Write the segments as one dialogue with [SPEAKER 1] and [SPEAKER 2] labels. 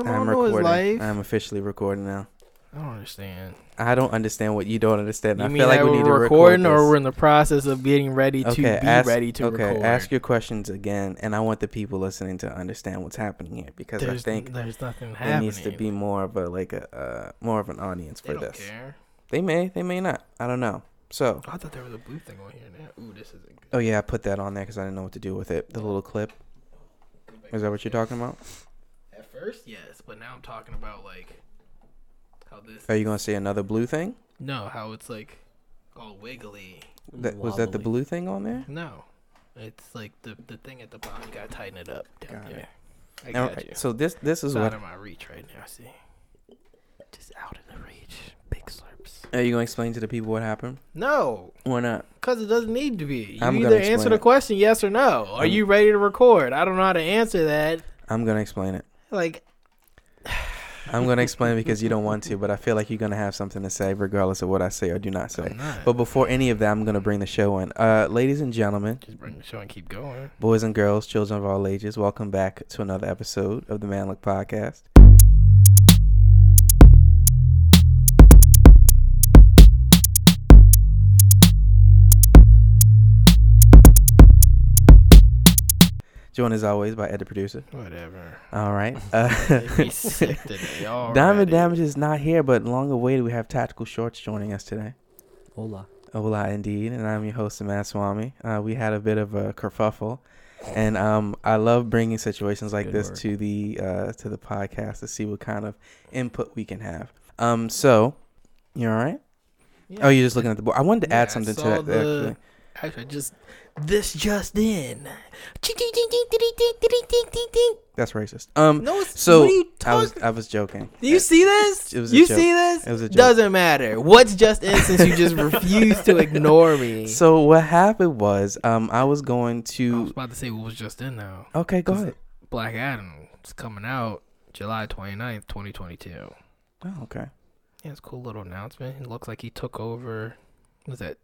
[SPEAKER 1] is
[SPEAKER 2] recording.
[SPEAKER 1] life.
[SPEAKER 2] I'm officially recording now.
[SPEAKER 1] I don't understand.
[SPEAKER 2] I don't understand what you don't understand.
[SPEAKER 1] You
[SPEAKER 2] I
[SPEAKER 1] mean
[SPEAKER 2] feel like
[SPEAKER 1] that
[SPEAKER 2] we
[SPEAKER 1] we're
[SPEAKER 2] need to record
[SPEAKER 1] recording,
[SPEAKER 2] this.
[SPEAKER 1] or we're in the process of getting ready to be
[SPEAKER 2] okay, ask,
[SPEAKER 1] ready to
[SPEAKER 2] okay,
[SPEAKER 1] record?
[SPEAKER 2] ask your questions again, and I want the people listening to understand what's happening here because
[SPEAKER 1] there's,
[SPEAKER 2] I think
[SPEAKER 1] there's nothing
[SPEAKER 2] there
[SPEAKER 1] happening.
[SPEAKER 2] needs to be more of a like a uh, more of an audience
[SPEAKER 1] They
[SPEAKER 2] for
[SPEAKER 1] don't
[SPEAKER 2] this.
[SPEAKER 1] care. Oh,
[SPEAKER 2] They may, they may not. I don't know. So,
[SPEAKER 1] I thought there was a blue thing on here now. Ooh, this isn't good.
[SPEAKER 2] oh yeah, I put that on there because I didn't know what to do with it. The little clip. Is that what you're talking about?
[SPEAKER 1] At first, yes, but now I'm talking about like how this.
[SPEAKER 2] Are you gonna say another blue thing?
[SPEAKER 1] No, how it's like all wiggly.
[SPEAKER 2] That was that the
[SPEAKER 3] Wobbly.
[SPEAKER 2] blue thing on there?
[SPEAKER 1] No, it's like the the thing at the bottom. You gotta tighten it up down
[SPEAKER 2] Got it.
[SPEAKER 1] there. I
[SPEAKER 2] All
[SPEAKER 1] got
[SPEAKER 2] right,
[SPEAKER 1] you.
[SPEAKER 2] So this this is
[SPEAKER 1] It's
[SPEAKER 2] what
[SPEAKER 1] out of my reach right now. See, just out of the reach. Big slurps.
[SPEAKER 2] Are you gonna explain to the people what happened?
[SPEAKER 1] No,
[SPEAKER 2] Why not?
[SPEAKER 1] because it doesn't need to be. You
[SPEAKER 2] I'm gonna
[SPEAKER 1] either
[SPEAKER 2] explain
[SPEAKER 1] answer the
[SPEAKER 2] it.
[SPEAKER 1] question yes or no. Are
[SPEAKER 2] I'm-
[SPEAKER 1] you ready to record? I don't know how to answer that.
[SPEAKER 2] I'm gonna explain it.
[SPEAKER 1] Like,
[SPEAKER 2] I'm gonna explain because you don't want to, but I feel like you're gonna have something to say regardless of what I say or do not say. But before any of that, I'm gonna bring the show in. Uh, ladies and gentlemen,
[SPEAKER 1] just bring the show and keep going.
[SPEAKER 2] boys and girls, children of all ages, welcome back to another episode of the Man Look Podcast. Joined as always by Ed the producer.
[SPEAKER 1] Whatever.
[SPEAKER 2] All right.
[SPEAKER 1] Made me
[SPEAKER 2] Uh,
[SPEAKER 1] sick today already.
[SPEAKER 2] Diamond Damage is not here, but long awaited, we have Tactical Shorts joining us today.
[SPEAKER 3] Hola.
[SPEAKER 2] Hola, indeed, and I'm your host, Amas Swami. Uh, we had a bit of a kerfuffle, and um, I love bringing situations like
[SPEAKER 3] Good
[SPEAKER 2] this
[SPEAKER 3] word.
[SPEAKER 2] to the uh, to the podcast to see what kind of input we can have. Um, so you all right?
[SPEAKER 1] Yeah.
[SPEAKER 2] Oh, you're just looking at the board. I wanted to
[SPEAKER 1] Yeah, I
[SPEAKER 2] add something to
[SPEAKER 1] saw
[SPEAKER 2] that.
[SPEAKER 1] the-
[SPEAKER 2] actually.
[SPEAKER 1] Actually, just this just in.
[SPEAKER 2] That's racist. Um,
[SPEAKER 1] No, it's,
[SPEAKER 2] so
[SPEAKER 1] what are you
[SPEAKER 2] I was
[SPEAKER 1] talking?
[SPEAKER 2] I was joking.
[SPEAKER 1] Do you see this?
[SPEAKER 2] It was a
[SPEAKER 1] you
[SPEAKER 2] joke.
[SPEAKER 1] see this?
[SPEAKER 2] It was a joke.
[SPEAKER 1] Doesn't matter. What's just in since you just refuse to ignore me?
[SPEAKER 2] So what happened was, um, I was going
[SPEAKER 1] I was
[SPEAKER 2] to.
[SPEAKER 1] about to say what was just in now.
[SPEAKER 2] Okay, go
[SPEAKER 1] 'Cause-
[SPEAKER 2] ahead.
[SPEAKER 1] Black Adam is coming out July 29th, 2022.
[SPEAKER 2] Oh, okay.
[SPEAKER 1] Yeah, it's a cool little announcement. It looks like he took over. Was that?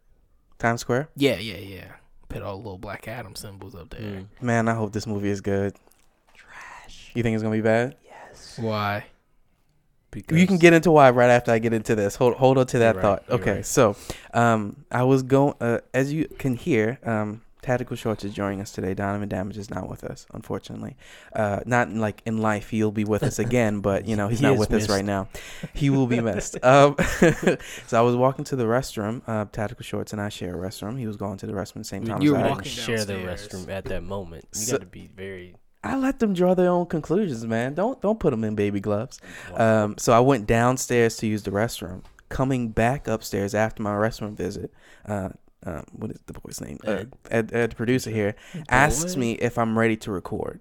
[SPEAKER 2] Times Square.
[SPEAKER 1] Yeah, yeah, yeah. Put all the little Black Adam symbols up there.
[SPEAKER 2] Man, I hope this movie is good. Trash. You think it's gonna be bad?
[SPEAKER 1] Why?
[SPEAKER 3] Because
[SPEAKER 2] You can get into why right after I get into this. Hold hold on to that
[SPEAKER 3] You're right,
[SPEAKER 2] thought.
[SPEAKER 3] you're
[SPEAKER 2] okay,
[SPEAKER 3] right.
[SPEAKER 2] so um, I was going uh, as you can hear. Um, Tactical Shorts is joining us today. Donovan Damage is not with us, unfortunately. Uh, not in, like in life, he'll be with us again, but you know he's
[SPEAKER 3] He
[SPEAKER 2] not
[SPEAKER 3] is
[SPEAKER 2] with us
[SPEAKER 3] missed.
[SPEAKER 2] right now. He will be missed. um, so I was walking to the restroom. Uh, Tactical Shorts and I share a restroom. He was going to the restroom at the same
[SPEAKER 3] we-
[SPEAKER 2] time.
[SPEAKER 1] you
[SPEAKER 3] you
[SPEAKER 2] as
[SPEAKER 1] were
[SPEAKER 2] I.
[SPEAKER 3] couldn't
[SPEAKER 1] walking
[SPEAKER 3] share the
[SPEAKER 1] downstairs.
[SPEAKER 3] restroom at that moment. You
[SPEAKER 2] So-
[SPEAKER 3] got to be very.
[SPEAKER 2] I let them draw their own conclusions, man. Don't don't put them in baby gloves. Um, so I went downstairs to use the restroom. Coming back upstairs after my restroom visit, uh, um, what is the boy's name? Uh,
[SPEAKER 3] Ed.
[SPEAKER 2] Ed, Ed, the producer here, asks
[SPEAKER 1] Boy.
[SPEAKER 2] me if I'm ready to record.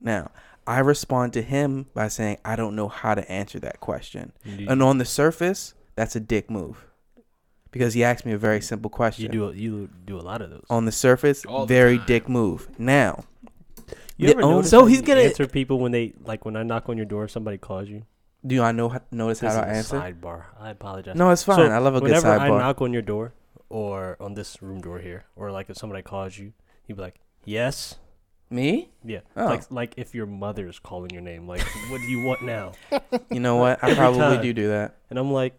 [SPEAKER 2] Now, I respond to him by saying I don't know how to answer that question.
[SPEAKER 3] you, do-
[SPEAKER 2] And on the surface, that's a dick move, because he asked me a very simple question.
[SPEAKER 3] you do a- you do a lot of those.
[SPEAKER 2] on the surface,
[SPEAKER 1] All the
[SPEAKER 2] very
[SPEAKER 1] time.
[SPEAKER 2] dick move. Now,
[SPEAKER 3] You
[SPEAKER 2] the
[SPEAKER 3] ever
[SPEAKER 2] only-
[SPEAKER 3] notice
[SPEAKER 2] So
[SPEAKER 3] how
[SPEAKER 2] he's
[SPEAKER 3] you
[SPEAKER 2] gonna-
[SPEAKER 3] answer people when they like when I knock on your door. Somebody calls you.
[SPEAKER 2] do I know notice how
[SPEAKER 3] This
[SPEAKER 2] to
[SPEAKER 3] is a
[SPEAKER 2] answer?
[SPEAKER 3] Sidebar. I apologize.
[SPEAKER 2] No, it's fine.
[SPEAKER 3] So,
[SPEAKER 2] I love a good
[SPEAKER 3] Whenever I
[SPEAKER 2] sidebar.
[SPEAKER 3] knock on your door or on this room door here, or like if somebody calls you, you'd be like, "Yes."
[SPEAKER 2] Me?
[SPEAKER 3] Yeah,
[SPEAKER 2] Oh.
[SPEAKER 3] like like if your mother's calling your name, like, what do you want now?
[SPEAKER 2] You know what? I
[SPEAKER 3] Every
[SPEAKER 2] probably
[SPEAKER 3] time.
[SPEAKER 2] do do that.
[SPEAKER 3] And I'm like,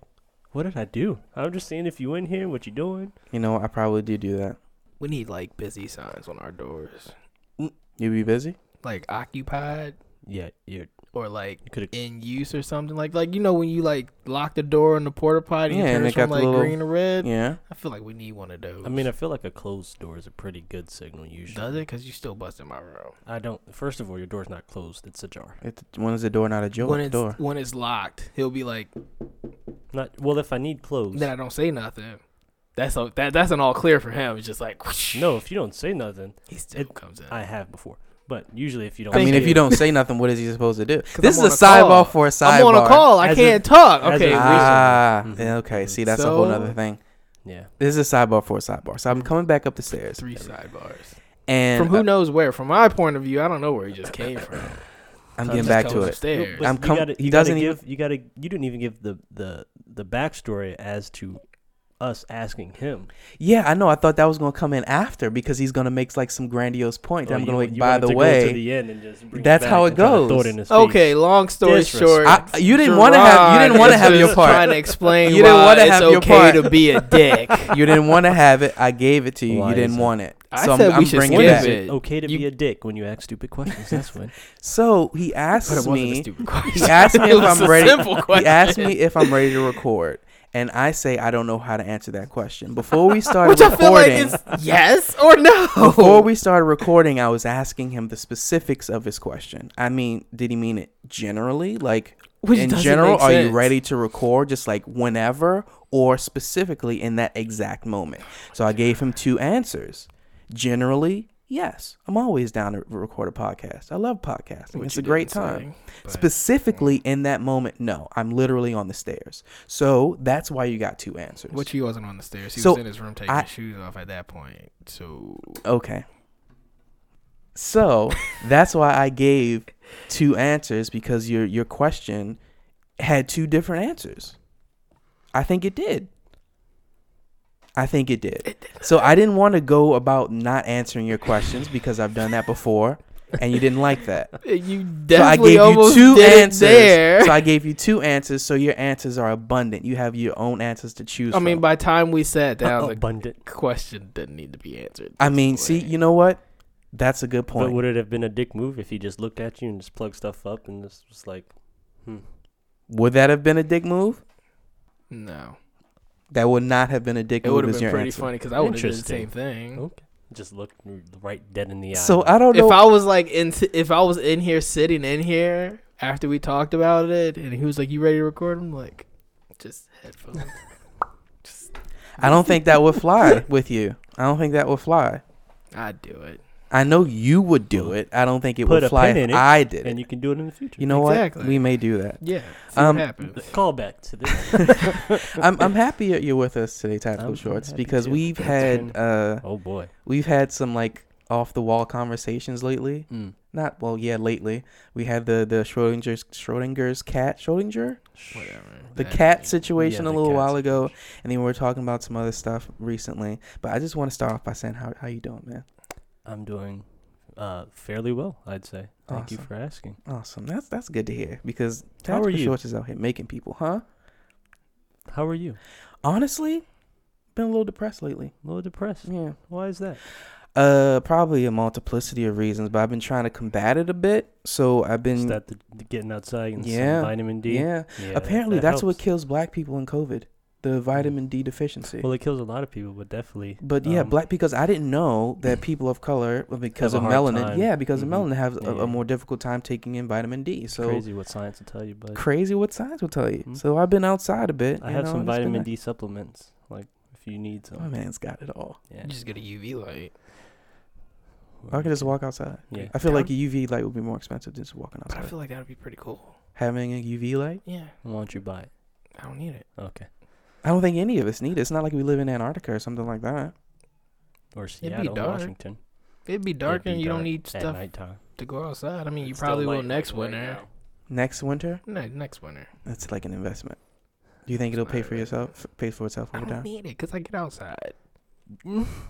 [SPEAKER 3] what did I do? I'm just seeing if you in here, what you doing.
[SPEAKER 2] You know, I probably do do that.
[SPEAKER 1] We need like busy signs on our doors,
[SPEAKER 2] You be busy?
[SPEAKER 1] like occupied
[SPEAKER 3] Yeah, you're,
[SPEAKER 1] or like
[SPEAKER 3] you could have.
[SPEAKER 1] in use or something like like you know when you like lock the door on the porta potty
[SPEAKER 2] Yeah,
[SPEAKER 1] and
[SPEAKER 2] and
[SPEAKER 1] it
[SPEAKER 2] it
[SPEAKER 1] turns from
[SPEAKER 2] got the
[SPEAKER 1] like
[SPEAKER 2] little-
[SPEAKER 1] green to red.
[SPEAKER 2] Yeah.
[SPEAKER 1] I feel like we need one of those.
[SPEAKER 3] I mean, I feel like a closed door is a pretty good signal usually.
[SPEAKER 1] does it? Cause you still busting my room.
[SPEAKER 3] I don't. First of all, your door's not closed; it's ajar.
[SPEAKER 2] It, when is the door not a joke?
[SPEAKER 1] when it's
[SPEAKER 2] door.
[SPEAKER 1] when it's locked, he'll be like,
[SPEAKER 3] Not well. If I need closed,
[SPEAKER 1] then I don't say nothing. That's a, that that's an all clear for him. It's just like
[SPEAKER 3] no. If you don't say nothing,
[SPEAKER 1] he still
[SPEAKER 3] it-
[SPEAKER 1] comes in.
[SPEAKER 3] I have before. But usually, if you don't,
[SPEAKER 2] I mean,
[SPEAKER 3] say
[SPEAKER 2] if you
[SPEAKER 3] it-
[SPEAKER 2] don't say nothing, what is he supposed to do? This
[SPEAKER 1] I'm
[SPEAKER 2] is a
[SPEAKER 1] on a call.
[SPEAKER 2] sidebar for a sidebar.
[SPEAKER 1] I'm on a call. I
[SPEAKER 3] As
[SPEAKER 1] can't
[SPEAKER 3] a-
[SPEAKER 1] talk.
[SPEAKER 3] as
[SPEAKER 1] Okay,
[SPEAKER 3] a-
[SPEAKER 1] we-
[SPEAKER 2] Ah,
[SPEAKER 3] Mhm.
[SPEAKER 2] yeah, okay. See, that's a
[SPEAKER 1] So-
[SPEAKER 2] whole other thing.
[SPEAKER 3] yeah,
[SPEAKER 2] This is a sidebar for a sidebar. So I'm coming back up the stairs,
[SPEAKER 1] three sidebars.
[SPEAKER 2] Ah. and
[SPEAKER 1] from who
[SPEAKER 2] uh,
[SPEAKER 1] knows where. From my point of view, I don't know where he just came from.
[SPEAKER 2] I'm
[SPEAKER 1] So
[SPEAKER 2] getting
[SPEAKER 1] just
[SPEAKER 2] back to
[SPEAKER 1] going
[SPEAKER 2] it.
[SPEAKER 3] No,
[SPEAKER 1] Upstairs.
[SPEAKER 3] but
[SPEAKER 2] I'm
[SPEAKER 3] you
[SPEAKER 2] com-
[SPEAKER 3] gotta-
[SPEAKER 2] he
[SPEAKER 3] you gotta
[SPEAKER 2] doesn't even-
[SPEAKER 3] give. You gotta. You didn't even give the the the backstory as to us asking him.
[SPEAKER 2] Yeah, I know. I thought that was gonna come in after because he's gonna make like some grandiose point. that
[SPEAKER 3] Oh,
[SPEAKER 2] I'm
[SPEAKER 3] you
[SPEAKER 2] gonna
[SPEAKER 3] wa-
[SPEAKER 2] like.
[SPEAKER 3] you
[SPEAKER 2] By
[SPEAKER 3] wanted
[SPEAKER 2] the
[SPEAKER 3] to go
[SPEAKER 2] way,
[SPEAKER 3] to the end and just bring
[SPEAKER 2] that's
[SPEAKER 3] back
[SPEAKER 2] how it
[SPEAKER 3] and try to throw
[SPEAKER 2] goes.
[SPEAKER 3] it in his face.
[SPEAKER 1] Okay long story
[SPEAKER 3] Disrespect.
[SPEAKER 1] short,
[SPEAKER 2] I- you didn't wanna have- you didn't
[SPEAKER 1] Gerard
[SPEAKER 2] wanna
[SPEAKER 1] is
[SPEAKER 2] have your
[SPEAKER 1] just
[SPEAKER 2] part.
[SPEAKER 1] Trying to explain
[SPEAKER 2] You didn't
[SPEAKER 1] why
[SPEAKER 2] wanna
[SPEAKER 1] it's
[SPEAKER 2] have your
[SPEAKER 1] okay
[SPEAKER 2] part.
[SPEAKER 1] to be a dick.
[SPEAKER 2] you didn't want to have it. I gave it to you.
[SPEAKER 3] Why
[SPEAKER 2] you didn't
[SPEAKER 3] is it-
[SPEAKER 2] want it.
[SPEAKER 1] I said we should
[SPEAKER 3] When
[SPEAKER 1] skip
[SPEAKER 3] is
[SPEAKER 2] back.
[SPEAKER 1] it.
[SPEAKER 3] it okay to
[SPEAKER 1] You-
[SPEAKER 3] be a dick when you ask stupid questions? That's when.
[SPEAKER 2] So he
[SPEAKER 1] but it
[SPEAKER 2] asks
[SPEAKER 1] wasn't a
[SPEAKER 2] me.
[SPEAKER 1] stupid question.
[SPEAKER 2] He asked me
[SPEAKER 1] It
[SPEAKER 2] if
[SPEAKER 1] was
[SPEAKER 2] I'm
[SPEAKER 1] a
[SPEAKER 2] ready.
[SPEAKER 1] simple
[SPEAKER 2] He asked
[SPEAKER 1] question.
[SPEAKER 2] me if I'm ready to record, and I say I don't know how to answer that question. Before we started
[SPEAKER 1] Which I
[SPEAKER 2] recording,
[SPEAKER 1] feel like is yes or no.
[SPEAKER 2] Before we started recording, I was asking him the specifics of his question. I mean, did he mean it generally? Like,
[SPEAKER 1] Which
[SPEAKER 2] in
[SPEAKER 1] doesn't
[SPEAKER 2] general,
[SPEAKER 1] make
[SPEAKER 2] are you
[SPEAKER 1] sense.
[SPEAKER 2] ready to record just like whenever or specifically in that exact moment? So I gave him two answers. Generally, yes, I'm always down to record a podcast. I love podcasting,
[SPEAKER 1] Which
[SPEAKER 2] it's
[SPEAKER 1] you
[SPEAKER 2] a great
[SPEAKER 1] didn't say,
[SPEAKER 2] time.
[SPEAKER 1] but-
[SPEAKER 2] Specifically in that moment, no, I'm literally on the stairs. So that's why you got two answers.
[SPEAKER 4] Which he wasn't on the stairs. He
[SPEAKER 2] So,
[SPEAKER 4] was in his room taking
[SPEAKER 2] I-
[SPEAKER 4] his shoes off at that point. So
[SPEAKER 2] Okay. So that's why I gave two answers because your your question had two different answers. I think it did. I think it did. So I didn't want to go about not answering your questions because I've done that before and you didn't like that.
[SPEAKER 1] you
[SPEAKER 2] So I gave
[SPEAKER 1] definitely
[SPEAKER 2] you
[SPEAKER 1] almost
[SPEAKER 2] two
[SPEAKER 1] did it
[SPEAKER 2] answers.
[SPEAKER 1] there.
[SPEAKER 2] So I gave you two answers so your answers are abundant. You have your own answers to choose
[SPEAKER 1] I
[SPEAKER 2] from.
[SPEAKER 1] mean, by the time we sat down, the
[SPEAKER 3] Uh, Abundant.
[SPEAKER 1] question didn't need to be answered.
[SPEAKER 2] I mean, see, you know what? That's a good
[SPEAKER 3] But
[SPEAKER 2] point.
[SPEAKER 3] would it have been a dick move if he just looked at you and just plugged stuff up and just was like, hmm.
[SPEAKER 2] Would that have been a dick move?
[SPEAKER 4] no,
[SPEAKER 2] That would not have been a dick
[SPEAKER 4] it
[SPEAKER 2] move.
[SPEAKER 4] would have
[SPEAKER 2] is
[SPEAKER 4] been
[SPEAKER 2] your
[SPEAKER 4] pretty
[SPEAKER 2] answer.
[SPEAKER 4] funny because I would have done the same
[SPEAKER 3] Interesting.
[SPEAKER 1] Mm.
[SPEAKER 4] thing.
[SPEAKER 3] okay. Just looked right dead in the eye.
[SPEAKER 2] So
[SPEAKER 3] like,
[SPEAKER 2] I don't know.
[SPEAKER 1] If I was like in, if I was in here sitting in here after we talked about it, and he was like, "You ready to record?" I'm like, just headphones.
[SPEAKER 2] I don't think that would fly with you. I don't think that would fly.
[SPEAKER 4] I'd do it.
[SPEAKER 2] I know you would do it. I don't think it
[SPEAKER 3] Put
[SPEAKER 2] would
[SPEAKER 3] a
[SPEAKER 2] fly
[SPEAKER 3] pin
[SPEAKER 2] if
[SPEAKER 3] in it,
[SPEAKER 2] I did it.
[SPEAKER 3] and you can do it in the future.
[SPEAKER 2] You know what?
[SPEAKER 1] Exactly.
[SPEAKER 2] We may do that.
[SPEAKER 1] Yeah, see
[SPEAKER 2] Um,
[SPEAKER 1] what happens.
[SPEAKER 3] Call back to this.
[SPEAKER 2] I'm I'm happy that you're with us today, Tactical
[SPEAKER 3] I'm- I'm
[SPEAKER 2] Shorts,
[SPEAKER 3] happy
[SPEAKER 2] because
[SPEAKER 3] too.
[SPEAKER 2] we've
[SPEAKER 3] It's
[SPEAKER 2] had
[SPEAKER 3] been-
[SPEAKER 2] uh
[SPEAKER 3] oh boy.
[SPEAKER 2] we've had some like off the wall conversations lately.
[SPEAKER 4] Hmm.
[SPEAKER 3] Mm.
[SPEAKER 2] Not well, yeah, lately we had the the Schrodinger's Schrodinger's cat Schrodinger
[SPEAKER 4] Whatever.
[SPEAKER 2] the
[SPEAKER 4] That-
[SPEAKER 2] cat situation
[SPEAKER 3] Yeah,
[SPEAKER 2] a
[SPEAKER 3] the
[SPEAKER 2] little
[SPEAKER 3] cat
[SPEAKER 2] while ago, and then we were talking about some other stuff recently. But I just want to start off by saying, how how you doing, man?
[SPEAKER 3] I'm doing uh, fairly well, I'd say. Thank you
[SPEAKER 2] Awesome.
[SPEAKER 3] for asking.
[SPEAKER 2] Awesome. That's that's good to hear because
[SPEAKER 3] How are
[SPEAKER 2] Tactical
[SPEAKER 3] you?
[SPEAKER 2] Shorts is out here making people, huh?
[SPEAKER 3] How are you?
[SPEAKER 2] Honestly, been a little depressed lately.
[SPEAKER 3] A little depressed.
[SPEAKER 2] Yeah.
[SPEAKER 3] Why is that?
[SPEAKER 2] Uh, probably a multiplicity of reasons, but I've been trying to combat it a bit. So I've
[SPEAKER 3] Is
[SPEAKER 2] been,
[SPEAKER 3] that the, the getting outside and
[SPEAKER 2] Yeah.
[SPEAKER 3] some vitamin D?
[SPEAKER 2] yeah.
[SPEAKER 3] Yeah, that-
[SPEAKER 2] Apparently,
[SPEAKER 3] that
[SPEAKER 2] that's what
[SPEAKER 3] helps.
[SPEAKER 2] kills black people in COVID, the vitamin D deficiency.
[SPEAKER 3] Well, it kills a lot of people, but definitely.
[SPEAKER 2] But yeah,
[SPEAKER 3] um,
[SPEAKER 2] black because I didn't know that people of color well, because
[SPEAKER 3] a
[SPEAKER 2] of
[SPEAKER 3] hard
[SPEAKER 2] melanin.
[SPEAKER 3] time.
[SPEAKER 2] Yeah, because
[SPEAKER 3] Mhm.
[SPEAKER 2] of melanin have
[SPEAKER 3] Yeah,
[SPEAKER 2] a,
[SPEAKER 3] yeah.
[SPEAKER 2] a more difficult time taking in vitamin D.
[SPEAKER 3] It's
[SPEAKER 2] So crazy,
[SPEAKER 3] crazy what science will tell you, but
[SPEAKER 2] what science will tell you.
[SPEAKER 3] Mhm.
[SPEAKER 2] So I've been outside a bit.
[SPEAKER 3] I
[SPEAKER 2] you
[SPEAKER 3] have
[SPEAKER 2] know,
[SPEAKER 3] some
[SPEAKER 2] and it's been
[SPEAKER 3] vitamin
[SPEAKER 2] nice.
[SPEAKER 3] D supplements. Like if you need some,
[SPEAKER 2] My man's got it all.
[SPEAKER 3] yeah.
[SPEAKER 4] You just get a UV light.
[SPEAKER 3] Or
[SPEAKER 2] I
[SPEAKER 3] you
[SPEAKER 2] could just walk outside.
[SPEAKER 3] Yeah.
[SPEAKER 2] I feel like a
[SPEAKER 4] Down-
[SPEAKER 2] UV light would be more expensive than just walking
[SPEAKER 4] But I
[SPEAKER 2] outside.
[SPEAKER 4] feel like that would be pretty cool.
[SPEAKER 2] Having a UV light,
[SPEAKER 4] Yeah,
[SPEAKER 3] Why don't you buy it?
[SPEAKER 4] I don't need it.
[SPEAKER 2] I don't think any of us need it. It's not like we live in Antarctica or something like that.
[SPEAKER 3] Or
[SPEAKER 4] be
[SPEAKER 3] Seattle,
[SPEAKER 4] dark.
[SPEAKER 3] Washington.
[SPEAKER 4] It'd be dark
[SPEAKER 3] It'd be
[SPEAKER 4] and you
[SPEAKER 3] dark
[SPEAKER 4] don't need
[SPEAKER 3] at
[SPEAKER 4] stuff
[SPEAKER 3] nighttime.
[SPEAKER 4] to go outside. I mean, you
[SPEAKER 3] It's still
[SPEAKER 4] probably
[SPEAKER 3] light
[SPEAKER 4] will next
[SPEAKER 3] right
[SPEAKER 4] winter.
[SPEAKER 3] now.
[SPEAKER 2] Next winter,
[SPEAKER 4] Ne- next winter.
[SPEAKER 2] that's like an investment. Do you think
[SPEAKER 4] It's
[SPEAKER 2] it'll
[SPEAKER 4] not
[SPEAKER 2] pay for
[SPEAKER 4] really.
[SPEAKER 2] yourself? f- Pay for itself
[SPEAKER 4] I
[SPEAKER 2] over
[SPEAKER 4] don't
[SPEAKER 2] time.
[SPEAKER 4] need it because I get outside.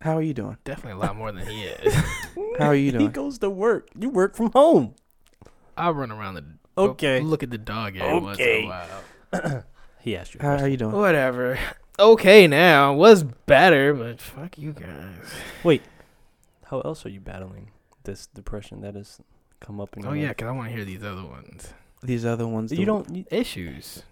[SPEAKER 2] How are you doing?
[SPEAKER 4] Definitely a lot more than he is.
[SPEAKER 2] How are you
[SPEAKER 3] He
[SPEAKER 2] doing?
[SPEAKER 3] goes to work. You work from home.
[SPEAKER 4] I run around the. go
[SPEAKER 3] Okay.
[SPEAKER 4] Look at the dog every once in
[SPEAKER 3] Okay.
[SPEAKER 4] a while.
[SPEAKER 3] He asked you. a
[SPEAKER 2] How are
[SPEAKER 3] question.
[SPEAKER 2] you doing?
[SPEAKER 4] Whatever. Okay, now was better, but fuck you guys.
[SPEAKER 3] How else are you battling this depression that has come up in your
[SPEAKER 4] Oh yeah,
[SPEAKER 3] life?
[SPEAKER 4] because I want to hear these other ones.
[SPEAKER 2] These other ones.
[SPEAKER 3] You
[SPEAKER 2] the-
[SPEAKER 3] don't you
[SPEAKER 4] Issues.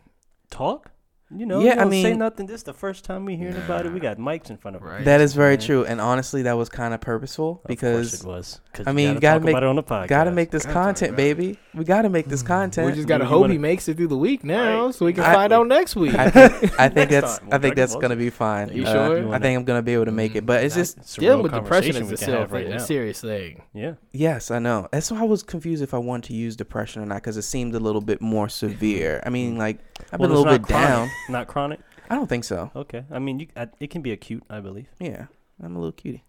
[SPEAKER 3] talk. You know.
[SPEAKER 2] Yeah,
[SPEAKER 3] you
[SPEAKER 2] I
[SPEAKER 3] don't say
[SPEAKER 2] mean-
[SPEAKER 3] nothing. This is the first time we hearing about it. We
[SPEAKER 4] Nah.
[SPEAKER 3] got mics in front of us.
[SPEAKER 4] Right.
[SPEAKER 2] That is very
[SPEAKER 3] Yeah.
[SPEAKER 2] true, and honestly, that was kind of purposeful
[SPEAKER 3] of course
[SPEAKER 2] because
[SPEAKER 3] it was. 'cause
[SPEAKER 2] I mean, you
[SPEAKER 3] you gotta,
[SPEAKER 2] gotta
[SPEAKER 3] talk
[SPEAKER 2] make-
[SPEAKER 3] about it on the podcast.
[SPEAKER 2] gotta make this
[SPEAKER 4] Gotta talk
[SPEAKER 2] content,
[SPEAKER 4] about it.
[SPEAKER 2] baby. We gotta make
[SPEAKER 3] Hmm.
[SPEAKER 2] this
[SPEAKER 4] We
[SPEAKER 2] content.
[SPEAKER 4] just gotta
[SPEAKER 3] You
[SPEAKER 4] hope
[SPEAKER 3] wanna-
[SPEAKER 4] he makes it through the week now,
[SPEAKER 3] Right,
[SPEAKER 4] so we can
[SPEAKER 2] exactly.
[SPEAKER 4] find out next week.
[SPEAKER 2] I think, I think
[SPEAKER 3] Next
[SPEAKER 2] that's
[SPEAKER 3] time,
[SPEAKER 2] I
[SPEAKER 3] we'll
[SPEAKER 2] think
[SPEAKER 3] try
[SPEAKER 2] that's
[SPEAKER 3] to
[SPEAKER 2] gonna be fine.
[SPEAKER 4] You
[SPEAKER 2] Uh,
[SPEAKER 4] sure?
[SPEAKER 2] I think I'm gonna be able to make it,
[SPEAKER 3] Hmm.
[SPEAKER 2] but it's just
[SPEAKER 3] It's a
[SPEAKER 4] Dealing
[SPEAKER 3] real
[SPEAKER 4] with depression is
[SPEAKER 3] conversation we
[SPEAKER 4] a,
[SPEAKER 3] can have
[SPEAKER 4] self- a serious thing.
[SPEAKER 3] Yeah.
[SPEAKER 2] yes, I know. That's why I was confused if I wanted to use depression or not because it seemed a little bit more severe. I mean, like I've been a
[SPEAKER 3] Hmm. Well,
[SPEAKER 2] little
[SPEAKER 3] it's
[SPEAKER 2] bit
[SPEAKER 3] not chronic.
[SPEAKER 2] down.
[SPEAKER 3] Not chronic.
[SPEAKER 2] I don't think so.
[SPEAKER 3] Okay. I mean, you, I, it can be acute, I believe.
[SPEAKER 2] Yeah, I'm a little cutie.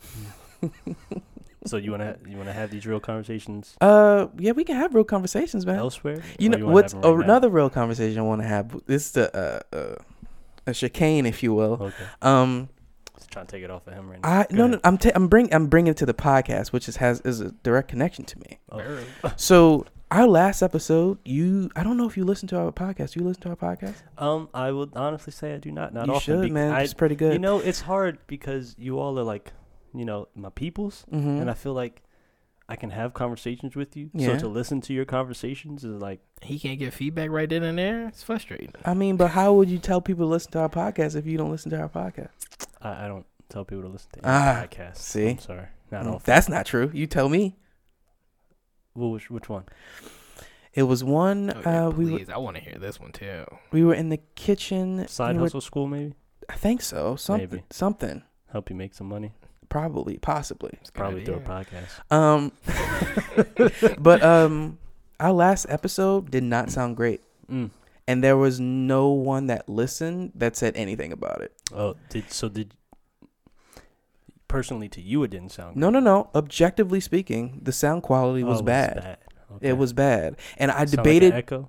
[SPEAKER 3] So you wanna you wanna have these real conversations
[SPEAKER 2] Uh, yeah, we can have real conversations, man.
[SPEAKER 3] elsewhere?
[SPEAKER 2] You
[SPEAKER 3] Or
[SPEAKER 2] know
[SPEAKER 3] wanna have
[SPEAKER 2] what's
[SPEAKER 3] them right now?
[SPEAKER 2] another real conversation I want to have? This is the uh, uh, a chicane, if you will.
[SPEAKER 3] Okay,
[SPEAKER 2] Um,
[SPEAKER 3] just trying to take it off of him right now.
[SPEAKER 2] I
[SPEAKER 3] Go
[SPEAKER 2] no, no
[SPEAKER 3] ahead.
[SPEAKER 2] I'm ta- I'm bring I'm bringing it to the podcast, which is has is a direct connection to me.
[SPEAKER 3] Oh.
[SPEAKER 2] So our last episode, you I don't know if you listen to our podcast. You listen to our podcast?
[SPEAKER 3] Um, I would honestly say I do not. Not
[SPEAKER 2] you
[SPEAKER 3] often.
[SPEAKER 2] should,
[SPEAKER 3] bec-
[SPEAKER 2] man.
[SPEAKER 3] I,
[SPEAKER 2] it's pretty good.
[SPEAKER 3] you know, it's hard because you all are like, you know, my peoples,
[SPEAKER 2] mm-hmm.
[SPEAKER 3] and I feel like I can have conversations with you.
[SPEAKER 2] Yeah.
[SPEAKER 3] So to listen to your conversations is like,
[SPEAKER 1] He can't get feedback right then and there. It's frustrating.
[SPEAKER 2] I mean, but how would you tell people to listen to our podcast if you don't listen to our podcast?
[SPEAKER 3] I, I don't tell people to listen to any
[SPEAKER 2] Ah,
[SPEAKER 3] podcasts.
[SPEAKER 2] see? Mm,
[SPEAKER 3] I'm sorry, not often.
[SPEAKER 2] That's not true. You tell me.
[SPEAKER 3] Well, which which one?
[SPEAKER 2] It was one.
[SPEAKER 1] Oh, yeah,
[SPEAKER 2] uh, we were,
[SPEAKER 1] please, I want to hear this one too.
[SPEAKER 2] we were in the kitchen.
[SPEAKER 3] Side
[SPEAKER 2] we were-
[SPEAKER 3] hustle school maybe
[SPEAKER 2] I think so. Something.
[SPEAKER 3] Maybe.
[SPEAKER 2] Something.
[SPEAKER 3] help you make some money.
[SPEAKER 2] Probably. Possibly.
[SPEAKER 1] It's a good
[SPEAKER 3] Probably through a
[SPEAKER 1] idea.
[SPEAKER 3] podcast.
[SPEAKER 2] Um. but um, our last episode did not sound great,
[SPEAKER 3] Mm.
[SPEAKER 2] and there was no one that listened that said anything about it.
[SPEAKER 3] Oh, did so did personally to you it didn't sound
[SPEAKER 2] No,
[SPEAKER 3] good.
[SPEAKER 2] no, no. Objectively speaking, the sound quality
[SPEAKER 3] Oh,
[SPEAKER 2] was, bad.
[SPEAKER 3] Okay.
[SPEAKER 2] It was bad, and I
[SPEAKER 3] Sound like an
[SPEAKER 2] debated.
[SPEAKER 3] echo.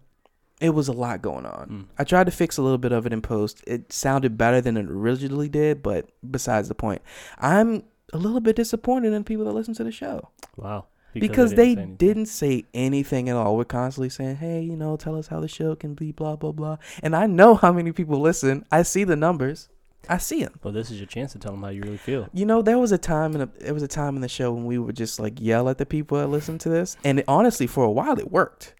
[SPEAKER 2] it was a lot going on.
[SPEAKER 3] Mm.
[SPEAKER 2] I tried to fix a little bit of it in post. It sounded better than it originally did, but besides the point, I'm a little bit disappointed in people that listen to the show
[SPEAKER 3] Wow.
[SPEAKER 2] because,
[SPEAKER 3] didn't
[SPEAKER 2] they
[SPEAKER 3] say anything.
[SPEAKER 2] didn't say anything at all. We're constantly saying, "Hey, you know, tell us how the show can be blah blah blah." And I know how many people listen. I see the numbers. I see them.
[SPEAKER 3] Well, this is your chance to tell them how you really feel.
[SPEAKER 2] You know, there was a time in a, there was a time in the show when we would just like yell at the people that listened to this, and it, honestly, for a while, it worked.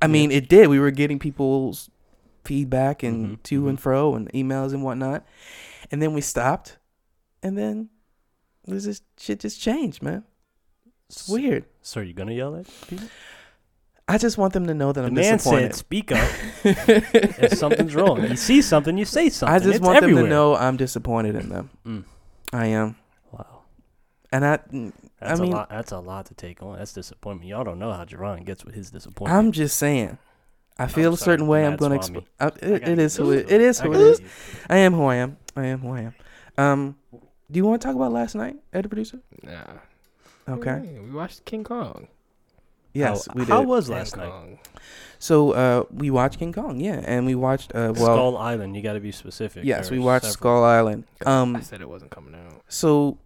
[SPEAKER 2] I mean, it did. We were getting people's feedback and
[SPEAKER 3] Mhm,
[SPEAKER 2] to and
[SPEAKER 3] mhm.
[SPEAKER 2] fro and emails and whatnot, and then we stopped, and then this is, shit just changed, man. It's
[SPEAKER 3] S-
[SPEAKER 2] weird.
[SPEAKER 3] So are you gonna yell at people?
[SPEAKER 2] I just want them to know that
[SPEAKER 3] The
[SPEAKER 2] I'm
[SPEAKER 3] man said,
[SPEAKER 2] disappointed.
[SPEAKER 3] "Speak up if something's wrong. You see something, you say something.
[SPEAKER 2] I just
[SPEAKER 3] It's
[SPEAKER 2] want
[SPEAKER 3] everywhere.
[SPEAKER 2] them to know I'm disappointed in them.
[SPEAKER 3] Mm.
[SPEAKER 2] I am,
[SPEAKER 3] Wow,
[SPEAKER 2] and I,
[SPEAKER 3] that's
[SPEAKER 2] mean-
[SPEAKER 3] a lot. That's a lot to take on. That's disappointment. Y'all don't know how Jerron gets with his disappointment.
[SPEAKER 2] I'm just saying. I feel a
[SPEAKER 3] sorry,
[SPEAKER 2] certain way. I'm
[SPEAKER 3] Matt's
[SPEAKER 2] going to.
[SPEAKER 3] mommy.
[SPEAKER 2] Exp- I,
[SPEAKER 3] I
[SPEAKER 2] it,
[SPEAKER 3] gotta
[SPEAKER 2] it
[SPEAKER 3] get
[SPEAKER 2] is who
[SPEAKER 3] used
[SPEAKER 2] it,
[SPEAKER 3] to
[SPEAKER 2] it is
[SPEAKER 3] I
[SPEAKER 2] who it
[SPEAKER 3] gotta
[SPEAKER 2] is.
[SPEAKER 3] get used to it.
[SPEAKER 2] I am who I am. I am who I am. Um, do you want to talk about last night, Ed producer?
[SPEAKER 1] Nah.
[SPEAKER 2] Okay.
[SPEAKER 1] Yeah, we watched King Kong.
[SPEAKER 2] Yes,
[SPEAKER 3] how,
[SPEAKER 2] we did.
[SPEAKER 3] How was
[SPEAKER 1] King
[SPEAKER 3] last night?
[SPEAKER 1] Kong.
[SPEAKER 2] so uh, we watched King Kong, yeah, and we watched uh, well,
[SPEAKER 3] Skull Island. You got to be specific.
[SPEAKER 2] yes,
[SPEAKER 3] There
[SPEAKER 2] we
[SPEAKER 3] are
[SPEAKER 2] watched
[SPEAKER 3] several.
[SPEAKER 2] Skull Island.
[SPEAKER 1] I
[SPEAKER 2] Um,
[SPEAKER 1] said it wasn't coming out.
[SPEAKER 2] so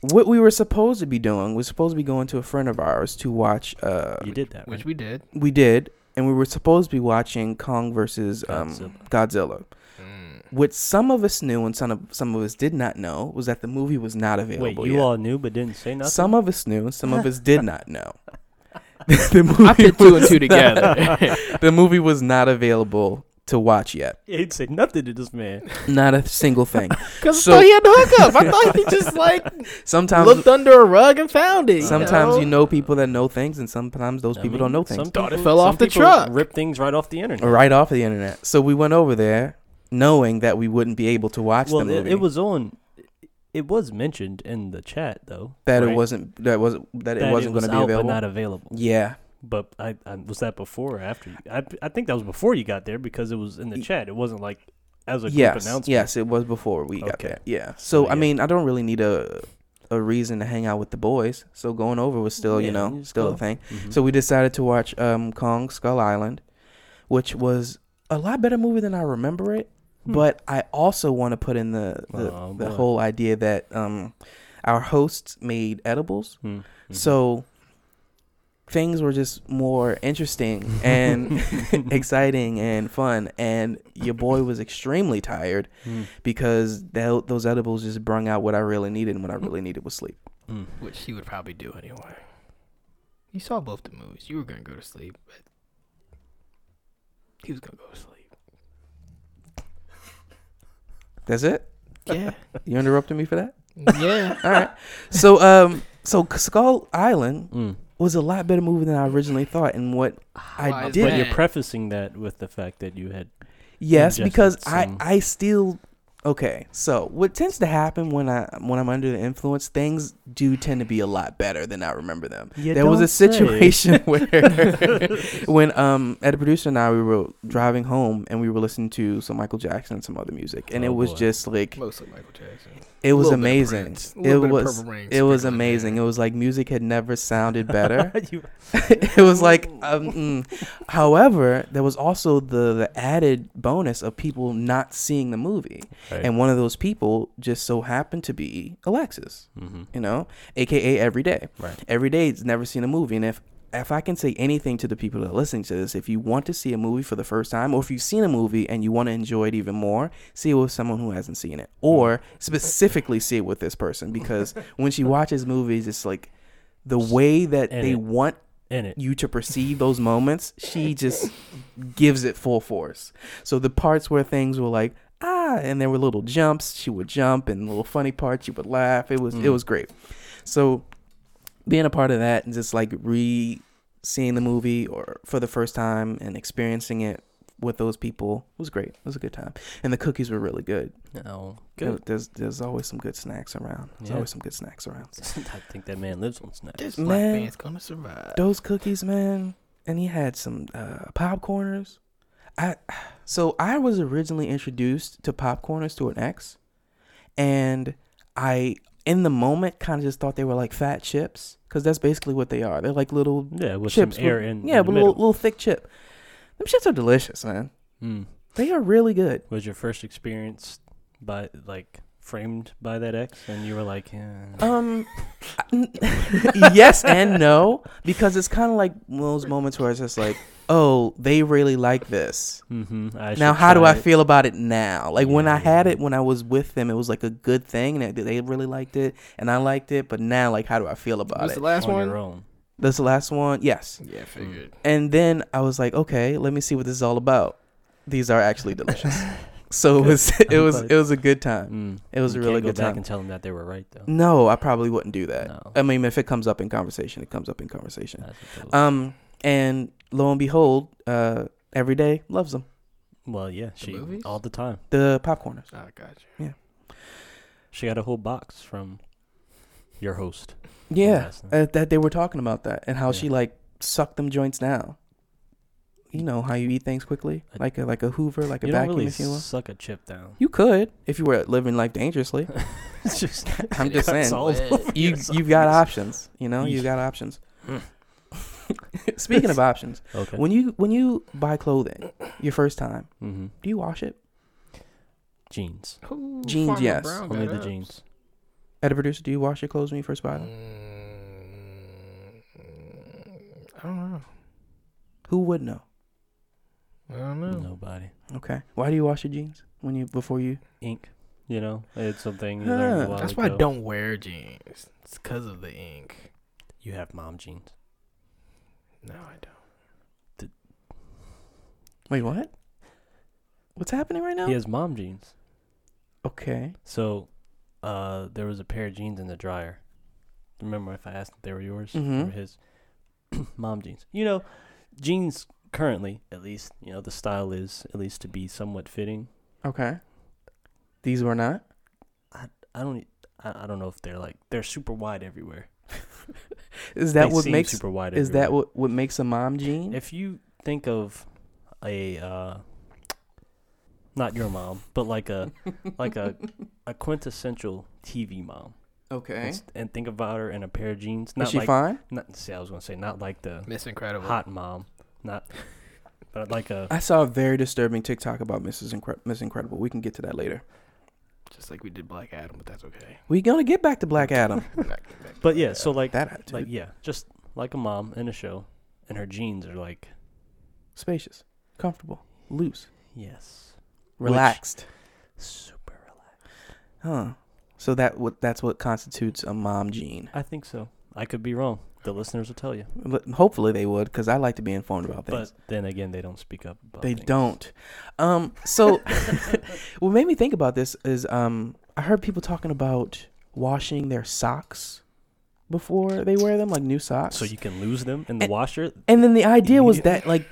[SPEAKER 2] what we were supposed to be doing was supposed to be going to a friend of ours to watch. Uh,
[SPEAKER 3] You did that,
[SPEAKER 1] Which
[SPEAKER 3] right?
[SPEAKER 1] we did.
[SPEAKER 2] we did, and we were supposed to be watching Kong versus um,
[SPEAKER 3] Godzilla.
[SPEAKER 2] Godzilla.
[SPEAKER 1] Mm.
[SPEAKER 2] What some of us knew and some of some of us did not know was that the movie was not
[SPEAKER 3] Wait,
[SPEAKER 2] available.
[SPEAKER 3] you
[SPEAKER 2] yet.
[SPEAKER 3] all knew but didn't say nothing.
[SPEAKER 2] Some of us knew, some of us did not know. the movie
[SPEAKER 1] I put two and
[SPEAKER 2] was
[SPEAKER 1] two
[SPEAKER 2] not-
[SPEAKER 1] together.
[SPEAKER 2] the movie was not available to watch yet.
[SPEAKER 3] He didn't say nothing to this man.
[SPEAKER 2] Not a single thing.
[SPEAKER 1] Because
[SPEAKER 2] So-
[SPEAKER 1] I thought he had the hookup. I thought he just like
[SPEAKER 2] Sometimes
[SPEAKER 1] looked under a rug and found it.
[SPEAKER 2] sometimes
[SPEAKER 1] know?
[SPEAKER 2] you know people that know things and sometimes those
[SPEAKER 3] I
[SPEAKER 2] people
[SPEAKER 3] mean,
[SPEAKER 2] don't know
[SPEAKER 3] some
[SPEAKER 2] things.
[SPEAKER 1] Thought it
[SPEAKER 3] people-
[SPEAKER 1] fell
[SPEAKER 3] some
[SPEAKER 1] off the
[SPEAKER 3] people
[SPEAKER 1] truck.
[SPEAKER 3] Rip things right off the internet.
[SPEAKER 2] Right off of the internet. So we went over there knowing that we wouldn't be able to watch
[SPEAKER 3] well,
[SPEAKER 2] the
[SPEAKER 3] it,
[SPEAKER 2] movie.
[SPEAKER 3] it was on. It was mentioned in the chat though
[SPEAKER 2] that it
[SPEAKER 3] right?
[SPEAKER 2] wasn't that wasn't that it
[SPEAKER 3] That
[SPEAKER 2] wasn't
[SPEAKER 3] was
[SPEAKER 2] going to be
[SPEAKER 3] out,
[SPEAKER 2] available.
[SPEAKER 3] But not available.
[SPEAKER 2] yeah.
[SPEAKER 3] But I, I was that before or after? You? I I think that was before you got there because it was in the
[SPEAKER 2] Y-
[SPEAKER 3] chat. It wasn't like as a group
[SPEAKER 2] Yes.
[SPEAKER 3] announcement.
[SPEAKER 2] Yes, it was before we got
[SPEAKER 3] Okay.
[SPEAKER 2] there. Yeah. So
[SPEAKER 3] So,
[SPEAKER 2] I
[SPEAKER 3] yeah.
[SPEAKER 2] mean, I don't really need a a reason to hang out with the boys. So going over was still,
[SPEAKER 3] Yeah,
[SPEAKER 2] you know,
[SPEAKER 3] you just
[SPEAKER 2] still
[SPEAKER 3] go.
[SPEAKER 2] a thing.
[SPEAKER 3] Mhm.
[SPEAKER 2] Mm-hmm. So we decided to watch um, Kong Skull Island, which was a lot better movie than I remember it.
[SPEAKER 3] Hmm.
[SPEAKER 2] But I also want to put in the the,
[SPEAKER 3] Oh,
[SPEAKER 2] the
[SPEAKER 3] boy.
[SPEAKER 2] whole idea that um, our hosts made edibles,
[SPEAKER 3] Mhm.
[SPEAKER 2] so things were just more interesting and exciting and fun. And your boy was extremely tired
[SPEAKER 3] Mhm.
[SPEAKER 2] because tho- those edibles just brung out what I really needed, and what I really needed was sleep.
[SPEAKER 3] Mhm.
[SPEAKER 1] Which he would probably do anyway. You saw both the movies. You were gonna go to sleep, but he was gonna go to sleep.
[SPEAKER 2] That's it.
[SPEAKER 1] Yeah,
[SPEAKER 2] You interrupted me for that.
[SPEAKER 1] yeah.
[SPEAKER 2] All right. So um so Skull Island
[SPEAKER 3] Mhm.
[SPEAKER 2] was a lot better movie than I originally thought and what
[SPEAKER 1] Why
[SPEAKER 2] I
[SPEAKER 1] is
[SPEAKER 2] did
[SPEAKER 3] But you're
[SPEAKER 1] Yeah.
[SPEAKER 3] prefacing that with the fact that you had
[SPEAKER 2] yes
[SPEAKER 3] Ingested
[SPEAKER 2] because I
[SPEAKER 3] some-
[SPEAKER 2] I still okay. So what tends to happen when I when I'm under the influence things do tend to be a lot better than I remember them.
[SPEAKER 3] You
[SPEAKER 2] there was
[SPEAKER 3] don't
[SPEAKER 2] a
[SPEAKER 3] say.
[SPEAKER 2] situation where when um at a producer and I we were driving home and we were listening to some Michael Jackson and some other music and
[SPEAKER 3] Oh,
[SPEAKER 2] it was
[SPEAKER 3] boy.
[SPEAKER 2] just like
[SPEAKER 1] Mostly Michael Jackson.
[SPEAKER 2] It was
[SPEAKER 1] Little bit of
[SPEAKER 2] amazing.
[SPEAKER 1] Prince.
[SPEAKER 2] It
[SPEAKER 1] Little bit of
[SPEAKER 2] was
[SPEAKER 1] Purple Rain
[SPEAKER 2] it
[SPEAKER 1] sprinkled
[SPEAKER 2] was
[SPEAKER 1] in
[SPEAKER 2] amazing. It
[SPEAKER 1] there.
[SPEAKER 2] was like music had never sounded better.
[SPEAKER 3] You-
[SPEAKER 2] it was like um, mm. however, there was also the the added bonus of people not seeing the movie.
[SPEAKER 3] Right.
[SPEAKER 2] And one of those people just so happened to be Alexis,
[SPEAKER 3] Mhm.
[SPEAKER 2] you know, aka every day.
[SPEAKER 3] Right.
[SPEAKER 2] Every day's never seen a movie and if if I can say anything to the people that are listening to this, if you want to see a movie for the first time, or if you've seen a movie and you want to enjoy it even more, see it with someone who hasn't seen it, or specifically see it with this person because when she watches movies, it's like the way that
[SPEAKER 3] And
[SPEAKER 2] they
[SPEAKER 3] it-
[SPEAKER 2] want
[SPEAKER 3] In it.
[SPEAKER 2] you to perceive those moments, she just gives it full force. So the parts where things were like ah, and there were little jumps, she would jump, and little funny parts, she would laugh. It was it was great. So being a part of that and just like re seeing the movie or for the first time and experiencing it with those people was great. It was a good time, and the cookies were really good.
[SPEAKER 3] No.
[SPEAKER 2] There- There's there's always some good snacks around. There's
[SPEAKER 3] Yeah.
[SPEAKER 2] always some good snacks around.
[SPEAKER 3] I think that man lives on snacks.
[SPEAKER 1] This
[SPEAKER 2] Man.
[SPEAKER 1] black man's gonna survive.
[SPEAKER 2] those cookies, man, and he had some uh, popcorners. I so I was originally introduced to popcorners to an ex, and I in the moment kind of just thought they were like fat chips because that's basically what they are. They're like little
[SPEAKER 3] Yeah, with
[SPEAKER 2] chips,
[SPEAKER 3] some air
[SPEAKER 2] with,
[SPEAKER 3] in.
[SPEAKER 2] yeah,
[SPEAKER 3] in the
[SPEAKER 2] with a little,
[SPEAKER 3] middle.
[SPEAKER 2] little thick chip. Them shits are delicious, man.
[SPEAKER 3] Mm.
[SPEAKER 2] They are really good.
[SPEAKER 3] Was your first experience by like framed by that ex, and you were like, yeah.
[SPEAKER 2] Um, yes and no because it's kind of like those moments where it's just like, oh, they really like this.
[SPEAKER 3] Mm-hmm, I
[SPEAKER 2] now
[SPEAKER 3] should
[SPEAKER 2] how do
[SPEAKER 3] try
[SPEAKER 2] i
[SPEAKER 3] it."
[SPEAKER 2] feel about it now like when i had
[SPEAKER 3] Yeah.
[SPEAKER 2] it when i was with them it was like a good thing and they they really liked it and i liked it but now like how do i feel about
[SPEAKER 1] Was the
[SPEAKER 2] it
[SPEAKER 1] last
[SPEAKER 3] on
[SPEAKER 1] one?
[SPEAKER 3] your own?
[SPEAKER 2] that's the last one yes
[SPEAKER 1] Yeah, figured.
[SPEAKER 2] and then i was like okay let me see what this is all about these are actually delicious so it
[SPEAKER 3] Good.
[SPEAKER 2] was it
[SPEAKER 3] I'm
[SPEAKER 2] was
[SPEAKER 3] glad.
[SPEAKER 2] it was a good time
[SPEAKER 3] Mm.
[SPEAKER 2] it was
[SPEAKER 3] You
[SPEAKER 2] a really
[SPEAKER 3] can't go
[SPEAKER 2] good
[SPEAKER 3] back
[SPEAKER 2] time
[SPEAKER 3] and tell them that they were right though.
[SPEAKER 2] no Uh, i probably wouldn't do that
[SPEAKER 3] No.
[SPEAKER 2] i mean if it comes up in conversation it comes up in conversation
[SPEAKER 3] That's what those-
[SPEAKER 2] um and lo and behold uh every day loves them um,
[SPEAKER 3] well, yeah, she
[SPEAKER 1] movies?
[SPEAKER 3] all the time.
[SPEAKER 2] the popcorners
[SPEAKER 1] I got you.
[SPEAKER 3] She got a whole box from your host.
[SPEAKER 2] yeah
[SPEAKER 3] Last night.
[SPEAKER 2] uh, that they were talking about that and how she
[SPEAKER 3] Yeah.
[SPEAKER 2] like sucked them joints down. You know how you eat things quickly,
[SPEAKER 3] I-
[SPEAKER 2] like a like a Hoover, like a
[SPEAKER 3] you don't
[SPEAKER 2] vacuum.
[SPEAKER 3] really
[SPEAKER 2] if you will.
[SPEAKER 3] suck a chip down.
[SPEAKER 2] You could if you were living life dangerously.
[SPEAKER 3] it's just
[SPEAKER 2] I'm just
[SPEAKER 3] That's
[SPEAKER 2] saying,
[SPEAKER 3] all.
[SPEAKER 2] you
[SPEAKER 3] Yes. Mm.
[SPEAKER 2] you've got options. You know, you
[SPEAKER 3] Yeesh.
[SPEAKER 2] got options. Speaking of options,
[SPEAKER 3] okay.
[SPEAKER 2] when you when you buy clothing your first time,
[SPEAKER 3] mm-hmm.
[SPEAKER 2] do you wash it?
[SPEAKER 3] Jeans,
[SPEAKER 1] Who
[SPEAKER 2] Jeans,
[SPEAKER 1] Farmer
[SPEAKER 2] yes.
[SPEAKER 1] Brown
[SPEAKER 3] only
[SPEAKER 1] got
[SPEAKER 3] the
[SPEAKER 1] up?
[SPEAKER 3] jeans.
[SPEAKER 2] At a producer, do you wash your clothes when you first buy them?
[SPEAKER 1] Mm, I don't know.
[SPEAKER 2] Who would know?
[SPEAKER 1] I don't know.
[SPEAKER 3] Nobody.
[SPEAKER 2] Okay, why do you wash your jeans when you before you?
[SPEAKER 3] Ink. You know, it's something. You
[SPEAKER 2] Huh.
[SPEAKER 3] learned a while
[SPEAKER 1] That's why I
[SPEAKER 3] ago.
[SPEAKER 1] don't wear jeans. It's because of the ink.
[SPEAKER 3] You have mom jeans.
[SPEAKER 1] No, I don't.
[SPEAKER 2] Wait, what? What's happening right now?
[SPEAKER 3] He has mom jeans.
[SPEAKER 2] Okay.
[SPEAKER 3] So, uh, there was a pair of jeans in the dryer. Remember if I asked if they were yours
[SPEAKER 2] Mhm.
[SPEAKER 3] or his? mom jeans. You know, jeans currently, at least, you know, the style is at least to be somewhat fitting.
[SPEAKER 2] Okay. These were not.
[SPEAKER 3] I don't, e, I, I don't know if they're like they're super wide everywhere.
[SPEAKER 2] Is that
[SPEAKER 3] They
[SPEAKER 2] what
[SPEAKER 3] seem
[SPEAKER 2] makes?
[SPEAKER 3] super wide?
[SPEAKER 2] Is that
[SPEAKER 3] everywhere.
[SPEAKER 2] what what makes a mom jean?
[SPEAKER 3] If you think of a, uh, not your mom, but like a, uh, like a, a quintessential TV mom, and
[SPEAKER 2] okay.
[SPEAKER 3] s- and think about her in a pair of jeans. Not
[SPEAKER 2] Is she
[SPEAKER 3] like
[SPEAKER 2] fine?
[SPEAKER 3] not see, I was gonna say not like the
[SPEAKER 1] Miss Incredible.
[SPEAKER 3] hot mom, not, but like a
[SPEAKER 2] I saw a very disturbing TikTok about Mrs. Incre- Miss Incredible. We can get to that later.
[SPEAKER 1] Just like we did Black Adam, but that's okay.
[SPEAKER 2] We're gonna get back to Black Adam.
[SPEAKER 1] Not getting back to
[SPEAKER 3] but yeah,
[SPEAKER 1] Black
[SPEAKER 3] so like
[SPEAKER 2] that attitude.
[SPEAKER 3] like yeah, just like a mom in a show, and her jeans are like
[SPEAKER 2] Spacious, comfortable, loose,
[SPEAKER 3] yes, Which-
[SPEAKER 2] relaxed.
[SPEAKER 3] super relaxed.
[SPEAKER 2] huh. So that what that's what constitutes a mom jean.
[SPEAKER 3] I think so. I could be wrong. The listeners will tell you,
[SPEAKER 2] But hopefully they would, because I like to be informed about things.
[SPEAKER 3] but then again, they don't speak up. About
[SPEAKER 2] They
[SPEAKER 3] things.
[SPEAKER 2] don't. Um, so, what made me think about this is um, I heard people talking about washing their socks before they wear them, like new socks.
[SPEAKER 3] So you can lose them in the
[SPEAKER 2] And-
[SPEAKER 3] washer.
[SPEAKER 2] and then the idea was
[SPEAKER 3] Yeah.
[SPEAKER 2] that like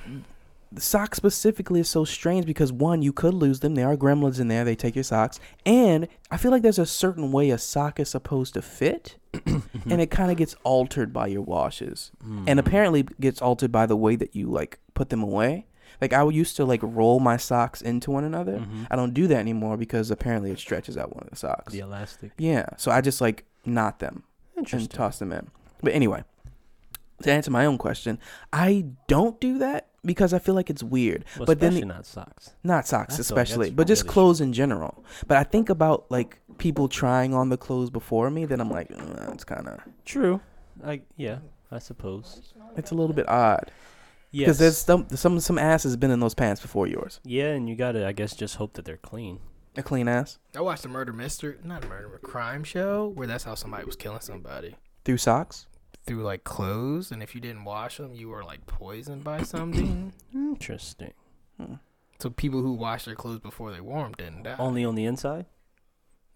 [SPEAKER 2] the socks specifically is so strange because one, you could lose them. There are gremlins in there. They take your socks, and I feel like there's a certain way a sock is supposed to fit,
[SPEAKER 3] Mm-hmm.
[SPEAKER 2] and it kind of gets altered by your washes and apparently gets altered by the way that you like put them away. Like I used to like roll my socks into one another.
[SPEAKER 3] Mhm.
[SPEAKER 2] I don't do that anymore because apparently it stretches out one of the socks.
[SPEAKER 3] The elastic.
[SPEAKER 2] Yeah, so I just like knot them and toss them in. But anyway, to answer my own question, I don't do that because I feel like it's weird.
[SPEAKER 3] Well,
[SPEAKER 2] but then
[SPEAKER 3] especially not socks.
[SPEAKER 2] not socks
[SPEAKER 3] That's a-
[SPEAKER 2] especially,
[SPEAKER 3] that's
[SPEAKER 2] but just
[SPEAKER 3] really shit.
[SPEAKER 2] clothes in general. But I think about like people trying on the clothes before me, then I'm like, "Mm, it's kind of
[SPEAKER 3] True. Like yeah, I suppose.
[SPEAKER 2] it's a little bit odd
[SPEAKER 3] Yes.
[SPEAKER 2] because there's some some some ass has been in those pants before yours.
[SPEAKER 3] yeah, and you gotta I guess just hope that they're clean.
[SPEAKER 2] A clean ass
[SPEAKER 1] I watched a murder mystery, not a murder, a crime show where that's how somebody was killing somebody
[SPEAKER 2] through socks.
[SPEAKER 1] through like clothes, and if you didn't wash them, you were like poisoned by something.
[SPEAKER 3] Interesting.
[SPEAKER 2] Hmm.
[SPEAKER 1] so people who washed their clothes before they wore them didn't die.
[SPEAKER 3] Only on the inside.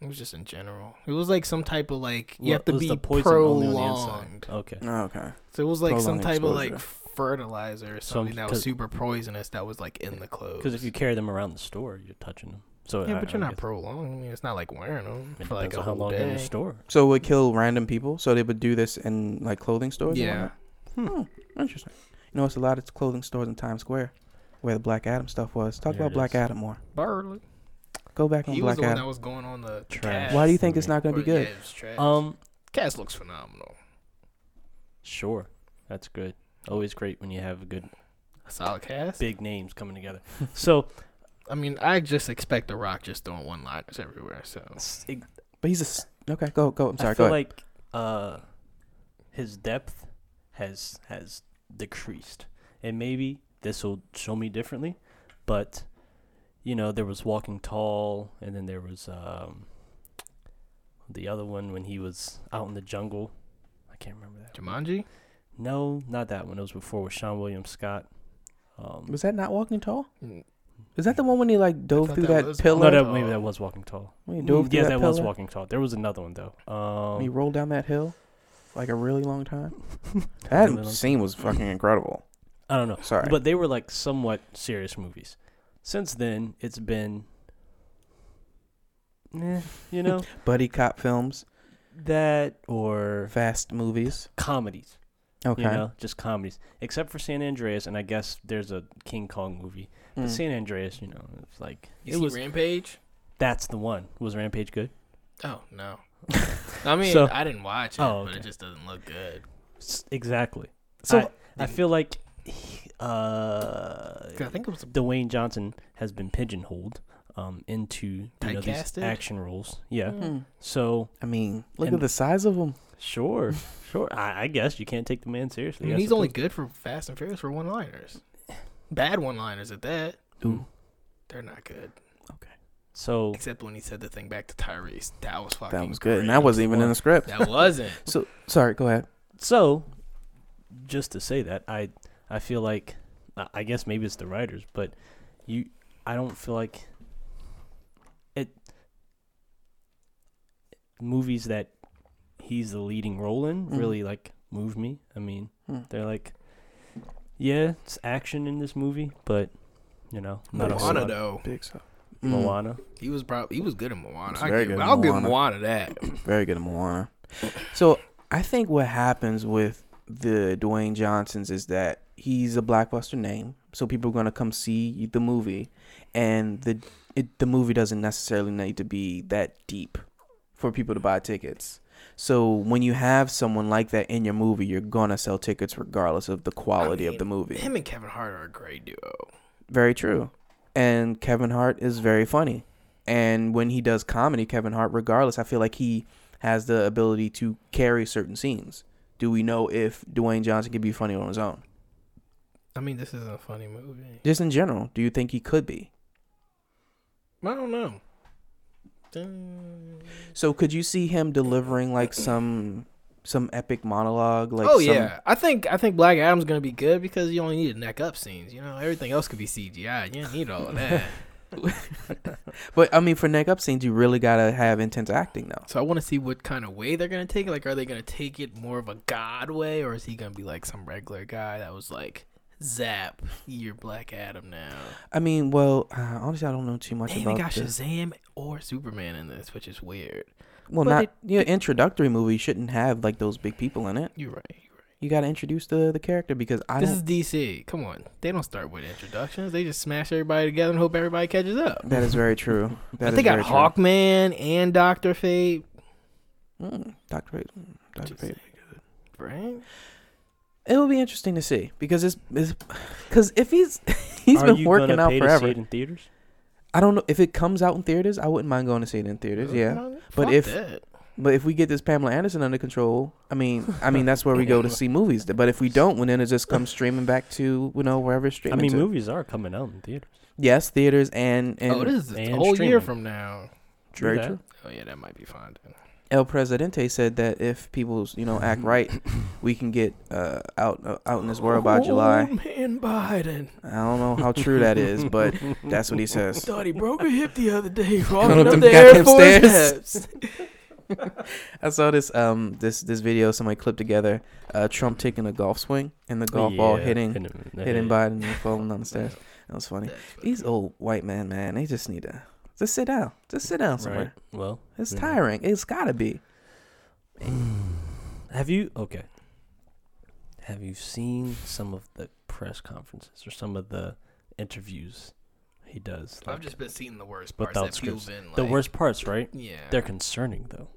[SPEAKER 1] It was just in general. It was like some type of like you
[SPEAKER 3] Well,
[SPEAKER 1] have to
[SPEAKER 3] it was
[SPEAKER 1] be
[SPEAKER 3] the poison only on the inside. Oh.
[SPEAKER 1] prolonged.
[SPEAKER 3] Okay.
[SPEAKER 1] Oh,
[SPEAKER 2] Okay,
[SPEAKER 1] So it was like some
[SPEAKER 2] Prolonged
[SPEAKER 1] type of like
[SPEAKER 2] exposure.
[SPEAKER 1] fertilizer or something that was
[SPEAKER 3] because-
[SPEAKER 1] super poisonous that was like in the clothes.
[SPEAKER 3] Because if you carry them around the store, you're touching them. So
[SPEAKER 1] yeah,
[SPEAKER 3] I-
[SPEAKER 1] but you're
[SPEAKER 3] I
[SPEAKER 1] not
[SPEAKER 3] guess
[SPEAKER 1] prolonged. I mean, it's not like wearing them
[SPEAKER 3] It
[SPEAKER 1] for like
[SPEAKER 3] depends
[SPEAKER 1] a
[SPEAKER 3] on how
[SPEAKER 1] whole
[SPEAKER 3] long they're in
[SPEAKER 1] day.
[SPEAKER 3] the store.
[SPEAKER 2] so it would kill random people. So they would do this in like clothing stores. and
[SPEAKER 1] Yeah,
[SPEAKER 2] whatnot? interesting. You know, it's a lot of clothing stores in Times Square where the Black Adam stuff was. Talk
[SPEAKER 3] There
[SPEAKER 2] about
[SPEAKER 3] it
[SPEAKER 2] Black
[SPEAKER 3] is.
[SPEAKER 2] Adam more.
[SPEAKER 1] Barley.
[SPEAKER 2] Go back on
[SPEAKER 1] He was
[SPEAKER 2] Black
[SPEAKER 1] the one
[SPEAKER 2] Adam.
[SPEAKER 1] that was going on the
[SPEAKER 3] Trash.
[SPEAKER 1] Cast.
[SPEAKER 2] Why do you think it's not going to
[SPEAKER 1] Or,
[SPEAKER 2] be good?
[SPEAKER 1] Yeah, it was trash.
[SPEAKER 3] Um,
[SPEAKER 1] Cast looks phenomenal.
[SPEAKER 3] sure, that's good. Always great when you have good
[SPEAKER 1] A solid cast.
[SPEAKER 3] big names coming together. So
[SPEAKER 1] I mean, I just expect The Rock just throwing one liners everywhere. So
[SPEAKER 3] s- it-
[SPEAKER 2] But he's a s- okay. Go go. I'm sorry.
[SPEAKER 3] I
[SPEAKER 2] Go
[SPEAKER 3] feel
[SPEAKER 2] ahead.
[SPEAKER 3] like uh, his depth has has decreased, and maybe this will show me differently. But you know, there was Walking Tall, and then there was um, the other one when he was out in the jungle. I can't remember that.
[SPEAKER 1] Jumanji.
[SPEAKER 3] No, not that one. It was before with Sean William Scott. Um,
[SPEAKER 2] Was that not Walking Tall?
[SPEAKER 1] Mm.
[SPEAKER 2] Is that the one when he like dove
[SPEAKER 1] thought
[SPEAKER 2] through
[SPEAKER 1] that
[SPEAKER 2] that,
[SPEAKER 1] was-
[SPEAKER 2] pillar?
[SPEAKER 3] no,
[SPEAKER 1] Walking
[SPEAKER 3] that,
[SPEAKER 1] Tall?
[SPEAKER 3] maybe that was Walking Tall.
[SPEAKER 2] when he dove
[SPEAKER 3] Mm,
[SPEAKER 2] through
[SPEAKER 3] yeah,
[SPEAKER 2] that,
[SPEAKER 3] that, was
[SPEAKER 2] pillar?
[SPEAKER 3] Walking Tall. There was another one though.
[SPEAKER 2] When he
[SPEAKER 3] Um,
[SPEAKER 2] rolled down that hill, like a really long time.
[SPEAKER 3] Really
[SPEAKER 2] That
[SPEAKER 3] long time.
[SPEAKER 2] scene was fucking incredible.
[SPEAKER 3] I don't know.
[SPEAKER 2] Sorry.
[SPEAKER 3] But they were like somewhat serious movies. Since then, it's been, eh, you know,
[SPEAKER 2] Buddy cop films,
[SPEAKER 3] that or
[SPEAKER 2] fast movies.
[SPEAKER 3] comedies.
[SPEAKER 2] Okay.
[SPEAKER 3] You know, just comedies. Except for San Andreas, and I guess there's a King Kong movie. But
[SPEAKER 2] Mm.
[SPEAKER 3] San Andreas, you know, it's like
[SPEAKER 1] You
[SPEAKER 3] it
[SPEAKER 1] see
[SPEAKER 3] was.
[SPEAKER 1] Rampage.
[SPEAKER 3] that's the one. Was Rampage good?
[SPEAKER 1] Oh no. I mean,
[SPEAKER 3] So-
[SPEAKER 1] I didn't watch it,
[SPEAKER 3] Oh,
[SPEAKER 1] but
[SPEAKER 3] okay.
[SPEAKER 1] it just doesn't look good.
[SPEAKER 3] S- exactly.
[SPEAKER 2] So-
[SPEAKER 3] So I, I feel like, he- uh,
[SPEAKER 1] 'Cause I think it was.
[SPEAKER 3] Dwayne Johnson has been pigeonholed um, into you know, these
[SPEAKER 1] Typecasted?
[SPEAKER 3] action roles. Yeah.
[SPEAKER 2] Hmm.
[SPEAKER 3] So
[SPEAKER 2] I mean, look at
[SPEAKER 3] And-
[SPEAKER 2] the size of him.
[SPEAKER 3] sure, sure. I, I guess you can't take the man
[SPEAKER 1] I
[SPEAKER 3] seriously.
[SPEAKER 1] mean,
[SPEAKER 3] I
[SPEAKER 1] Mm, he's only
[SPEAKER 3] suppose.
[SPEAKER 1] good for Fast and Furious for one liners. Bad one liners at that.
[SPEAKER 2] Ooh.
[SPEAKER 1] They're not good.
[SPEAKER 3] so
[SPEAKER 1] Except when he said the thing back to Tyrese. That was fucking.
[SPEAKER 2] That was good, and
[SPEAKER 1] great.
[SPEAKER 2] that wasn't even in the script.
[SPEAKER 1] That wasn't.
[SPEAKER 2] So sorry. Go ahead.
[SPEAKER 3] so. Just to say that I I feel like I- I guess maybe it's the writers, but you I don't feel like it movies that he's the leading role in
[SPEAKER 1] Mm.
[SPEAKER 2] Mhm.
[SPEAKER 3] really like move me. I mean,
[SPEAKER 2] Hmm.
[SPEAKER 3] they're like yeah, it's action in this movie, but you know, not a whole
[SPEAKER 1] Moana
[SPEAKER 3] lot.
[SPEAKER 1] though.
[SPEAKER 2] Big stuff. Mm.
[SPEAKER 3] Moana.
[SPEAKER 1] He was probably he was good in Moana.
[SPEAKER 2] He's
[SPEAKER 1] I
[SPEAKER 2] very
[SPEAKER 1] give-
[SPEAKER 2] good in
[SPEAKER 1] I'll give
[SPEAKER 2] Moana.
[SPEAKER 1] Moana that.
[SPEAKER 2] Very good at Moana. So I think what happens with the Dwayne Johnsons is that he's a blockbuster name, so people are going to come see the movie, and the it, the movie doesn't necessarily need to be that deep for people to buy tickets. So when you have someone like that in your movie, you're gonna sell tickets regardless of the quality of
[SPEAKER 1] mean,
[SPEAKER 2] the movie.
[SPEAKER 1] Him and Kevin Hart are a great duo.
[SPEAKER 2] Very true. And Kevin Hart is very funny. And when he does comedy, Kevin Hart, regardless, I feel like he has the ability to carry certain scenes. Do we know if Dwayne Johnson could be funny on his own?
[SPEAKER 1] I mean, this isn't a funny movie.
[SPEAKER 2] Just in general, do you think he could be?
[SPEAKER 1] I don't know. Mm.
[SPEAKER 2] So could you see him delivering like some some epic monologue like
[SPEAKER 1] oh
[SPEAKER 2] some,
[SPEAKER 1] yeah, I think I think Black Adam's gonna be good because you only need to neck up scenes. You know, everything else could be CGI. You don't need all of that.
[SPEAKER 2] But I mean for neck up scenes you really got to have intense acting though.
[SPEAKER 1] so I want to see what kind of way they're gonna take it. Like, are they gonna take it more of a god way, or is he gonna be like some regular guy that was like, "Zap, you're Black Adam now."
[SPEAKER 2] I mean, well, uh, honestly I don't know too much
[SPEAKER 1] Hey, they
[SPEAKER 2] about
[SPEAKER 1] got
[SPEAKER 2] the-
[SPEAKER 1] Shazam or Superman in this, which is weird.
[SPEAKER 2] Well,
[SPEAKER 1] but
[SPEAKER 2] not
[SPEAKER 1] it-
[SPEAKER 2] your introductory movie shouldn't have like those big people in it.
[SPEAKER 1] You're right. You're right.
[SPEAKER 2] You got to introduce the the character because I
[SPEAKER 1] this
[SPEAKER 2] don't.
[SPEAKER 1] is DC. Come on, they don't start with introductions. They just smash everybody together and hope everybody catches up.
[SPEAKER 2] that is very true. That
[SPEAKER 1] But
[SPEAKER 2] is
[SPEAKER 1] they got
[SPEAKER 2] very true.
[SPEAKER 1] Hawkman and Doctor Fate,
[SPEAKER 2] Mm, Doctor Fate. Doctor Fate.
[SPEAKER 1] right?
[SPEAKER 2] It will be interesting to see because it's because if he's he's
[SPEAKER 3] Are
[SPEAKER 2] been
[SPEAKER 3] you
[SPEAKER 2] working
[SPEAKER 3] gonna
[SPEAKER 2] out
[SPEAKER 3] pay To see
[SPEAKER 2] forever.
[SPEAKER 3] it in theaters?
[SPEAKER 2] I don't know if it comes out in theaters. I wouldn't mind going to see it in theaters. Yeah. But
[SPEAKER 1] Fuck
[SPEAKER 2] if-
[SPEAKER 1] that.
[SPEAKER 2] But if we get this Pamela Anderson under control, I mean, I mean that's where we go to see movies. But if we don't, well, then it just comes streaming back to you know wherever it's
[SPEAKER 3] I
[SPEAKER 2] streaming.
[SPEAKER 3] mean,
[SPEAKER 2] to.
[SPEAKER 3] movies are coming out in theaters.
[SPEAKER 2] Yes, theaters and and
[SPEAKER 1] oh, this is a
[SPEAKER 3] and
[SPEAKER 1] whole year
[SPEAKER 3] streaming.
[SPEAKER 1] from now.
[SPEAKER 2] very
[SPEAKER 3] that.
[SPEAKER 2] true.
[SPEAKER 1] Oh yeah, that might be fine. Then.
[SPEAKER 2] El Presidente said that if people you know act right, we can get uh, out uh, out in this world by July.
[SPEAKER 1] Old man Biden
[SPEAKER 2] I don't know how true that is, but that's what he says.
[SPEAKER 1] thought he broke a hip the other day.
[SPEAKER 2] Going
[SPEAKER 1] Walking
[SPEAKER 2] up
[SPEAKER 1] up,
[SPEAKER 2] them
[SPEAKER 1] the Air
[SPEAKER 2] goddamn
[SPEAKER 1] Force
[SPEAKER 2] stairs.
[SPEAKER 1] steps.
[SPEAKER 2] I saw this um this this video somebody clipped together. Uh, Trump taking a golf swing and the golf ball
[SPEAKER 3] Yeah,
[SPEAKER 2] hitting
[SPEAKER 3] hit him in the
[SPEAKER 2] hitting
[SPEAKER 3] head.
[SPEAKER 2] Biden and falling down the stairs. That was funny. These old white men, man, they just need to just sit down. Just sit down
[SPEAKER 3] Right.
[SPEAKER 2] somewhere.
[SPEAKER 3] Well,
[SPEAKER 2] It's
[SPEAKER 3] Yeah.
[SPEAKER 2] tiring. It's gotta be.
[SPEAKER 1] Mm.
[SPEAKER 3] have you okay? Have you seen some of the press conferences or some of the interviews he does?
[SPEAKER 1] I've
[SPEAKER 3] Like,
[SPEAKER 1] just been seeing the worst parts
[SPEAKER 3] Without
[SPEAKER 1] that people
[SPEAKER 3] scripts.
[SPEAKER 1] been like.
[SPEAKER 3] the worst parts, right?
[SPEAKER 1] Yeah.
[SPEAKER 3] They're concerning though.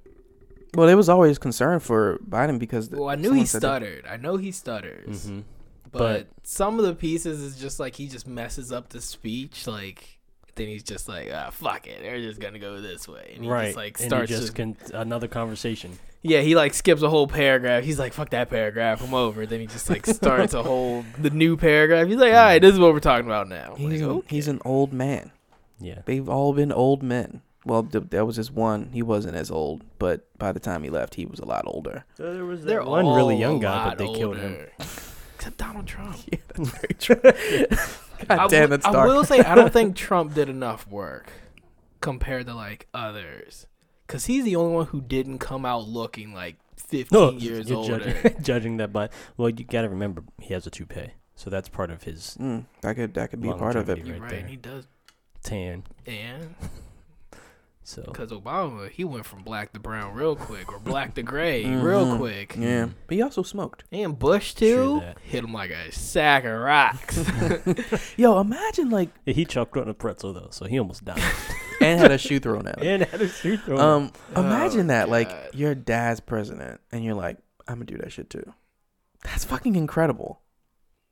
[SPEAKER 2] Well, there was always concern for Biden because
[SPEAKER 1] well, I knew
[SPEAKER 2] someone
[SPEAKER 1] he
[SPEAKER 2] said that-
[SPEAKER 1] stuttered. I know he stutters.
[SPEAKER 3] Mhm.
[SPEAKER 1] But, some of the pieces is just like he just messes up the speech. Like then he's just like, ah, fuck it, they're just gonna go this way. And he
[SPEAKER 3] right,
[SPEAKER 1] just like
[SPEAKER 3] and he
[SPEAKER 1] starts.
[SPEAKER 3] just
[SPEAKER 1] to-
[SPEAKER 3] con- another conversation.
[SPEAKER 1] yeah, he like skips a whole paragraph. He's like, fuck that paragraph, I'm over. Then he just like starts a whole Oh, the new paragraph. He's like, all right, this is what we're talking about now. I'm
[SPEAKER 2] He's,
[SPEAKER 1] like,
[SPEAKER 2] an, he's an old man.
[SPEAKER 3] Yeah,
[SPEAKER 2] They've all been old men. Well, th- there was just one. He wasn't as old, but by the time he left, he was a lot older.
[SPEAKER 3] there was
[SPEAKER 1] They're
[SPEAKER 3] one really
[SPEAKER 1] all
[SPEAKER 3] young
[SPEAKER 1] Oh, a
[SPEAKER 3] guy,
[SPEAKER 1] lot
[SPEAKER 3] but they killed him.
[SPEAKER 1] older. Except Donald Trump.
[SPEAKER 2] God
[SPEAKER 1] I
[SPEAKER 2] damn,
[SPEAKER 1] wi-
[SPEAKER 2] that's
[SPEAKER 1] I
[SPEAKER 2] dark.
[SPEAKER 1] will say I don't think Trump did enough work compared to like others, because he's the only one who didn't come out looking like fifteen
[SPEAKER 3] No,
[SPEAKER 1] years
[SPEAKER 3] you're
[SPEAKER 1] older.
[SPEAKER 3] judging, judging that by well, you got to remember he has a toupee, so that's part of his
[SPEAKER 2] Mm, that could that could be part of it.
[SPEAKER 3] Longevity.
[SPEAKER 1] You're
[SPEAKER 3] right
[SPEAKER 1] right,
[SPEAKER 3] there.
[SPEAKER 1] and he does.
[SPEAKER 3] tan.
[SPEAKER 1] And
[SPEAKER 3] So
[SPEAKER 1] because Obama, he went from black to brown real quick, or black to gray
[SPEAKER 3] Mm-hmm.
[SPEAKER 1] real
[SPEAKER 2] Mhm.
[SPEAKER 1] quick.
[SPEAKER 2] Yeah, but he also smoked.
[SPEAKER 1] And Bush
[SPEAKER 3] True
[SPEAKER 1] too
[SPEAKER 3] that.
[SPEAKER 1] hit him like a sack of rocks,
[SPEAKER 2] Yo, imagine like
[SPEAKER 3] Yeah, he choked on a pretzel though, so he almost died.
[SPEAKER 2] and had a shoe thrown at him.
[SPEAKER 3] and had a shoe thrown.
[SPEAKER 2] Um,
[SPEAKER 1] Oh,
[SPEAKER 2] imagine that, like
[SPEAKER 1] God.
[SPEAKER 2] your dad's president, and you're like, I'm gonna do that shit too. That's fucking incredible.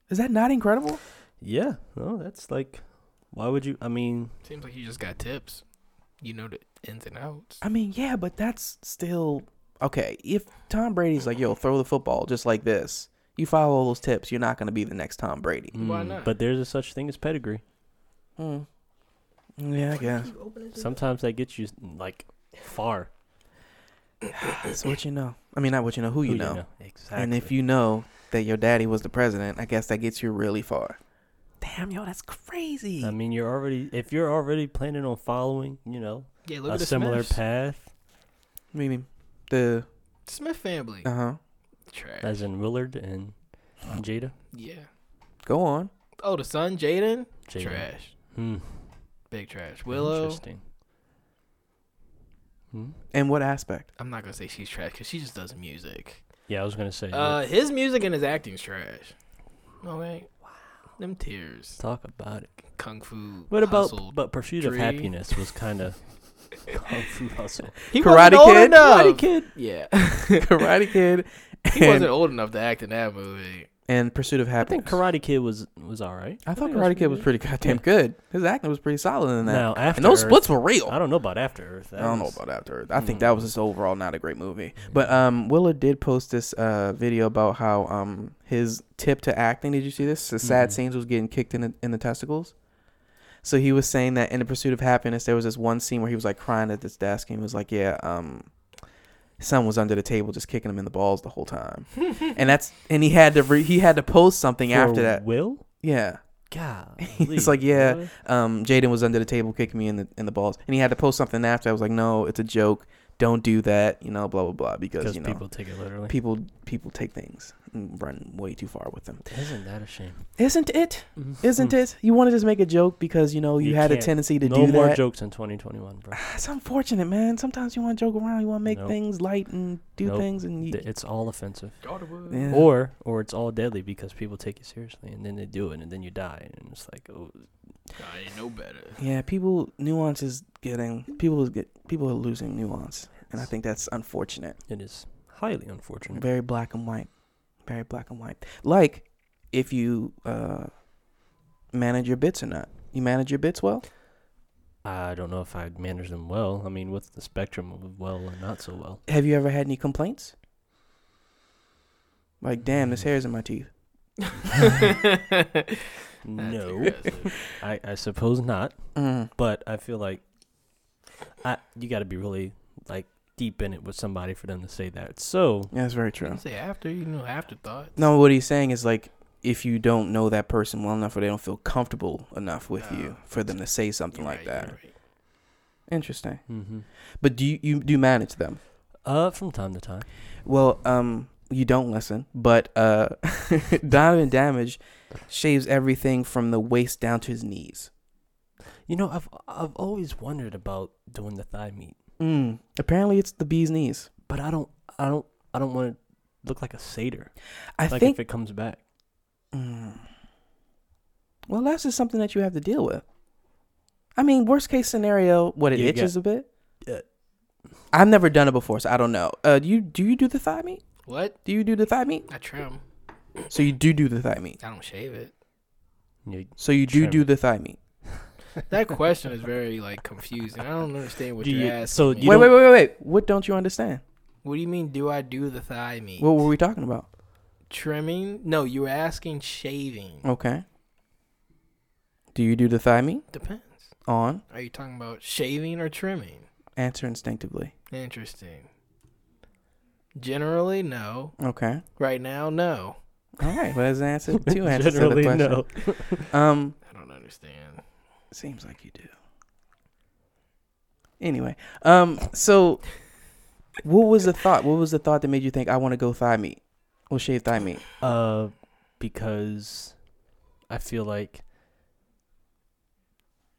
[SPEAKER 2] Is that not incredible?
[SPEAKER 3] yeah, no, that's like, why would you? I mean,
[SPEAKER 1] Seems like you just got tips. You know the ins and outs.
[SPEAKER 2] I mean, yeah, but that's still okay. If Tom Brady's like, yo, throw the football just like this, you follow all those tips, you're not gonna be the next Tom Brady.
[SPEAKER 1] Why
[SPEAKER 3] mm,
[SPEAKER 1] not?
[SPEAKER 3] But there's a such thing as pedigree.
[SPEAKER 2] Mm. Yeah, I guess.
[SPEAKER 3] Sometimes that gets you like far.
[SPEAKER 2] It's what you know. I mean, not what you know, who you,
[SPEAKER 3] Who
[SPEAKER 2] know.
[SPEAKER 3] exactly.
[SPEAKER 2] And if you know that your daddy was the president, I guess that gets you really far. Damn, yo, that's crazy.
[SPEAKER 3] I mean, you're already if you're already planning on following, you know,
[SPEAKER 1] Yeah, look
[SPEAKER 3] a
[SPEAKER 1] at the
[SPEAKER 3] similar
[SPEAKER 1] Smiths.
[SPEAKER 3] path,
[SPEAKER 2] Meaning the
[SPEAKER 1] Smith family.
[SPEAKER 2] uh huh.
[SPEAKER 1] Trash.
[SPEAKER 3] as in Willard and Jada.
[SPEAKER 1] Yeah.
[SPEAKER 2] Go on.
[SPEAKER 1] Oh, the son, Jaden.
[SPEAKER 3] Jada.
[SPEAKER 1] Trash.
[SPEAKER 3] Hmm,
[SPEAKER 1] Big trash. Willow.
[SPEAKER 3] Interesting. Hmm?
[SPEAKER 2] And what aspect?
[SPEAKER 1] I'm not gonna say she's trash because she just does music.
[SPEAKER 3] Yeah, I was gonna say.
[SPEAKER 1] Uh, his music and his acting's trash. Okay. Wow. Them tears.
[SPEAKER 3] talk about it.
[SPEAKER 1] Kung Fu.
[SPEAKER 3] What about
[SPEAKER 1] Hustle.
[SPEAKER 3] but pursuit
[SPEAKER 1] Dree.
[SPEAKER 3] of happiness was kind of kung fu hustle.
[SPEAKER 1] He
[SPEAKER 2] Karate
[SPEAKER 1] wasn't old Enough.
[SPEAKER 2] Kid? Karate Kid.
[SPEAKER 1] Yeah.
[SPEAKER 2] Karate Kid.
[SPEAKER 1] He wasn't
[SPEAKER 2] And,
[SPEAKER 1] old enough to act in that movie.
[SPEAKER 2] and Pursuit of
[SPEAKER 3] I think
[SPEAKER 2] Happiness.
[SPEAKER 3] Karate Kid was was all right.
[SPEAKER 2] I thought
[SPEAKER 3] think it was
[SPEAKER 2] Karate Kid was pretty goddamn good. His acting was pretty solid in that.
[SPEAKER 3] Now after
[SPEAKER 2] and those
[SPEAKER 3] Earth,
[SPEAKER 2] splits were real.
[SPEAKER 3] I don't know about After Earth. Hmm.
[SPEAKER 2] I
[SPEAKER 3] That
[SPEAKER 2] don't know
[SPEAKER 3] was-
[SPEAKER 2] about After Earth. I think that was just overall not a great movie. But um, Willa did post this uh, video about how um his tip to acting. Did you see this? The sad
[SPEAKER 3] Mm-hmm.
[SPEAKER 2] scenes was getting kicked in the, in the testicles. So he was saying that in the pursuit of happiness, there was this one scene where he was like crying at this desk, and he was like, "Yeah, um, son was under the table just kicking him in the balls the whole time," and that's and he had to re- he had to post something
[SPEAKER 3] For
[SPEAKER 2] after that.
[SPEAKER 3] Will.
[SPEAKER 2] Yeah,
[SPEAKER 3] God,
[SPEAKER 2] He's like, yeah, um, Jaden was under the table kicking me in the in the balls, and he had to post something after. I was like, no, it's a joke. don't do that, you know, blah blah blah, because
[SPEAKER 3] because
[SPEAKER 2] you know
[SPEAKER 3] people take it literally.
[SPEAKER 2] people people take things and run way too far with them.
[SPEAKER 3] Isn't that a shame?
[SPEAKER 2] Isn't it? Isn't it? You want to just make a joke because you know you,
[SPEAKER 3] Hmm. You
[SPEAKER 2] had a
[SPEAKER 3] can't.
[SPEAKER 2] tendency to do
[SPEAKER 3] no more
[SPEAKER 2] that.
[SPEAKER 3] jokes in 2021, bro.
[SPEAKER 2] It's unfortunate, man. Sometimes you want to joke around, you want to make
[SPEAKER 3] Nope.
[SPEAKER 2] things light and do
[SPEAKER 3] Nope.
[SPEAKER 2] things, and you,
[SPEAKER 3] Th- It's all offensive.
[SPEAKER 2] yeah.
[SPEAKER 3] Or or it's all deadly because people take you seriously and then they do it and then you die and it's like oh
[SPEAKER 1] I know better.
[SPEAKER 2] yeah, people nuance is getting people is get people are losing nuance, and I think that's unfortunate.
[SPEAKER 3] it is highly unfortunate.
[SPEAKER 2] Very black and white, very black and white. Like if you uh, manage your bits or not, you manage your bits well.
[SPEAKER 3] I don't know if I'd manage them well. I mean, what's the spectrum of well and not so well?
[SPEAKER 2] Have you ever had any complaints? Like, damn,
[SPEAKER 1] Mm.
[SPEAKER 2] this hair's in my teeth.
[SPEAKER 3] No, I, I suppose not.
[SPEAKER 2] Mm.
[SPEAKER 1] Mm-hmm.
[SPEAKER 3] But I feel like I you got to be really like deep in it with somebody for them to say that. So
[SPEAKER 2] Yeah, that's very true.
[SPEAKER 1] You say after, you know, afterthought.
[SPEAKER 2] No, what he's saying is like if you don't know that person well enough or they don't feel comfortable enough with you
[SPEAKER 1] No,
[SPEAKER 2] for them to say something
[SPEAKER 1] You're
[SPEAKER 2] like
[SPEAKER 1] right,
[SPEAKER 2] that.
[SPEAKER 1] you're right.
[SPEAKER 2] Interesting.
[SPEAKER 3] mm-hmm.
[SPEAKER 2] But do you, you do manage them?
[SPEAKER 3] uh, from time to time,
[SPEAKER 2] Well, um you don't listen, but uh Donovan Damage shaves everything from the waist down to his knees.
[SPEAKER 3] you know, I've I've always wondered about doing the thigh meat,
[SPEAKER 2] Mm. Apparently it's the bee's knees.
[SPEAKER 3] but I don't I don't I don't want to look like a satyr.
[SPEAKER 2] I
[SPEAKER 3] like
[SPEAKER 2] think
[SPEAKER 3] if it comes back.
[SPEAKER 2] Mm. Well, that's just something that you have to deal with. I mean, worst case scenario, what it
[SPEAKER 3] You
[SPEAKER 2] itches a bit.
[SPEAKER 3] Yeah.
[SPEAKER 2] I've never done it before, so I don't know. Uh, do you do you do the thigh meat?
[SPEAKER 1] What?
[SPEAKER 2] Do you do the thigh meat?
[SPEAKER 1] I trim.
[SPEAKER 2] So you do do the thigh meat.
[SPEAKER 1] I don't shave it.
[SPEAKER 3] You-
[SPEAKER 2] So you do
[SPEAKER 3] Trim.
[SPEAKER 2] do the thigh meat.
[SPEAKER 1] That question is very like confusing. I don't understand what
[SPEAKER 3] Do
[SPEAKER 1] you're
[SPEAKER 3] you-
[SPEAKER 1] asking.
[SPEAKER 3] so
[SPEAKER 1] me.
[SPEAKER 3] You
[SPEAKER 2] wait,
[SPEAKER 3] don't-
[SPEAKER 2] wait, wait, wait, wait. What don't you understand?
[SPEAKER 1] what do you mean? Do I do the thigh meat?
[SPEAKER 2] What were we talking about?
[SPEAKER 1] trimming? No, you were asking shaving.
[SPEAKER 3] Oh.
[SPEAKER 2] Okay. Do you do the thigh meat
[SPEAKER 1] Depends.
[SPEAKER 2] on?
[SPEAKER 1] Are you talking about shaving or trimming?
[SPEAKER 2] Answer instinctively.
[SPEAKER 1] Interesting. Generally, no.
[SPEAKER 3] Oh.
[SPEAKER 2] Okay.
[SPEAKER 1] Right now, no.
[SPEAKER 2] All right. Well, that's an answer. Two answers to the
[SPEAKER 3] Generally,
[SPEAKER 2] question.
[SPEAKER 3] no.
[SPEAKER 2] Um.
[SPEAKER 1] I don't understand.
[SPEAKER 2] Seems like you do. Anyway, um, so what was the thought? What was the thought that made you think I want to go thigh meat? Well, shave thigh meat.
[SPEAKER 3] Uh, because I feel like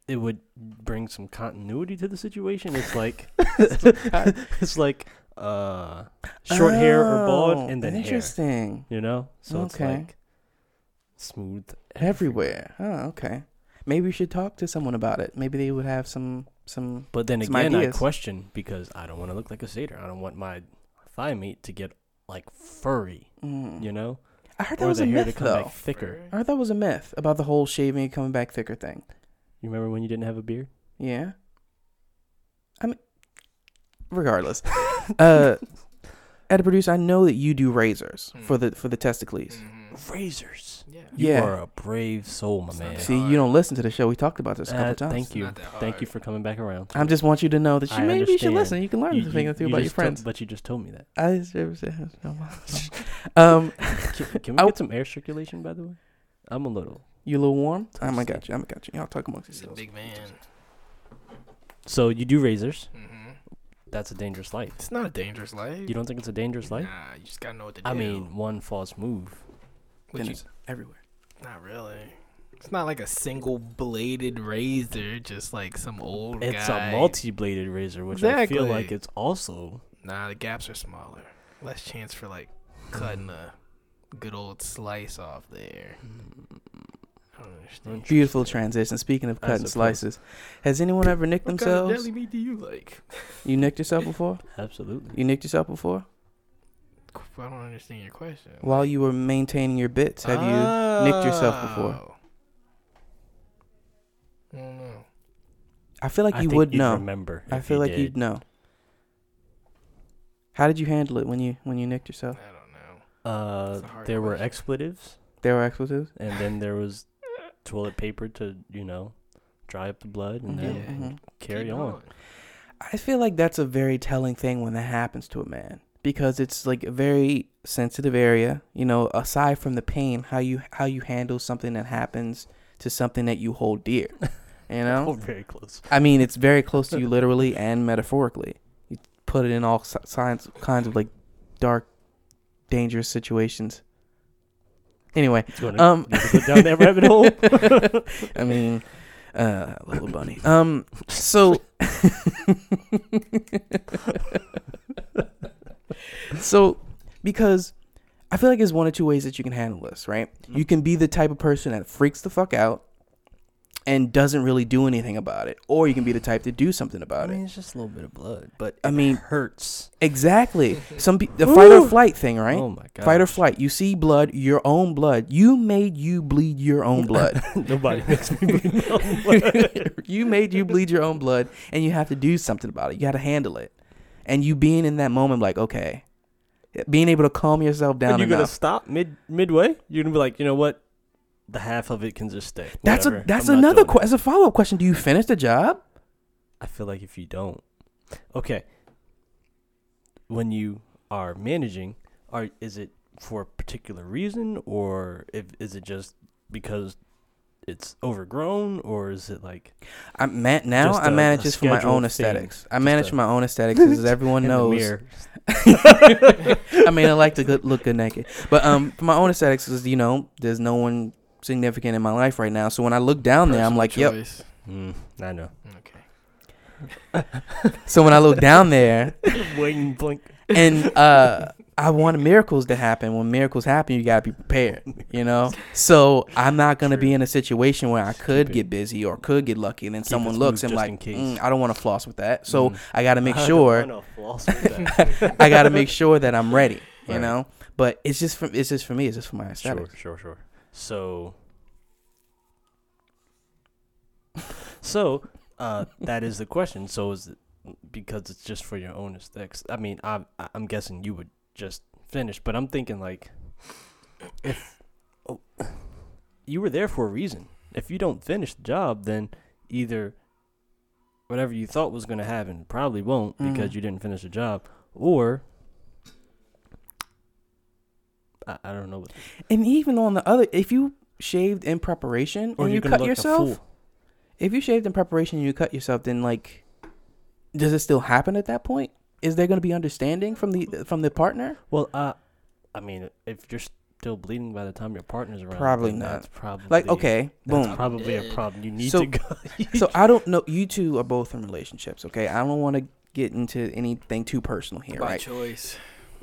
[SPEAKER 3] it would bring some continuity to the situation. It's like it's like uh, short hair or
[SPEAKER 2] Oh,
[SPEAKER 3] bald, and then hair.
[SPEAKER 2] interesting.
[SPEAKER 3] You know, so it's
[SPEAKER 2] Okay.
[SPEAKER 3] like smooth
[SPEAKER 2] Everywhere. Oh, okay. Maybe we should talk to someone about it. Maybe they would have some some.
[SPEAKER 3] But then
[SPEAKER 2] Some
[SPEAKER 3] again, I
[SPEAKER 2] ideas.
[SPEAKER 3] question because I don't want to look like a satyr. I don't want my thigh meat to get like furry.
[SPEAKER 2] Mm.
[SPEAKER 3] You know,
[SPEAKER 2] I heard that
[SPEAKER 3] or
[SPEAKER 2] was
[SPEAKER 3] the
[SPEAKER 2] a
[SPEAKER 3] hair to
[SPEAKER 2] myth
[SPEAKER 3] come
[SPEAKER 2] though.
[SPEAKER 3] back thicker.
[SPEAKER 2] I heard that was a myth about the whole shaving and coming back thicker thing.
[SPEAKER 3] You remember when you didn't have a beard?
[SPEAKER 2] Yeah. I mean, regardless, uh, at a producer, I know that you do razors
[SPEAKER 3] Hmm.
[SPEAKER 2] for the for the testicles.
[SPEAKER 1] Mhm.
[SPEAKER 3] Razors.
[SPEAKER 1] Yeah.
[SPEAKER 3] You
[SPEAKER 2] Yeah.
[SPEAKER 3] are a brave soul, my man.
[SPEAKER 2] See, you don't listen to the show. We talked about this a couple
[SPEAKER 3] Uh,
[SPEAKER 2] times.
[SPEAKER 3] thank you,
[SPEAKER 1] not that
[SPEAKER 3] thank you
[SPEAKER 1] hard.
[SPEAKER 3] for coming back around.
[SPEAKER 2] I just want you to know that you
[SPEAKER 3] I
[SPEAKER 2] maybe you should
[SPEAKER 3] understand.
[SPEAKER 2] listen. You can learn
[SPEAKER 3] You-
[SPEAKER 2] something
[SPEAKER 3] you-
[SPEAKER 2] through
[SPEAKER 3] you
[SPEAKER 2] about your
[SPEAKER 3] just told-
[SPEAKER 2] friends.
[SPEAKER 3] but you just told me that.
[SPEAKER 2] I just- um,
[SPEAKER 3] Can, can we
[SPEAKER 2] I-
[SPEAKER 3] get some air circulation, by the way? I'm a little.
[SPEAKER 2] you a little warm? I'm gonna got you. I'm gonna got you. Y'all talk amongst
[SPEAKER 1] He's a
[SPEAKER 2] yourselves.
[SPEAKER 1] big man.
[SPEAKER 3] So you do razors.
[SPEAKER 1] hmm
[SPEAKER 3] That's a dangerous life.
[SPEAKER 1] It's not a dangerous life.
[SPEAKER 3] You don't think it's a dangerous life?
[SPEAKER 1] Nah, you just gotta know what to do.
[SPEAKER 3] I mean, one false move.
[SPEAKER 1] What
[SPEAKER 2] Then
[SPEAKER 1] you-
[SPEAKER 2] it's everywhere.
[SPEAKER 1] not really. It's not like a single bladed razor, just like some old.
[SPEAKER 3] It's
[SPEAKER 1] guy.
[SPEAKER 3] a multi-bladed razor, which I feel like
[SPEAKER 1] Exactly.
[SPEAKER 3] it's also
[SPEAKER 1] Nah, the gaps are smaller. Less chance for like cutting a good old slice off there. I don't understand.
[SPEAKER 2] Beautiful transition. Speaking of
[SPEAKER 3] I
[SPEAKER 2] cutting
[SPEAKER 3] suppose.
[SPEAKER 2] slices, has anyone ever nicked
[SPEAKER 1] What kind of
[SPEAKER 2] themselves?
[SPEAKER 1] deli meat do you like?
[SPEAKER 2] You nicked yourself before?
[SPEAKER 3] absolutely.
[SPEAKER 2] You nicked yourself before?
[SPEAKER 1] I don't understand your question.
[SPEAKER 2] While you were maintaining your bits, have
[SPEAKER 3] Uh,
[SPEAKER 2] you? nicked yourself before?
[SPEAKER 1] Oh. I don't know.
[SPEAKER 2] I feel like
[SPEAKER 3] I
[SPEAKER 2] you
[SPEAKER 3] think
[SPEAKER 2] would
[SPEAKER 3] you'd
[SPEAKER 2] know.
[SPEAKER 3] Remember?
[SPEAKER 2] I
[SPEAKER 3] if
[SPEAKER 2] feel like
[SPEAKER 3] did.
[SPEAKER 2] you'd know. How did you handle it when you when you nicked
[SPEAKER 1] I
[SPEAKER 2] yourself?
[SPEAKER 1] don't know.
[SPEAKER 3] Uh,
[SPEAKER 1] That's a hard
[SPEAKER 3] there were
[SPEAKER 1] question.
[SPEAKER 3] expletives,
[SPEAKER 2] There were expletives.
[SPEAKER 3] and then there was toilet paper to you know dry up the blood, and then
[SPEAKER 1] Yeah.
[SPEAKER 2] Mhm.
[SPEAKER 3] carry
[SPEAKER 1] Keep
[SPEAKER 3] on.
[SPEAKER 1] going.
[SPEAKER 2] I feel like that's a very telling thing when that happens to a man because it's like a very sensitive area. You know, aside from the pain, how you how you handle something that happens to something that you hold dear. You
[SPEAKER 3] Oh,
[SPEAKER 2] know,
[SPEAKER 3] very close.
[SPEAKER 2] I mean, it's very close to you literally and metaphorically. You put it in all si- signs, kinds of like dark, dangerous situations. Anyway,
[SPEAKER 3] It's gonna,
[SPEAKER 2] um,
[SPEAKER 3] you wanna go down that rabbit hole.
[SPEAKER 2] I mean, uh, little bunny. Um, so, so because I feel like there's one or two ways that you can handle this, right?
[SPEAKER 3] Mm-hmm.
[SPEAKER 2] You can be the type of person that freaks the fuck out and doesn't really do anything about it, or you can be the type to do something
[SPEAKER 3] I
[SPEAKER 2] about
[SPEAKER 3] mean,
[SPEAKER 2] it.
[SPEAKER 3] it's just a little bit of blood, but
[SPEAKER 2] I mean,
[SPEAKER 3] it hurts.
[SPEAKER 2] exactly. Some pe- the fight or
[SPEAKER 3] Woo!
[SPEAKER 2] flight thing, right?
[SPEAKER 3] Oh my god.
[SPEAKER 2] Fight or flight. You see blood, your own blood. You made you bleed your own blood.
[SPEAKER 3] Nobody makes me bleed. Oh no blood.
[SPEAKER 2] you made you bleed your own blood and you have to do something about it you got to handle it and you being in that moment like okay being able to calm yourself down
[SPEAKER 3] Are you gonna
[SPEAKER 2] enough
[SPEAKER 3] stop mid midway? You're gonna be like, you know what? The half of it can just stay.
[SPEAKER 2] that's a
[SPEAKER 3] Whatever.
[SPEAKER 2] that's
[SPEAKER 3] I'm not
[SPEAKER 2] another
[SPEAKER 3] doing it."
[SPEAKER 2] que- that's a follow-up question do you finish the job
[SPEAKER 3] I feel like if you don't, okay, when you are managing, are is it for a particular reason, or if is it just because it's overgrown, or is it like
[SPEAKER 2] i man now
[SPEAKER 3] Just
[SPEAKER 2] i
[SPEAKER 3] a-
[SPEAKER 2] manage
[SPEAKER 3] a
[SPEAKER 2] this for my
[SPEAKER 3] schedule
[SPEAKER 2] own
[SPEAKER 3] thing.
[SPEAKER 2] aesthetics i
[SPEAKER 3] Just
[SPEAKER 2] manage
[SPEAKER 3] a-
[SPEAKER 2] for my own aesthetics as everyone
[SPEAKER 3] in the
[SPEAKER 2] knows
[SPEAKER 3] mirror?
[SPEAKER 2] I mean, I like to good, look good naked, but um, for my own aesthetics, is you know, there's no one significant in my life right now. So when I look down there, I'm
[SPEAKER 1] Personal
[SPEAKER 2] like, yep,
[SPEAKER 1] choice.
[SPEAKER 3] Mm, I know.
[SPEAKER 2] So when I look down there,
[SPEAKER 3] Wing blink.
[SPEAKER 2] and uh, I want miracles to happen. When miracles happen, you gotta be prepared. You know. So I'm not gonna be in a situation where I could
[SPEAKER 3] Keep it-
[SPEAKER 2] get busy or could get lucky, and then someone
[SPEAKER 3] it
[SPEAKER 2] looks
[SPEAKER 3] smooth
[SPEAKER 2] and
[SPEAKER 3] just
[SPEAKER 2] like,
[SPEAKER 3] in case.
[SPEAKER 2] "Mm, I don't want to floss with that. So
[SPEAKER 3] Mm.
[SPEAKER 2] I gotta make
[SPEAKER 3] I don't
[SPEAKER 2] sure.
[SPEAKER 3] wanna floss with that.
[SPEAKER 2] I gotta make sure that I'm ready. You
[SPEAKER 3] Right.
[SPEAKER 2] know. But it's just for it's just for me. It's just for my
[SPEAKER 3] sure,
[SPEAKER 2] aesthetics.
[SPEAKER 3] sure, sure. So, so uh, that is the question. So is it because it's just for your own aesthetics? I mean, I'm I- I'm guessing you would just finish, but I'm thinking like, if oh, you were there for a reason, if you don't finish the job, then either whatever you thought was going to happen probably won't because
[SPEAKER 2] Mhm.
[SPEAKER 3] you didn't finish the job, or I, I don't know what
[SPEAKER 2] And even on the other, if you shaved in preparation
[SPEAKER 3] or
[SPEAKER 2] and
[SPEAKER 3] you're
[SPEAKER 2] you
[SPEAKER 3] gonna
[SPEAKER 2] cut
[SPEAKER 3] look a
[SPEAKER 2] yourself,
[SPEAKER 3] fool.
[SPEAKER 2] if you shaved in preparation and you cut yourself, then like, does it still happen at that point? Is there going to be understanding from the from the partner?
[SPEAKER 3] Well, uh, I mean, if you're still bleeding by the time your partner's around,
[SPEAKER 2] Probably
[SPEAKER 3] then
[SPEAKER 2] not.
[SPEAKER 3] That's probably
[SPEAKER 2] Like, okay,
[SPEAKER 3] that's
[SPEAKER 2] boom.
[SPEAKER 3] probably a problem. You need
[SPEAKER 2] So-
[SPEAKER 3] to go.
[SPEAKER 2] so I don't know. You two are both in relationships, okay? I don't want to get into anything too personal here,
[SPEAKER 1] By
[SPEAKER 2] right?
[SPEAKER 1] choice.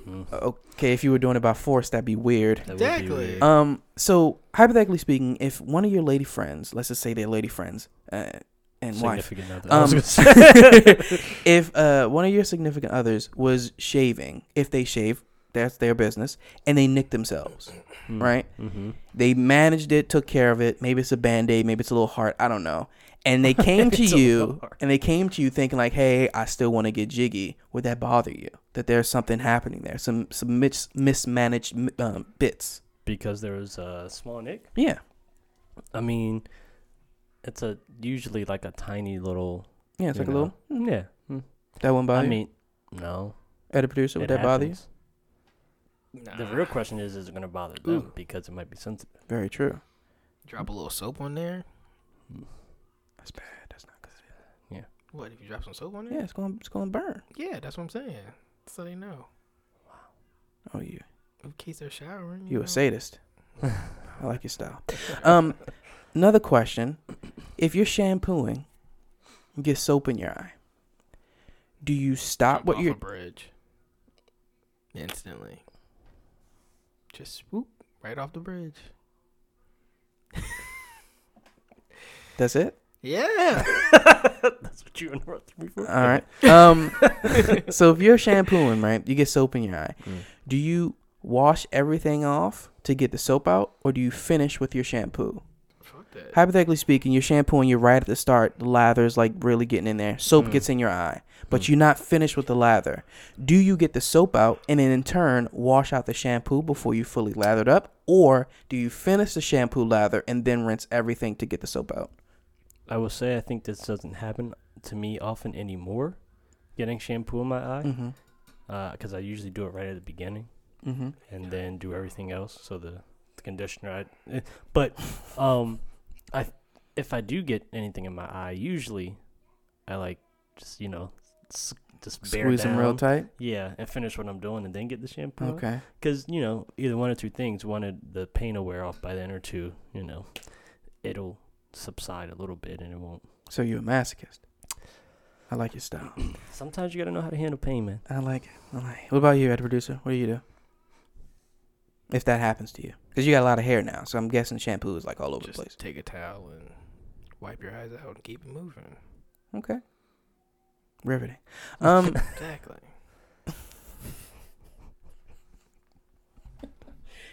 [SPEAKER 3] Mm,
[SPEAKER 2] Okay, if you were doing it by force, that'd be weird.
[SPEAKER 3] that would be
[SPEAKER 1] Exactly.
[SPEAKER 3] weird.
[SPEAKER 2] Um, so hypothetically speaking, if one of your lady friends, let's just say they're lady friends, uh, and wife,
[SPEAKER 3] Significant other. I was
[SPEAKER 2] Um,
[SPEAKER 3] gonna say.
[SPEAKER 2] if uh, one of your significant others was shaving, if they shave, that's their business, and they nick themselves,
[SPEAKER 3] Mm,
[SPEAKER 2] right?
[SPEAKER 3] mhm.
[SPEAKER 2] They managed it, took care of it. Maybe it's a band aid, maybe it's a little heart, I don't know. And they came to
[SPEAKER 3] It's a
[SPEAKER 2] you,
[SPEAKER 3] little heart.
[SPEAKER 2] and they came to you thinking like, "Hey, I still want to get jiggy." Would that bother you? That there's something happening there, some some mis- mismanaged m- um, bits.
[SPEAKER 3] Because there was a small nick.
[SPEAKER 2] Yeah,
[SPEAKER 3] I mean, it's a usually like a tiny little.
[SPEAKER 2] yeah, it's
[SPEAKER 3] you
[SPEAKER 2] like a
[SPEAKER 3] know,
[SPEAKER 2] little hmm.
[SPEAKER 3] Yeah. mm.
[SPEAKER 2] that wouldn't bother
[SPEAKER 3] I
[SPEAKER 2] you?
[SPEAKER 3] mean, no.
[SPEAKER 2] At a producer, would
[SPEAKER 3] it
[SPEAKER 2] that bother you?
[SPEAKER 3] happens.
[SPEAKER 1] Nah.
[SPEAKER 3] The real question is, is it gonna bother them?
[SPEAKER 1] Ooh.
[SPEAKER 3] Because it might be sensitive.
[SPEAKER 2] Very true.
[SPEAKER 1] Drop a little soap on there.
[SPEAKER 2] That's bad. That's not good.
[SPEAKER 1] What if you drop some soap on
[SPEAKER 2] Yeah,
[SPEAKER 1] there?
[SPEAKER 2] it's going it's going to burn.
[SPEAKER 1] Yeah, that's what I'm saying. So they know
[SPEAKER 2] Oh, you
[SPEAKER 1] in case they're showering.
[SPEAKER 2] you
[SPEAKER 1] know.
[SPEAKER 2] a sadist. I like your style. Um, another question: If you're shampooing, you get soap in your eye. Do you stop
[SPEAKER 1] Jump
[SPEAKER 2] what
[SPEAKER 1] off
[SPEAKER 2] you're?
[SPEAKER 1] a bridge instantly. Just swoop right off the bridge.
[SPEAKER 2] That's it.
[SPEAKER 1] Yeah.
[SPEAKER 3] That's what you interrupted me
[SPEAKER 2] All
[SPEAKER 3] for.
[SPEAKER 2] right. Um, so if you're shampooing, right, you get soap in your eye.
[SPEAKER 3] Mm.
[SPEAKER 2] Do you wash everything off to get the soap out, or do you finish with your shampoo?
[SPEAKER 1] Fuck that.
[SPEAKER 2] Hypothetically speaking, you're shampooing. You're right at the start. The lather's like really getting in there. Soap
[SPEAKER 3] Mm.
[SPEAKER 2] gets in your eye, but
[SPEAKER 3] Mm.
[SPEAKER 2] you're not finished with the lather. Do you get the soap out and then in turn wash out the shampoo before you fully lathered up, or do you finish the shampoo lather and then rinse everything to get the soap out?
[SPEAKER 3] I will say I think this doesn't happen to me often anymore. Getting shampoo in my eye
[SPEAKER 2] Mm-hmm.
[SPEAKER 3] because I usually do it right at the beginning
[SPEAKER 2] Mm-hmm.
[SPEAKER 3] and then do everything else. So the, the conditioner, I, eh, but um, I if I do get anything in my eye, usually I like just you know s- just bear
[SPEAKER 2] Squeeze them real
[SPEAKER 3] down.
[SPEAKER 2] tight.
[SPEAKER 3] Yeah, and finish what I'm doing, and then get the shampoo. out.
[SPEAKER 2] Okay.
[SPEAKER 3] because you know either one or two things one uh, the pain will wear off by then or two you know it'll subside a little bit and it won't
[SPEAKER 2] So you're a masochist. I like your style.
[SPEAKER 3] sometimes you gotta know how to handle pain man
[SPEAKER 2] I like it. I like it. What about you, Ed Producer? What do you do? If that happens to you. Because you got a lot of hair now, so I'm guessing shampoo is like all over
[SPEAKER 1] Just
[SPEAKER 2] the place.
[SPEAKER 1] take a towel and wipe your eyes out and keep it moving.
[SPEAKER 2] Riveting. Um,
[SPEAKER 1] Exactly.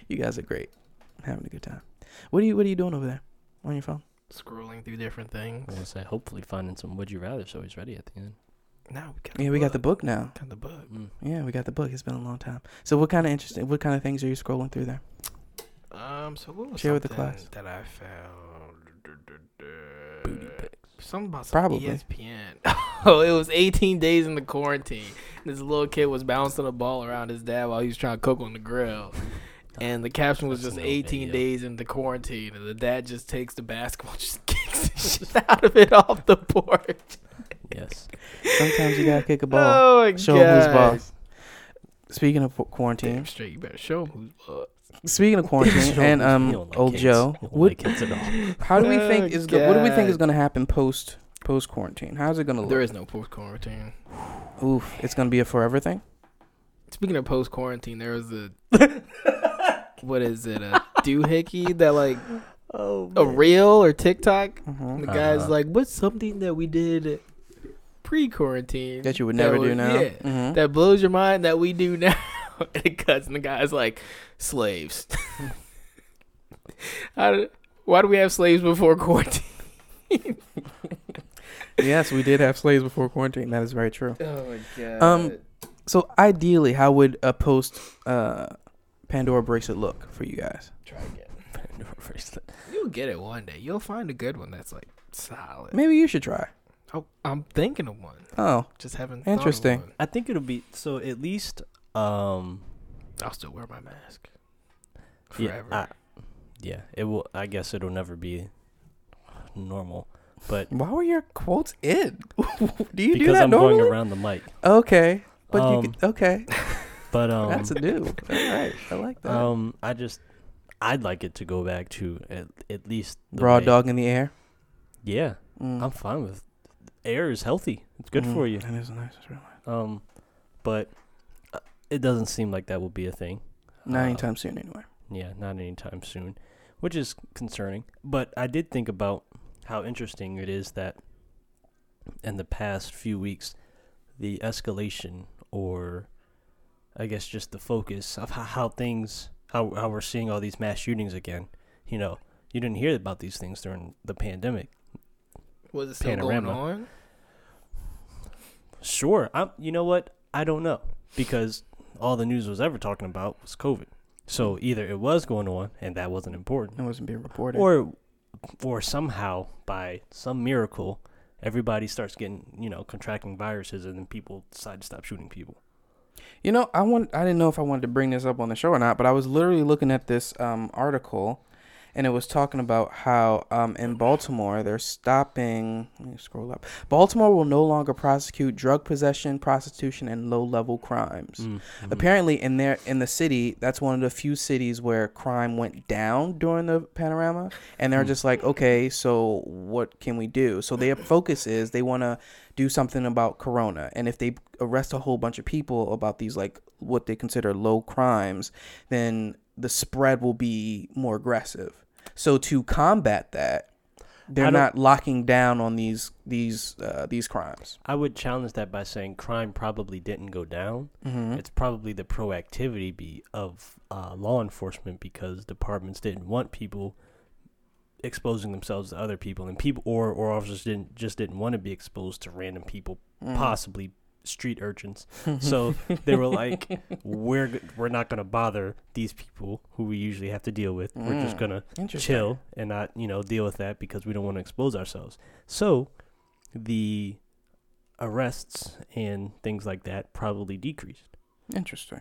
[SPEAKER 2] you guys are great. Having a good time. What are you What are you doing over there on your phone?
[SPEAKER 1] Scrolling through different things.
[SPEAKER 3] i was say hopefully finding some would you rather so he's ready at the end
[SPEAKER 1] Now we got
[SPEAKER 2] Yeah, we got the book now.
[SPEAKER 1] got the book.
[SPEAKER 3] mm.
[SPEAKER 2] Yeah, we got the book. It's been a long time. So what kind of interesting? What kind of things are you scrolling through there?
[SPEAKER 1] Um, so what was
[SPEAKER 2] Share
[SPEAKER 1] Share
[SPEAKER 2] with the
[SPEAKER 1] the
[SPEAKER 2] class.
[SPEAKER 1] class. that I found?
[SPEAKER 3] booty pics
[SPEAKER 1] Something about some E
[SPEAKER 2] Probably.
[SPEAKER 1] ESPN. Oh, it was 18 days in the quarantine. This little kid was bouncing a ball around his dad while he was trying to cook on the grill. And the caption was
[SPEAKER 3] That's
[SPEAKER 1] just
[SPEAKER 3] a little
[SPEAKER 1] 18
[SPEAKER 3] video.
[SPEAKER 1] days into quarantine. And the dad just takes the basketball, just kicks the shit out of it off the porch.
[SPEAKER 3] yes
[SPEAKER 2] Sometimes you gotta kick a ball.
[SPEAKER 1] Oh, my
[SPEAKER 2] show 'em
[SPEAKER 1] God.
[SPEAKER 2] who's boss. Speaking of quarantine,
[SPEAKER 1] Damn straight. You better show him who's boss.
[SPEAKER 2] speaking of
[SPEAKER 3] You
[SPEAKER 2] quarantine,
[SPEAKER 3] don't-
[SPEAKER 2] and
[SPEAKER 3] you
[SPEAKER 2] um,
[SPEAKER 3] don't like
[SPEAKER 2] old
[SPEAKER 3] kids.
[SPEAKER 2] Joe,
[SPEAKER 3] You don't
[SPEAKER 2] what
[SPEAKER 3] like kids at all.
[SPEAKER 2] How do we
[SPEAKER 1] Oh,
[SPEAKER 2] think is go- what do we think is
[SPEAKER 1] God.
[SPEAKER 2] going to happen post post quarantine? How's it going to look?
[SPEAKER 1] There is no post quarantine.
[SPEAKER 2] Oof, it's going to be a forever thing.
[SPEAKER 1] Speaking of post quarantine, there was a what is it a doohickey that like
[SPEAKER 3] oh
[SPEAKER 1] a reel or TikTok?
[SPEAKER 2] Mhm.
[SPEAKER 1] And the guy's
[SPEAKER 3] Uh-huh.
[SPEAKER 1] like, "What's something that we did pre quarantine
[SPEAKER 2] That you would never do now.
[SPEAKER 1] Yeah,
[SPEAKER 2] Mhm.
[SPEAKER 1] that blows your mind that we do now." and it cuts, and the guy's like, "Slaves. How did, why do we have slaves before quarantine?"
[SPEAKER 2] yes, we did have slaves before quarantine. That is very true.
[SPEAKER 1] Oh my god.
[SPEAKER 2] Um, So ideally, how would a post uh, Pandora bracelet look for you guys?
[SPEAKER 1] try again. You'll get it one day. You'll find a good one that's like solid.
[SPEAKER 2] Maybe you should try.
[SPEAKER 1] Oh, I'm thinking of one.
[SPEAKER 2] Oh,
[SPEAKER 1] Just haven't. thought of
[SPEAKER 2] Interesting.
[SPEAKER 1] one.
[SPEAKER 3] i think it'll be so at least um
[SPEAKER 1] I'll still wear my mask.
[SPEAKER 3] yeah,
[SPEAKER 1] Forever.
[SPEAKER 3] I- yeah it will i guess it'll never be normal but
[SPEAKER 2] why were your quotes in? do you do
[SPEAKER 3] because
[SPEAKER 2] that
[SPEAKER 3] i'm
[SPEAKER 2] normally?
[SPEAKER 3] going around the mic
[SPEAKER 2] Okay, but
[SPEAKER 3] um,
[SPEAKER 2] you could, okay,
[SPEAKER 3] but um
[SPEAKER 2] that's a new. All right, I like that.
[SPEAKER 3] Um, I just, I'd like it to go back to at, at least the
[SPEAKER 2] Raw
[SPEAKER 3] way-
[SPEAKER 2] dog in the air.
[SPEAKER 3] Yeah,
[SPEAKER 2] Mm.
[SPEAKER 3] I'm fine with. Air is healthy. It's good
[SPEAKER 2] Mhm.
[SPEAKER 3] for you.
[SPEAKER 2] That is nice. That's really nice.
[SPEAKER 3] Um, but uh, it doesn't seem like that will be a thing.
[SPEAKER 2] Not
[SPEAKER 3] Uh,
[SPEAKER 2] anytime soon, anyway.
[SPEAKER 3] Yeah, not anytime soon, which is concerning. But I did think about how interesting it is that in the past few weeks, the escalation, or I guess just the focus of how, how things, how, how we're seeing all these mass shootings again. You know, you didn't hear about these things during the pandemic.
[SPEAKER 1] Was it still
[SPEAKER 3] Panorama.
[SPEAKER 1] going on?
[SPEAKER 3] Sure, I'm. You know what? I don't know because all the news was ever talking about was COVID. So either it was going on and that wasn't important,
[SPEAKER 2] It wasn't being reported.
[SPEAKER 3] or or somehow by some miracle everybody starts getting you know contracting viruses and then people decide to stop shooting people
[SPEAKER 2] You know, I want I didn't know if I wanted to bring this up on the show or not, but I was literally looking at this um, article and it was talking about how um, in Baltimore they're stopping let me scroll up. Baltimore will no longer prosecute drug possession, prostitution and low-level crimes.
[SPEAKER 3] Mm.
[SPEAKER 2] Apparently in there in the city, that's one of the few cities where crime went down during the panorama and they're
[SPEAKER 3] Mm.
[SPEAKER 2] just like, "Okay, so what can we do?" So their focus is they want to do something about corona and if they arrest a whole bunch of people about these like what they consider low crimes then the spread will be more aggressive so to combat that
[SPEAKER 3] I
[SPEAKER 2] they're
[SPEAKER 3] don't-
[SPEAKER 2] not locking down on these these uh, these crimes
[SPEAKER 3] i would challenge that by saying crime probably didn't go down
[SPEAKER 2] mm-hmm.
[SPEAKER 3] it's probably the proactivity be of uh, law enforcement because departments didn't want people exposing themselves to other people and people or, or officers didn't just didn't want to be exposed to random people
[SPEAKER 2] Mm. Mm-hmm.
[SPEAKER 3] possibly street urchins so they were like we're g- we're not gonna bother these people who we usually have to deal with we're just
[SPEAKER 2] Mm.
[SPEAKER 3] gonna
[SPEAKER 2] Interesting.
[SPEAKER 3] chill and not you know deal with that because we don't want to expose ourselves so the arrests and things like that probably decreased
[SPEAKER 2] interesting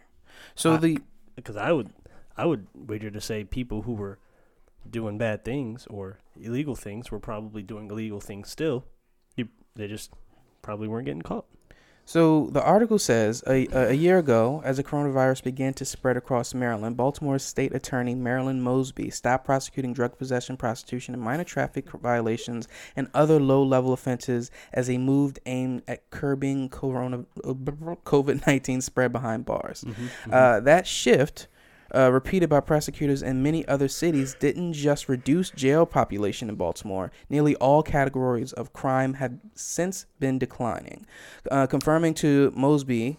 [SPEAKER 2] so
[SPEAKER 3] I-
[SPEAKER 2] the
[SPEAKER 3] because i would i would wager to say people who were doing bad things or illegal things were probably doing illegal things still you, they just probably weren't getting caught
[SPEAKER 2] So the article says a, a year ago, as the coronavirus began to spread across Maryland, Baltimore's state attorney Marilyn Mosby stopped prosecuting drug possession, prostitution, and minor traffic violations and other low-level offenses as a move aimed at curbing corona uh, COVID nineteen spread behind bars.
[SPEAKER 3] Mm-hmm.
[SPEAKER 2] Uh, that shift, uh, repeated by prosecutors in many other cities, didn't just reduce jail population in Baltimore. Nearly all categories of crime have since been declining, uh, confirming to Mosby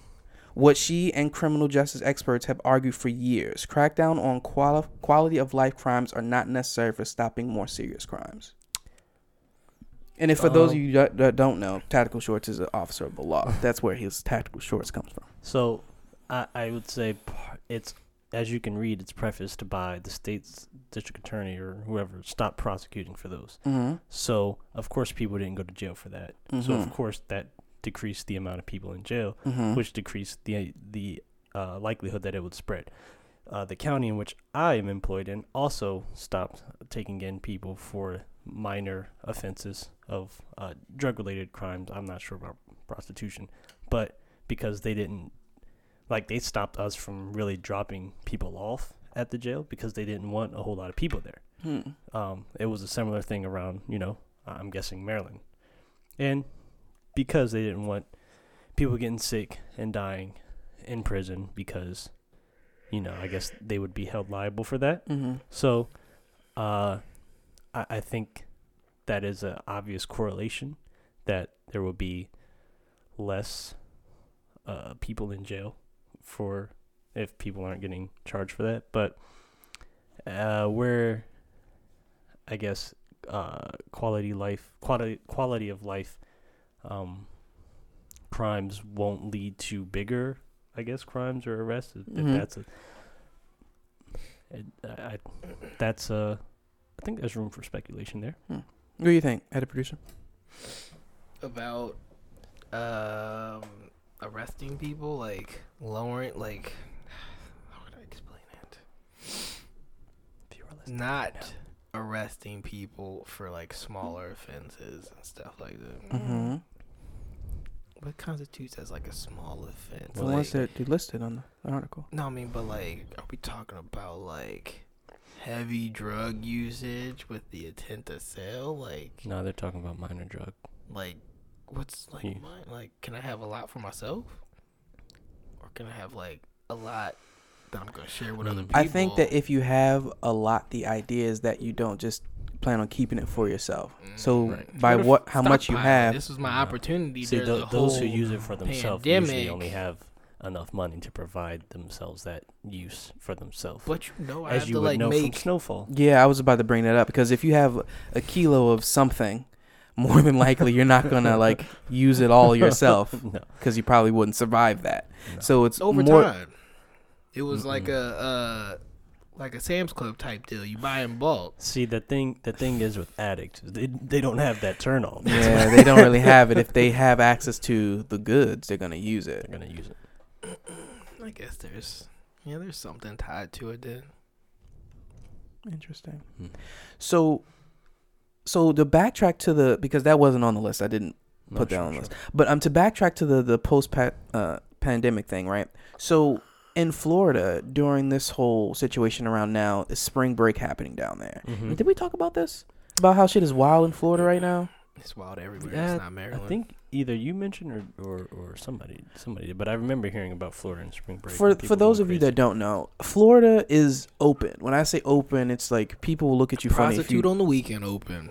[SPEAKER 2] what she and criminal justice experts have argued for years. Crackdown on quali- quality of life crimes are not necessary for stopping more serious crimes. And if for those of
[SPEAKER 3] Um,
[SPEAKER 2] you that that don't know, Tactical Shorts is an officer of the law. That's where his Tactical Shorts comes from.
[SPEAKER 3] So I, I would say par- it's as you can read, it's prefaced by the state's district attorney or whoever stopped prosecuting for those.
[SPEAKER 2] Mm-hmm.
[SPEAKER 3] So of course people didn't go to jail for that. Mm-hmm. So of course that decreased the amount of people in jail,
[SPEAKER 2] Mhm.
[SPEAKER 3] which decreased the the uh, likelihood that it would spread. Uh, the county in which I am employed in also stopped taking in people for minor offenses of uh, drug related crimes. I'm not sure about prostitution, but because they didn't like they stopped us from really dropping people off at the jail because they didn't want a whole lot of people there
[SPEAKER 2] Hmm.
[SPEAKER 3] um, it was a similar thing around, you know, I'm guessing Maryland. And because they didn't want people getting sick and dying in prison because, you know, I guess they would be held liable for that.
[SPEAKER 2] Mhm.
[SPEAKER 3] So uh, I, I think that is an obvious correlation that there will be less uh, people in jail for if people aren't getting charged for that. But uh, where I guess uh, quality life quality quality of life um, crimes won't lead to bigger I guess crimes or arrests. If, if
[SPEAKER 2] Mhm.
[SPEAKER 3] that's a it, I, I- that's uh, I think there's room for speculation there.
[SPEAKER 2] What do you think, head of producer?
[SPEAKER 1] about um arresting people like lowering like how would I explain it?
[SPEAKER 3] If you are listening.
[SPEAKER 1] Not arresting people for like smaller offenses and stuff like that.
[SPEAKER 2] Mm-hmm.
[SPEAKER 1] What constitutes as like a small offense?
[SPEAKER 2] The
[SPEAKER 3] Well,
[SPEAKER 2] ones
[SPEAKER 1] Like,
[SPEAKER 2] that they listed on the article.
[SPEAKER 1] no, I mean, but like, are we talking about like heavy drug usage with the intent to sell? Like,
[SPEAKER 3] No, they're talking about minor drug.
[SPEAKER 1] like what's like
[SPEAKER 2] Hmm.
[SPEAKER 3] Yeah.
[SPEAKER 1] mine? Like, can I have a lot for myself, or can I have like a lot that I'm gonna share with other
[SPEAKER 3] Mm.
[SPEAKER 1] people?
[SPEAKER 2] Hmm. I think that if you have a lot, the idea is that you don't just plan on keeping it for yourself. So
[SPEAKER 1] Right. Mm.
[SPEAKER 2] by
[SPEAKER 1] What if
[SPEAKER 2] what, how much you
[SPEAKER 1] stockpiling?
[SPEAKER 2] have,
[SPEAKER 1] This was my
[SPEAKER 3] Yeah.
[SPEAKER 1] opportunity.
[SPEAKER 3] See,
[SPEAKER 1] See,
[SPEAKER 3] tho- those who use it for themselves usually
[SPEAKER 1] pandemic.
[SPEAKER 3] only have enough money to provide themselves that use for themselves.
[SPEAKER 1] but you know, I
[SPEAKER 3] As
[SPEAKER 1] have
[SPEAKER 3] you
[SPEAKER 1] to
[SPEAKER 3] would
[SPEAKER 1] like
[SPEAKER 3] know
[SPEAKER 1] make.
[SPEAKER 3] from Snowfall,
[SPEAKER 2] yeah, I was about to bring that up because if you have a kilo of something, more than likely you're not gonna like use it all yourself
[SPEAKER 3] no,
[SPEAKER 2] because you probably wouldn't survive that.
[SPEAKER 3] No.
[SPEAKER 2] So it's
[SPEAKER 1] over
[SPEAKER 2] more.
[SPEAKER 1] time. It was like a uh, like a Sam's Club type deal. You buy in bulk.
[SPEAKER 3] see the thing. The thing is with addicts, is they they don't have that turn off.
[SPEAKER 2] Yeah, they don't really have it. If they have access to the goods, they're gonna use it.
[SPEAKER 3] They're gonna use it.
[SPEAKER 1] I guess there's yeah, there's something tied to it. Then
[SPEAKER 2] Interesting.
[SPEAKER 3] Hmm.
[SPEAKER 2] So, so to backtrack to the because that wasn't on the list, I didn't
[SPEAKER 3] No,
[SPEAKER 2] put that
[SPEAKER 3] sure,
[SPEAKER 2] on the
[SPEAKER 3] sure.
[SPEAKER 2] list. But um, to backtrack to the the post uh, pandemic thing, right? So in Florida during this whole situation around now, is spring break happening down there?
[SPEAKER 3] Mhm.
[SPEAKER 2] Did we talk about this? About how shit is wild in Florida right now?
[SPEAKER 1] it's wild everywhere.
[SPEAKER 3] Yeah,
[SPEAKER 1] it's not Maryland.
[SPEAKER 3] I think either you mentioned or, or, or somebody somebody did, but I remember hearing about Florida and spring break.
[SPEAKER 2] For
[SPEAKER 3] and
[SPEAKER 2] for
[SPEAKER 3] people
[SPEAKER 2] those
[SPEAKER 3] going
[SPEAKER 2] of you
[SPEAKER 3] crazy.
[SPEAKER 2] that don't know, Florida is open. When I say open, it's like people will look at you funny. If you
[SPEAKER 1] prostitute on the weekend open.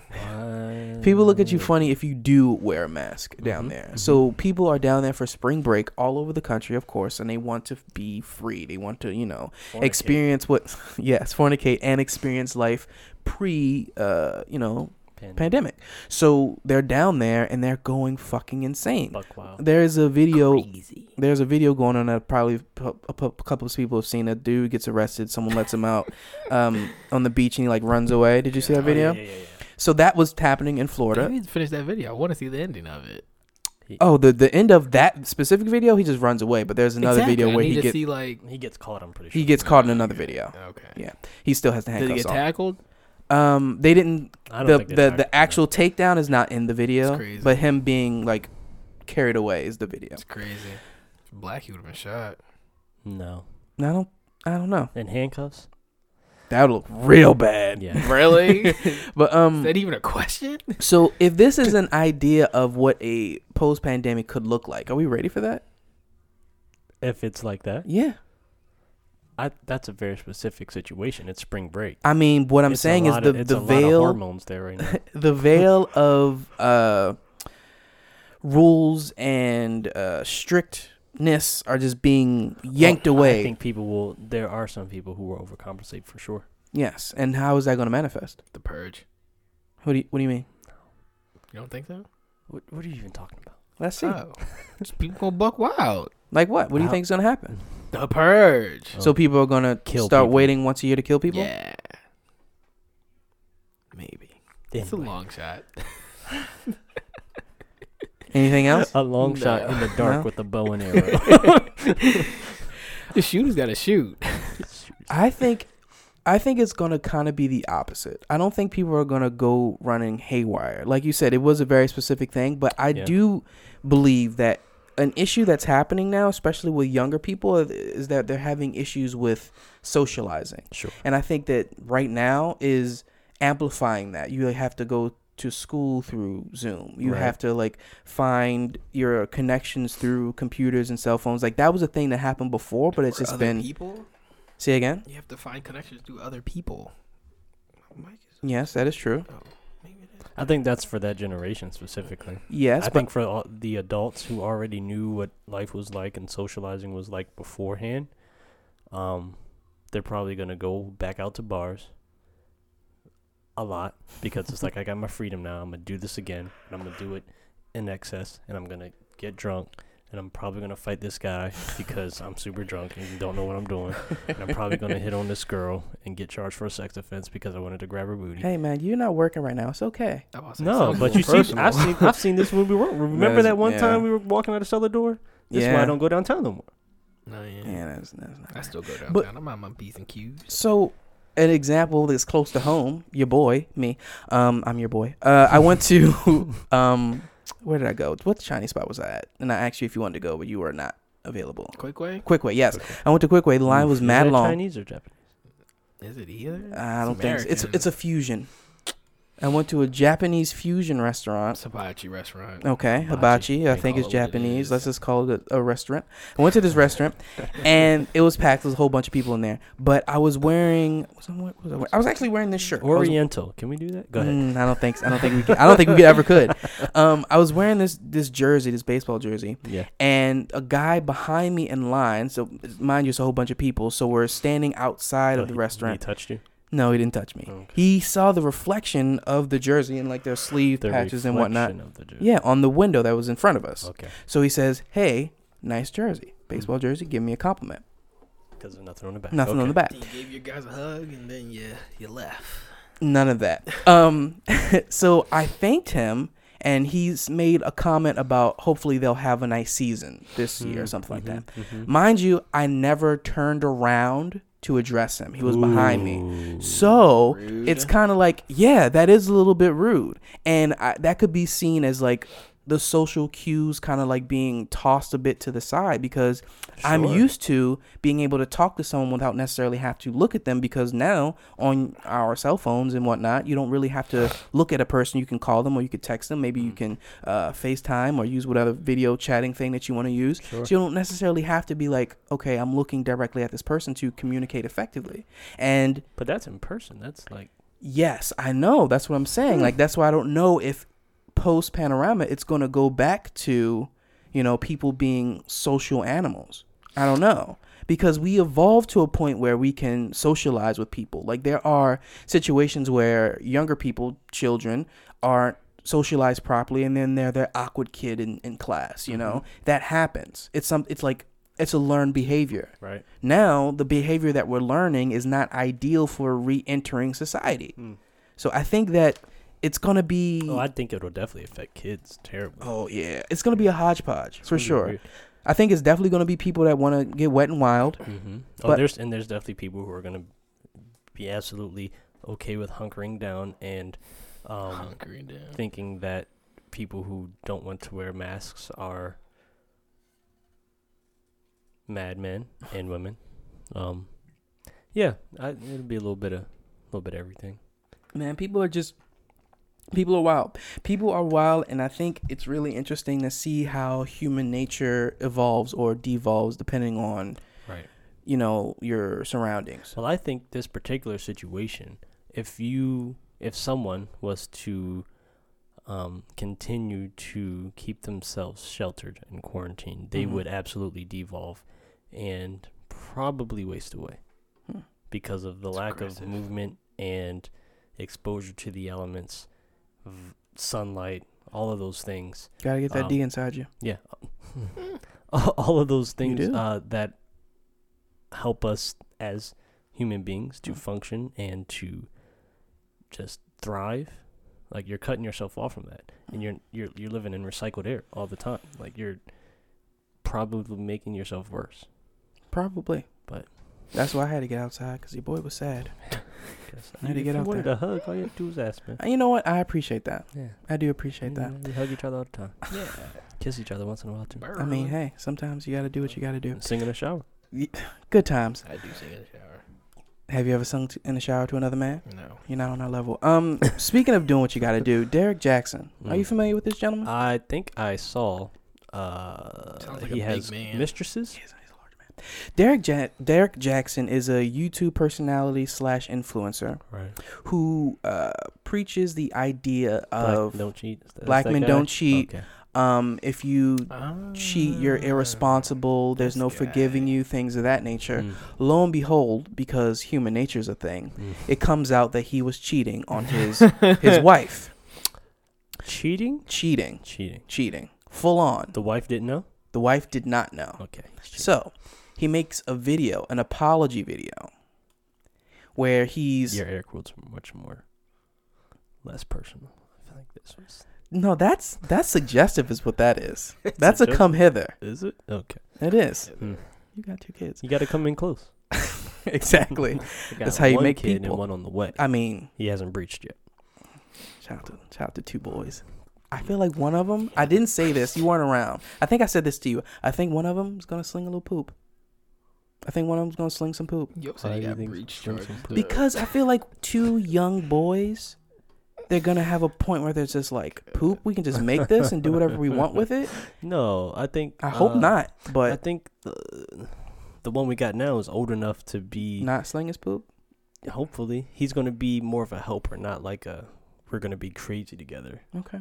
[SPEAKER 2] People look at you
[SPEAKER 3] Wow.
[SPEAKER 2] funny if you do wear a mask down
[SPEAKER 3] Mhm,
[SPEAKER 2] there.
[SPEAKER 3] mhm.
[SPEAKER 2] So people are down there for spring break all over the country, of course, and they want to be free. They want to, you know,
[SPEAKER 3] Fornicate.
[SPEAKER 2] experience what, yes, fornicate and experience life pre, uh, you know,
[SPEAKER 3] Pandemic.
[SPEAKER 2] pandemic. So they're down there and they're going fucking insane.
[SPEAKER 3] Buck wild.
[SPEAKER 2] There is a video.
[SPEAKER 1] Crazy.
[SPEAKER 2] There's a video going on that probably a, a couple of people have seen. A dude gets arrested. Someone lets him out um, on the beach, and he like runs away. Did you see
[SPEAKER 1] Yeah.
[SPEAKER 2] that video?
[SPEAKER 3] Oh, yeah, yeah, yeah, yeah.
[SPEAKER 2] So that was happening in Florida.
[SPEAKER 1] I need to finish that video. I want to see the ending of it.
[SPEAKER 2] Oh, the the end of that specific video, he just runs away. But there's another
[SPEAKER 1] Exactly.
[SPEAKER 2] video
[SPEAKER 1] I
[SPEAKER 2] where
[SPEAKER 1] need
[SPEAKER 2] he
[SPEAKER 1] to
[SPEAKER 2] gets
[SPEAKER 1] see like
[SPEAKER 3] He gets caught. I'm pretty sure.
[SPEAKER 2] he gets caught in another video.
[SPEAKER 1] okay.
[SPEAKER 2] Yeah. He still has the
[SPEAKER 1] Did he
[SPEAKER 2] handcuffs
[SPEAKER 1] get
[SPEAKER 2] on.
[SPEAKER 1] tackled?
[SPEAKER 2] Um, they didn't.
[SPEAKER 3] I don't
[SPEAKER 2] The
[SPEAKER 3] think they
[SPEAKER 2] the,
[SPEAKER 3] talked
[SPEAKER 2] the
[SPEAKER 3] about it.
[SPEAKER 2] actual takedown is not in the video,
[SPEAKER 1] It's crazy.
[SPEAKER 2] but him being like carried away is the video.
[SPEAKER 1] It's crazy. If Black, he would have been shot.
[SPEAKER 3] No.
[SPEAKER 2] And I don't. I don't know.
[SPEAKER 3] In handcuffs?
[SPEAKER 2] That would look real bad.
[SPEAKER 3] Yeah.
[SPEAKER 1] Really? Is
[SPEAKER 2] But um,
[SPEAKER 1] that even a question?
[SPEAKER 2] So if this is an idea of what a post pandemic could look like, are we ready for that?
[SPEAKER 3] if it's like that,
[SPEAKER 2] Yeah.
[SPEAKER 3] I, that's a very specific situation. It's spring break.
[SPEAKER 2] I mean, what I'm
[SPEAKER 3] It's a
[SPEAKER 2] saying is
[SPEAKER 3] lot
[SPEAKER 2] the
[SPEAKER 3] of- it's
[SPEAKER 2] the
[SPEAKER 3] a lot of
[SPEAKER 2] veil
[SPEAKER 3] hormones there right now.
[SPEAKER 2] the veil of uh rules and uh strictness are just being yanked
[SPEAKER 3] Well,
[SPEAKER 2] away.
[SPEAKER 3] I think people will. There are some people who will overcompensate for sure.
[SPEAKER 2] yes. And how is that going to manifest?
[SPEAKER 1] The Purge.
[SPEAKER 2] What do you, what do you mean?
[SPEAKER 1] You don't think so?
[SPEAKER 3] What, what are you even talking about?
[SPEAKER 2] Let's see.
[SPEAKER 1] Oh. Just people gonna buck wild.
[SPEAKER 2] like what? What do you
[SPEAKER 3] How-
[SPEAKER 2] think is going to happen?
[SPEAKER 1] The Purge.
[SPEAKER 3] Oh.
[SPEAKER 2] So people are going to
[SPEAKER 3] Kill
[SPEAKER 2] start
[SPEAKER 3] people.
[SPEAKER 2] waiting once a year to kill people?
[SPEAKER 1] Yeah. Maybe. It's a
[SPEAKER 3] Anyway.
[SPEAKER 1] long shot.
[SPEAKER 2] Anything else?
[SPEAKER 3] A long shot
[SPEAKER 1] No.
[SPEAKER 3] in the dark
[SPEAKER 2] No?
[SPEAKER 3] with a bow and arrow.
[SPEAKER 1] The shooter's got to shoot.
[SPEAKER 2] I think I think it's gonna kinda be the opposite. I don't think people are gonna go running haywire. Like you said, it was a very specific thing, but I
[SPEAKER 3] Yeah.
[SPEAKER 2] do believe that an issue that's happening now, especially with younger people, is that they're having issues with socializing.
[SPEAKER 3] sure.
[SPEAKER 2] And I think that right now is amplifying that. You have to go to school through Zoom. You
[SPEAKER 3] Right.
[SPEAKER 2] have to like find your connections through computers and cell phones. Like that was a thing that happened before, but it's
[SPEAKER 1] For
[SPEAKER 2] just
[SPEAKER 1] other
[SPEAKER 2] been
[SPEAKER 1] people.
[SPEAKER 2] see again.
[SPEAKER 1] You have to find connections through other people. My mic is-
[SPEAKER 2] Yes, that is true.
[SPEAKER 1] oh, maybe it is.
[SPEAKER 3] I think that's for that generation specifically.
[SPEAKER 2] Yes,
[SPEAKER 3] I
[SPEAKER 2] but
[SPEAKER 3] think for all the adults who already knew what life was like and socializing was like beforehand, um, they're probably gonna go back out to bars a lot because it's like I got my freedom now. I'm gonna do this again, and I'm gonna do it in excess, and I'm gonna get drunk, and I'm probably gonna fight this guy because I'm super drunk and don't know what I'm doing, and I'm probably gonna hit on this girl and get charged for a sex offense because I wanted to grab her booty.
[SPEAKER 2] hey, man, you're not working right now. It's okay.
[SPEAKER 1] I was like,
[SPEAKER 3] No,
[SPEAKER 1] sounds
[SPEAKER 3] but
[SPEAKER 1] more
[SPEAKER 3] you see,
[SPEAKER 1] personal.
[SPEAKER 3] I've seen I've seen this when we were. Remember
[SPEAKER 2] That's-
[SPEAKER 3] that one
[SPEAKER 2] yeah.
[SPEAKER 3] time we were walking out of cellar door? That's why I don't go downtown no more.
[SPEAKER 1] No, yeah.
[SPEAKER 2] Yeah, that's, that's not
[SPEAKER 1] I still go downtown.
[SPEAKER 2] But-
[SPEAKER 1] I'm on my P's and Q's.
[SPEAKER 2] So, an example that's close to home, your boy, me. Um, I'm your boy. Uh, I went to um, where did I go? What Chinese spot was I at? And I asked you if you wanted to go, but you were not available.
[SPEAKER 1] Quick way?
[SPEAKER 2] Quickway, yes. I went to Quickway. The line was
[SPEAKER 3] Is
[SPEAKER 2] mad
[SPEAKER 3] that
[SPEAKER 2] long.
[SPEAKER 3] Chinese or Japanese?
[SPEAKER 1] Is it either?
[SPEAKER 2] I don't
[SPEAKER 1] It's
[SPEAKER 2] think so. it's
[SPEAKER 1] American.
[SPEAKER 2] it's a fusion. I went to a Japanese fusion restaurant.
[SPEAKER 1] It's a hibachi restaurant.
[SPEAKER 2] Okay,
[SPEAKER 3] Hibachi.
[SPEAKER 2] hibachi. I
[SPEAKER 3] They
[SPEAKER 2] think
[SPEAKER 1] call
[SPEAKER 2] it's
[SPEAKER 1] it what it
[SPEAKER 2] Japanese.
[SPEAKER 1] is.
[SPEAKER 2] Let's just call it a, a restaurant. I went to this restaurant, and it was packed. There was a whole bunch of people in there. But I was wearing. Was I, wearing- was I, wearing- I was actually wearing this shirt. I was-
[SPEAKER 3] Oriental. Can we do that? Go ahead.
[SPEAKER 2] Mm, I don't think. I don't think we. Can, I don't think we could, ever could. Um, I was wearing this this jersey, this baseball jersey,
[SPEAKER 3] Yeah.
[SPEAKER 2] and a guy behind me in line. So mind you, it's a whole bunch of people. So we're standing outside
[SPEAKER 3] Oh,
[SPEAKER 2] of the
[SPEAKER 3] he- He
[SPEAKER 2] restaurant.
[SPEAKER 3] touched you.
[SPEAKER 2] no, he didn't touch me.
[SPEAKER 3] Okay.
[SPEAKER 2] He saw the reflection of the jersey and like their sleeve
[SPEAKER 3] The
[SPEAKER 2] patches and whatnot.
[SPEAKER 3] reflection of the jersey.
[SPEAKER 2] Yeah, on the window that was in front of us.
[SPEAKER 3] Okay.
[SPEAKER 2] So he says, "Hey, nice jersey, baseball jersey. Give me a compliment.
[SPEAKER 3] Because there's nothing on the back.
[SPEAKER 2] Nothing on the back.
[SPEAKER 1] You gave your guys a hug and then you, you left.
[SPEAKER 2] None of that." Um, so I thanked him, and he's made a comment about hopefully they'll have a nice season this year or something like that.
[SPEAKER 3] Mm-hmm.
[SPEAKER 2] Mind you, I never turned around to address him. He was behind me. So it's kind of like, yeah, that is a little bit rude, and I, that could be seen as like the social cues kind of like being tossed a bit to the side because I'm
[SPEAKER 3] Sure.
[SPEAKER 2] used to being able to talk to someone without necessarily have to look at them because now on our cell phones and whatnot, you don't really have to look at a person. You can call them or you could text them. Maybe you can uh, FaceTime or use whatever video chatting thing that you want to use. So you don't necessarily have to be like, okay, I'm looking directly at this person to communicate effectively. And
[SPEAKER 3] But that's in person. That's like.
[SPEAKER 2] Yes, I know. That's what I'm saying. Like that's why I don't know if post panorama it's going to go back to, you know, people being social animals. I don't know. Because we evolved to a point where we can socialize with people. Like there are situations where younger people, children, aren't socialized properly and then they're the awkward kid in, in class, you know? That happens. It's some it's like it's a learned behavior.
[SPEAKER 3] Right.
[SPEAKER 2] Now, the behavior that we're learning is not ideal for re entering society. So I think that it's going to be.
[SPEAKER 3] Oh, I think it'll definitely affect kids terribly.
[SPEAKER 2] oh, yeah. It's going to be a hodgepodge, for
[SPEAKER 3] gonna be
[SPEAKER 2] sure.
[SPEAKER 3] weird.
[SPEAKER 2] I think it's definitely going to be people that want to get wet and wild.
[SPEAKER 3] Mm-hmm. Oh,
[SPEAKER 2] But-
[SPEAKER 3] there's and there's definitely people who are gonna be absolutely okay with hunkering down and um,
[SPEAKER 1] Hunkering down.
[SPEAKER 3] thinking that people who don't want to wear masks are madmen and women. Um, yeah, I, it'll be a little bit of, little bit of everything.
[SPEAKER 2] Man, people are just people are wild. People are wild, and I think it's really interesting to see how human nature evolves or devolves depending on
[SPEAKER 3] Right.
[SPEAKER 2] you know your surroundings.
[SPEAKER 3] Well, I think this particular situation, if you, if someone was to um, continue to keep themselves sheltered and quarantined, they
[SPEAKER 2] Mhm.
[SPEAKER 3] would absolutely devolve and probably waste away
[SPEAKER 2] Hmm.
[SPEAKER 3] because of the
[SPEAKER 1] It's
[SPEAKER 3] lack
[SPEAKER 1] aggressive.
[SPEAKER 3] of movement and exposure to the elements, v- sunlight, all of those things
[SPEAKER 2] Gotta get that
[SPEAKER 3] Um,
[SPEAKER 2] D inside you.
[SPEAKER 3] yeah. all all of those things
[SPEAKER 2] Hmm. do.
[SPEAKER 3] uh, that help us as human beings
[SPEAKER 2] Hmm.
[SPEAKER 3] to function and to just thrive. Like you're cutting yourself off from that, and you're you're you're living in recycled air all the time. Like you're probably making yourself worse.
[SPEAKER 2] Probably.
[SPEAKER 3] But-
[SPEAKER 2] that's why I had to get outside because your boy was sad. I
[SPEAKER 3] You-
[SPEAKER 2] had to
[SPEAKER 3] if
[SPEAKER 2] get
[SPEAKER 3] you
[SPEAKER 2] out
[SPEAKER 3] wanted
[SPEAKER 2] there.
[SPEAKER 3] a hug, all you have to do is ask, man.
[SPEAKER 2] And You know what? I appreciate that.
[SPEAKER 3] Yeah,
[SPEAKER 2] I do appreciate that.
[SPEAKER 3] We hug each other all the time.
[SPEAKER 1] Yeah.
[SPEAKER 3] Kiss each other once in a while too.
[SPEAKER 1] Burn.
[SPEAKER 2] I mean, hey, sometimes you gotta do what you gotta do.
[SPEAKER 3] And sing in the shower.
[SPEAKER 2] Good times.
[SPEAKER 1] I do sing in the shower.
[SPEAKER 2] Have you ever sung t- in the shower to another man?
[SPEAKER 1] No.
[SPEAKER 2] You're not on our level. Um, speaking of doing what you gotta do, Derek Jackson. Are you
[SPEAKER 3] Mm.
[SPEAKER 2] familiar with this gentleman?
[SPEAKER 3] I think I saw. Uh,
[SPEAKER 1] Sounds like a
[SPEAKER 3] he
[SPEAKER 1] big
[SPEAKER 3] has
[SPEAKER 1] man.
[SPEAKER 3] mistresses.
[SPEAKER 2] Yes, he's a large man. Derek ja- Derek Jackson is a YouTube personality slash influencer
[SPEAKER 3] Right.
[SPEAKER 2] who uh, preaches the idea of
[SPEAKER 3] Black don't cheat. Is that-
[SPEAKER 2] black
[SPEAKER 3] is that
[SPEAKER 2] men
[SPEAKER 3] guy?
[SPEAKER 2] don't cheat.
[SPEAKER 3] Okay.
[SPEAKER 2] um, if you
[SPEAKER 1] Um,
[SPEAKER 2] cheat, you're irresponsible. There's
[SPEAKER 1] this
[SPEAKER 2] no forgiving
[SPEAKER 1] guy.
[SPEAKER 2] you. Things of that nature.
[SPEAKER 3] Mm,
[SPEAKER 2] Lo and behold, because human nature's a thing,
[SPEAKER 3] mm.
[SPEAKER 2] it comes out that he was cheating on his his wife.
[SPEAKER 3] Cheating?
[SPEAKER 2] Cheating,
[SPEAKER 3] Cheating.
[SPEAKER 2] cheating, full on.
[SPEAKER 3] The wife didn't know.
[SPEAKER 2] The wife did not know.
[SPEAKER 3] Okay. he's cheating.
[SPEAKER 2] So he makes a video, an apology video, where he's
[SPEAKER 3] your air quotes were much more less personal. I feel like this was.
[SPEAKER 2] no, that's that's suggestive, is what that is. That's a
[SPEAKER 3] suggestive?
[SPEAKER 2] come hither.
[SPEAKER 3] Is it? Okay.
[SPEAKER 2] It is.
[SPEAKER 3] Hmm.
[SPEAKER 2] You got two kids.
[SPEAKER 3] You got to come in close.
[SPEAKER 2] exactly.
[SPEAKER 3] I got
[SPEAKER 2] That's how you
[SPEAKER 3] one
[SPEAKER 2] make
[SPEAKER 3] kid
[SPEAKER 2] people.
[SPEAKER 3] And one on the way.
[SPEAKER 2] I mean,
[SPEAKER 3] He hasn't breached yet.
[SPEAKER 2] shout out to shout out to two boys. I feel like one of them. I didn't say this. You weren't around. I think I said this to you. I think one of them is gonna sling a little poop. I think one of them's gonna sling some poop.
[SPEAKER 1] Yo,
[SPEAKER 3] Why
[SPEAKER 1] so
[SPEAKER 3] do
[SPEAKER 1] you
[SPEAKER 3] you
[SPEAKER 1] got
[SPEAKER 3] think
[SPEAKER 1] breach
[SPEAKER 3] Slim
[SPEAKER 1] charges.
[SPEAKER 3] Shady-
[SPEAKER 1] though.
[SPEAKER 2] Because I feel like two young boys, they're gonna have a point where they're just like, poop, we can just make this and do whatever we want with it.
[SPEAKER 3] No, I think.
[SPEAKER 2] I hope
[SPEAKER 3] uh,
[SPEAKER 2] not,
[SPEAKER 3] I
[SPEAKER 2] but
[SPEAKER 3] think the, the one we got now is old enough to be.
[SPEAKER 2] not sling his poop.
[SPEAKER 3] hopefully he's going to be more of a helper not like a we're going to be crazy together
[SPEAKER 2] Okay.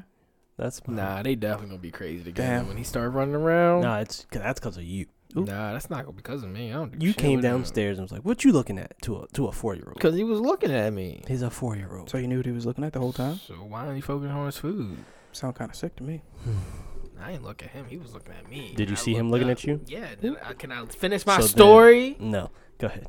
[SPEAKER 3] that's my-
[SPEAKER 1] Nah, they definitely gonna be crazy together
[SPEAKER 2] Damn.
[SPEAKER 1] when he started running around. Nah,
[SPEAKER 3] nah it's 'cause that's because of you
[SPEAKER 2] oop.
[SPEAKER 1] that's not gonna be because of me. I don't. Do
[SPEAKER 3] you came downstairs and was like what you looking at to a to a four-year-old
[SPEAKER 1] because he was looking at me.
[SPEAKER 3] he's a four-year-old
[SPEAKER 2] So you knew what he was looking at the whole time?
[SPEAKER 1] So why don't you focus on his food?
[SPEAKER 2] Sound kind of sick to me.
[SPEAKER 3] Hmm.
[SPEAKER 1] I didn't look at him. He was looking at me.
[SPEAKER 3] Did you
[SPEAKER 1] I
[SPEAKER 3] see him
[SPEAKER 1] looked
[SPEAKER 3] looking
[SPEAKER 1] up.
[SPEAKER 3] at you?
[SPEAKER 1] Yeah. Then I, can I finish my
[SPEAKER 3] So then-
[SPEAKER 1] story?
[SPEAKER 3] no go ahead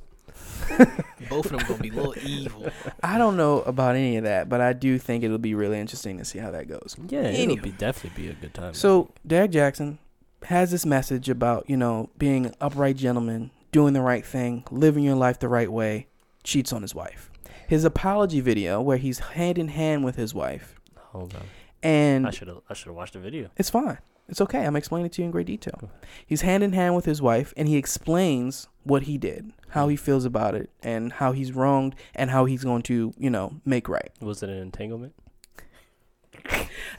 [SPEAKER 1] Both of them gonna be little evil.
[SPEAKER 2] I don't know about any of that, but I do think it'll be really interesting to see how that goes.
[SPEAKER 3] yeah it'll
[SPEAKER 2] Anywho.
[SPEAKER 3] be definitely be a good time
[SPEAKER 2] So Derek Jackson has this message about, you know, being an upright gentleman, doing the right thing, living your life the right way, cheats on his wife. His apology video where he's hand in hand with his wife
[SPEAKER 3] hold on i
[SPEAKER 2] and
[SPEAKER 3] should have i should have watched the video
[SPEAKER 2] it's fine. It's okay. I'm explaining it to you in great detail. He's hand in hand with his wife and he explains what he did, how he
[SPEAKER 3] Mm.
[SPEAKER 2] feels about it, and how he's wronged and how he's going to, you know, make right.
[SPEAKER 3] was it an entanglement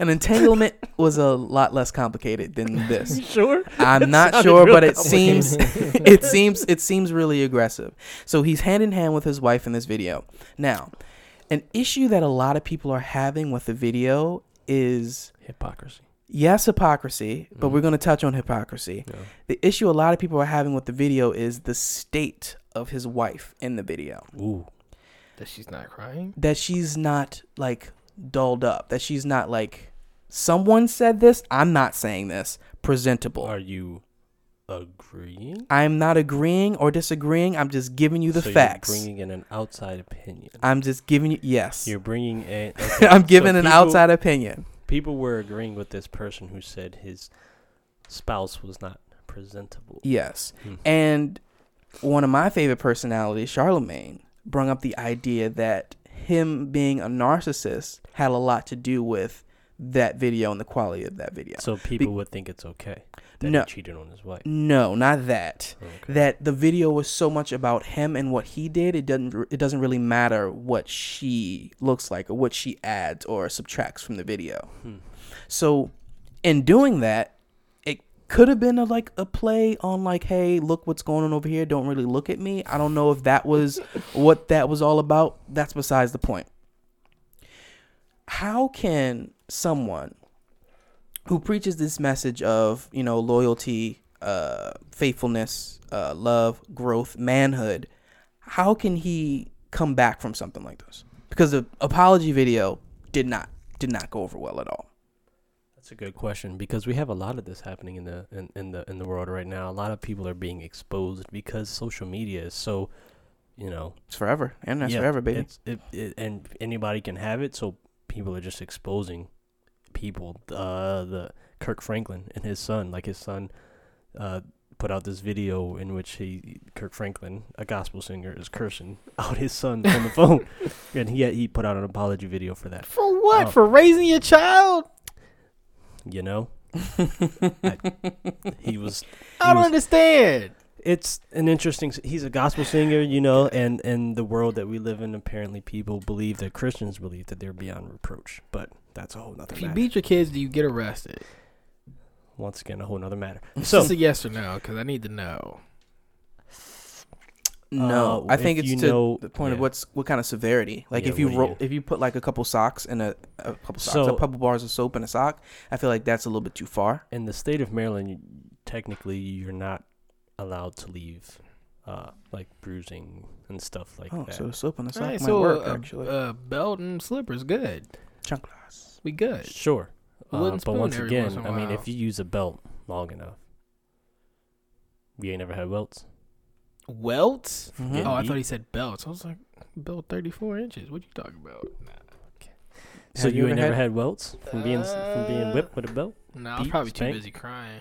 [SPEAKER 2] An entanglement was a lot less complicated than this.
[SPEAKER 3] sure
[SPEAKER 2] I'm not
[SPEAKER 3] sounded
[SPEAKER 2] sure,
[SPEAKER 3] real
[SPEAKER 2] but it
[SPEAKER 3] complicated.
[SPEAKER 2] seems it seems it seems really aggressive. So he's hand in hand with his wife in this video. Now, an issue that a lot of people are having with the video is
[SPEAKER 3] hypocrisy
[SPEAKER 2] yes, hypocrisy, but
[SPEAKER 3] Mhm.
[SPEAKER 2] we're going to touch on hypocrisy.
[SPEAKER 3] no.
[SPEAKER 2] The issue a lot of people are having with the video is the state of his wife in the video.
[SPEAKER 3] ooh
[SPEAKER 1] that she's not crying.
[SPEAKER 2] That she's not like dolled up, that she's not like someone said this, I'm not saying this, presentable.
[SPEAKER 3] are you agreeing
[SPEAKER 2] I'm not agreeing or disagreeing. I'm just giving you the
[SPEAKER 3] So
[SPEAKER 2] facts.
[SPEAKER 3] you're bringing in an outside opinion
[SPEAKER 2] I'm just giving you yes.
[SPEAKER 3] you're bringing in
[SPEAKER 2] I'm giving an
[SPEAKER 3] people-
[SPEAKER 2] outside opinion.
[SPEAKER 3] people were agreeing with this person who said his spouse was not presentable.
[SPEAKER 2] Yes.
[SPEAKER 3] Hmm.
[SPEAKER 2] And one of my favorite personalities, Charlemagne, brung up the idea that him being a narcissist had a lot to do with that video and the quality of that video.
[SPEAKER 3] So people would think it's okay that
[SPEAKER 2] No.
[SPEAKER 3] he cheated on his wife.
[SPEAKER 2] No, not that.
[SPEAKER 3] Okay.
[SPEAKER 2] That the video was so much about him and what he did. It doesn't. It doesn't really matter what she looks like or what she adds or subtracts from the video. So, in doing that, it could have been a, like a play on like, hey, look what's going on over here. Don't really look at me. I don't know if that was what that was all about. That's besides the point. How can someone who preaches this message of you know loyalty, uh, faithfulness, uh, love, growth, manhood, how can he come back from something like this? Because the apology video did not did not go over well at all.
[SPEAKER 3] That's a good question because we have a lot of this happening in the in, in the in the world right now. A lot of people are being exposed because social media is so, you know,
[SPEAKER 2] It's forever. Internet's
[SPEAKER 3] yeah,
[SPEAKER 2] forever, baby.
[SPEAKER 3] it's- it- it- and anybody can have it, so people are just exposing people. Uh, the Kirk Franklin and his son, like his son, uh, put out this video in which he Kirk Franklin, a gospel singer, is cursing out his son on the phone, and he he put out an apology video for that.
[SPEAKER 1] For what?
[SPEAKER 3] Oh.
[SPEAKER 1] For raising your child?
[SPEAKER 3] You know, he was.
[SPEAKER 1] I
[SPEAKER 3] he was
[SPEAKER 1] don't understand.
[SPEAKER 3] it's an interesting s- he's a gospel singer you know and and the world that we live in apparently people believe that christians believe that they're beyond reproach but that's a whole nother
[SPEAKER 1] If you
[SPEAKER 3] matter
[SPEAKER 1] beat your kids, do you get arrested?
[SPEAKER 3] once again a whole nother matter
[SPEAKER 1] So,
[SPEAKER 3] so
[SPEAKER 1] Just a yes or no, because I need to know.
[SPEAKER 2] No,
[SPEAKER 3] uh,
[SPEAKER 2] I think
[SPEAKER 3] if
[SPEAKER 2] it's
[SPEAKER 3] you
[SPEAKER 2] to
[SPEAKER 3] know-
[SPEAKER 2] the point of
[SPEAKER 3] yeah.
[SPEAKER 2] what's what kind of severity. Like
[SPEAKER 3] Yeah,
[SPEAKER 2] if you
[SPEAKER 3] what do
[SPEAKER 2] roll,
[SPEAKER 3] you-
[SPEAKER 2] if you put like a couple socks and a, a couple socks,
[SPEAKER 3] So-
[SPEAKER 2] a couple bars of soap and a sock, I feel like that's a little bit too far.
[SPEAKER 3] in the state of maryland you, technically you're not allowed to leave uh like bruising and stuff like
[SPEAKER 2] Oh,
[SPEAKER 3] that
[SPEAKER 2] so soap and a sock
[SPEAKER 1] Alright,
[SPEAKER 2] might
[SPEAKER 1] so
[SPEAKER 2] work
[SPEAKER 1] uh,
[SPEAKER 2] actually.
[SPEAKER 1] uh, belt and slippers, good.
[SPEAKER 2] Chunk glass.
[SPEAKER 1] We good.
[SPEAKER 3] sure
[SPEAKER 1] A
[SPEAKER 3] uh,
[SPEAKER 1] wooden
[SPEAKER 3] but
[SPEAKER 1] spoon
[SPEAKER 3] once
[SPEAKER 1] every
[SPEAKER 3] again
[SPEAKER 1] once in a
[SPEAKER 3] i mean
[SPEAKER 1] while.
[SPEAKER 3] if you use a belt long enough you ain't never had welts
[SPEAKER 1] Welts?
[SPEAKER 2] Mhm.
[SPEAKER 1] Oh, I
[SPEAKER 3] You-
[SPEAKER 1] thought he said belts. I was like, belt 34 inches. What you talking about?
[SPEAKER 3] so
[SPEAKER 2] Have
[SPEAKER 3] you, ain't never had, welts from being s- from being
[SPEAKER 1] Uh,
[SPEAKER 3] whipped with a belt
[SPEAKER 1] No, I was
[SPEAKER 3] Beat,
[SPEAKER 1] probably too
[SPEAKER 3] spank?
[SPEAKER 1] busy crying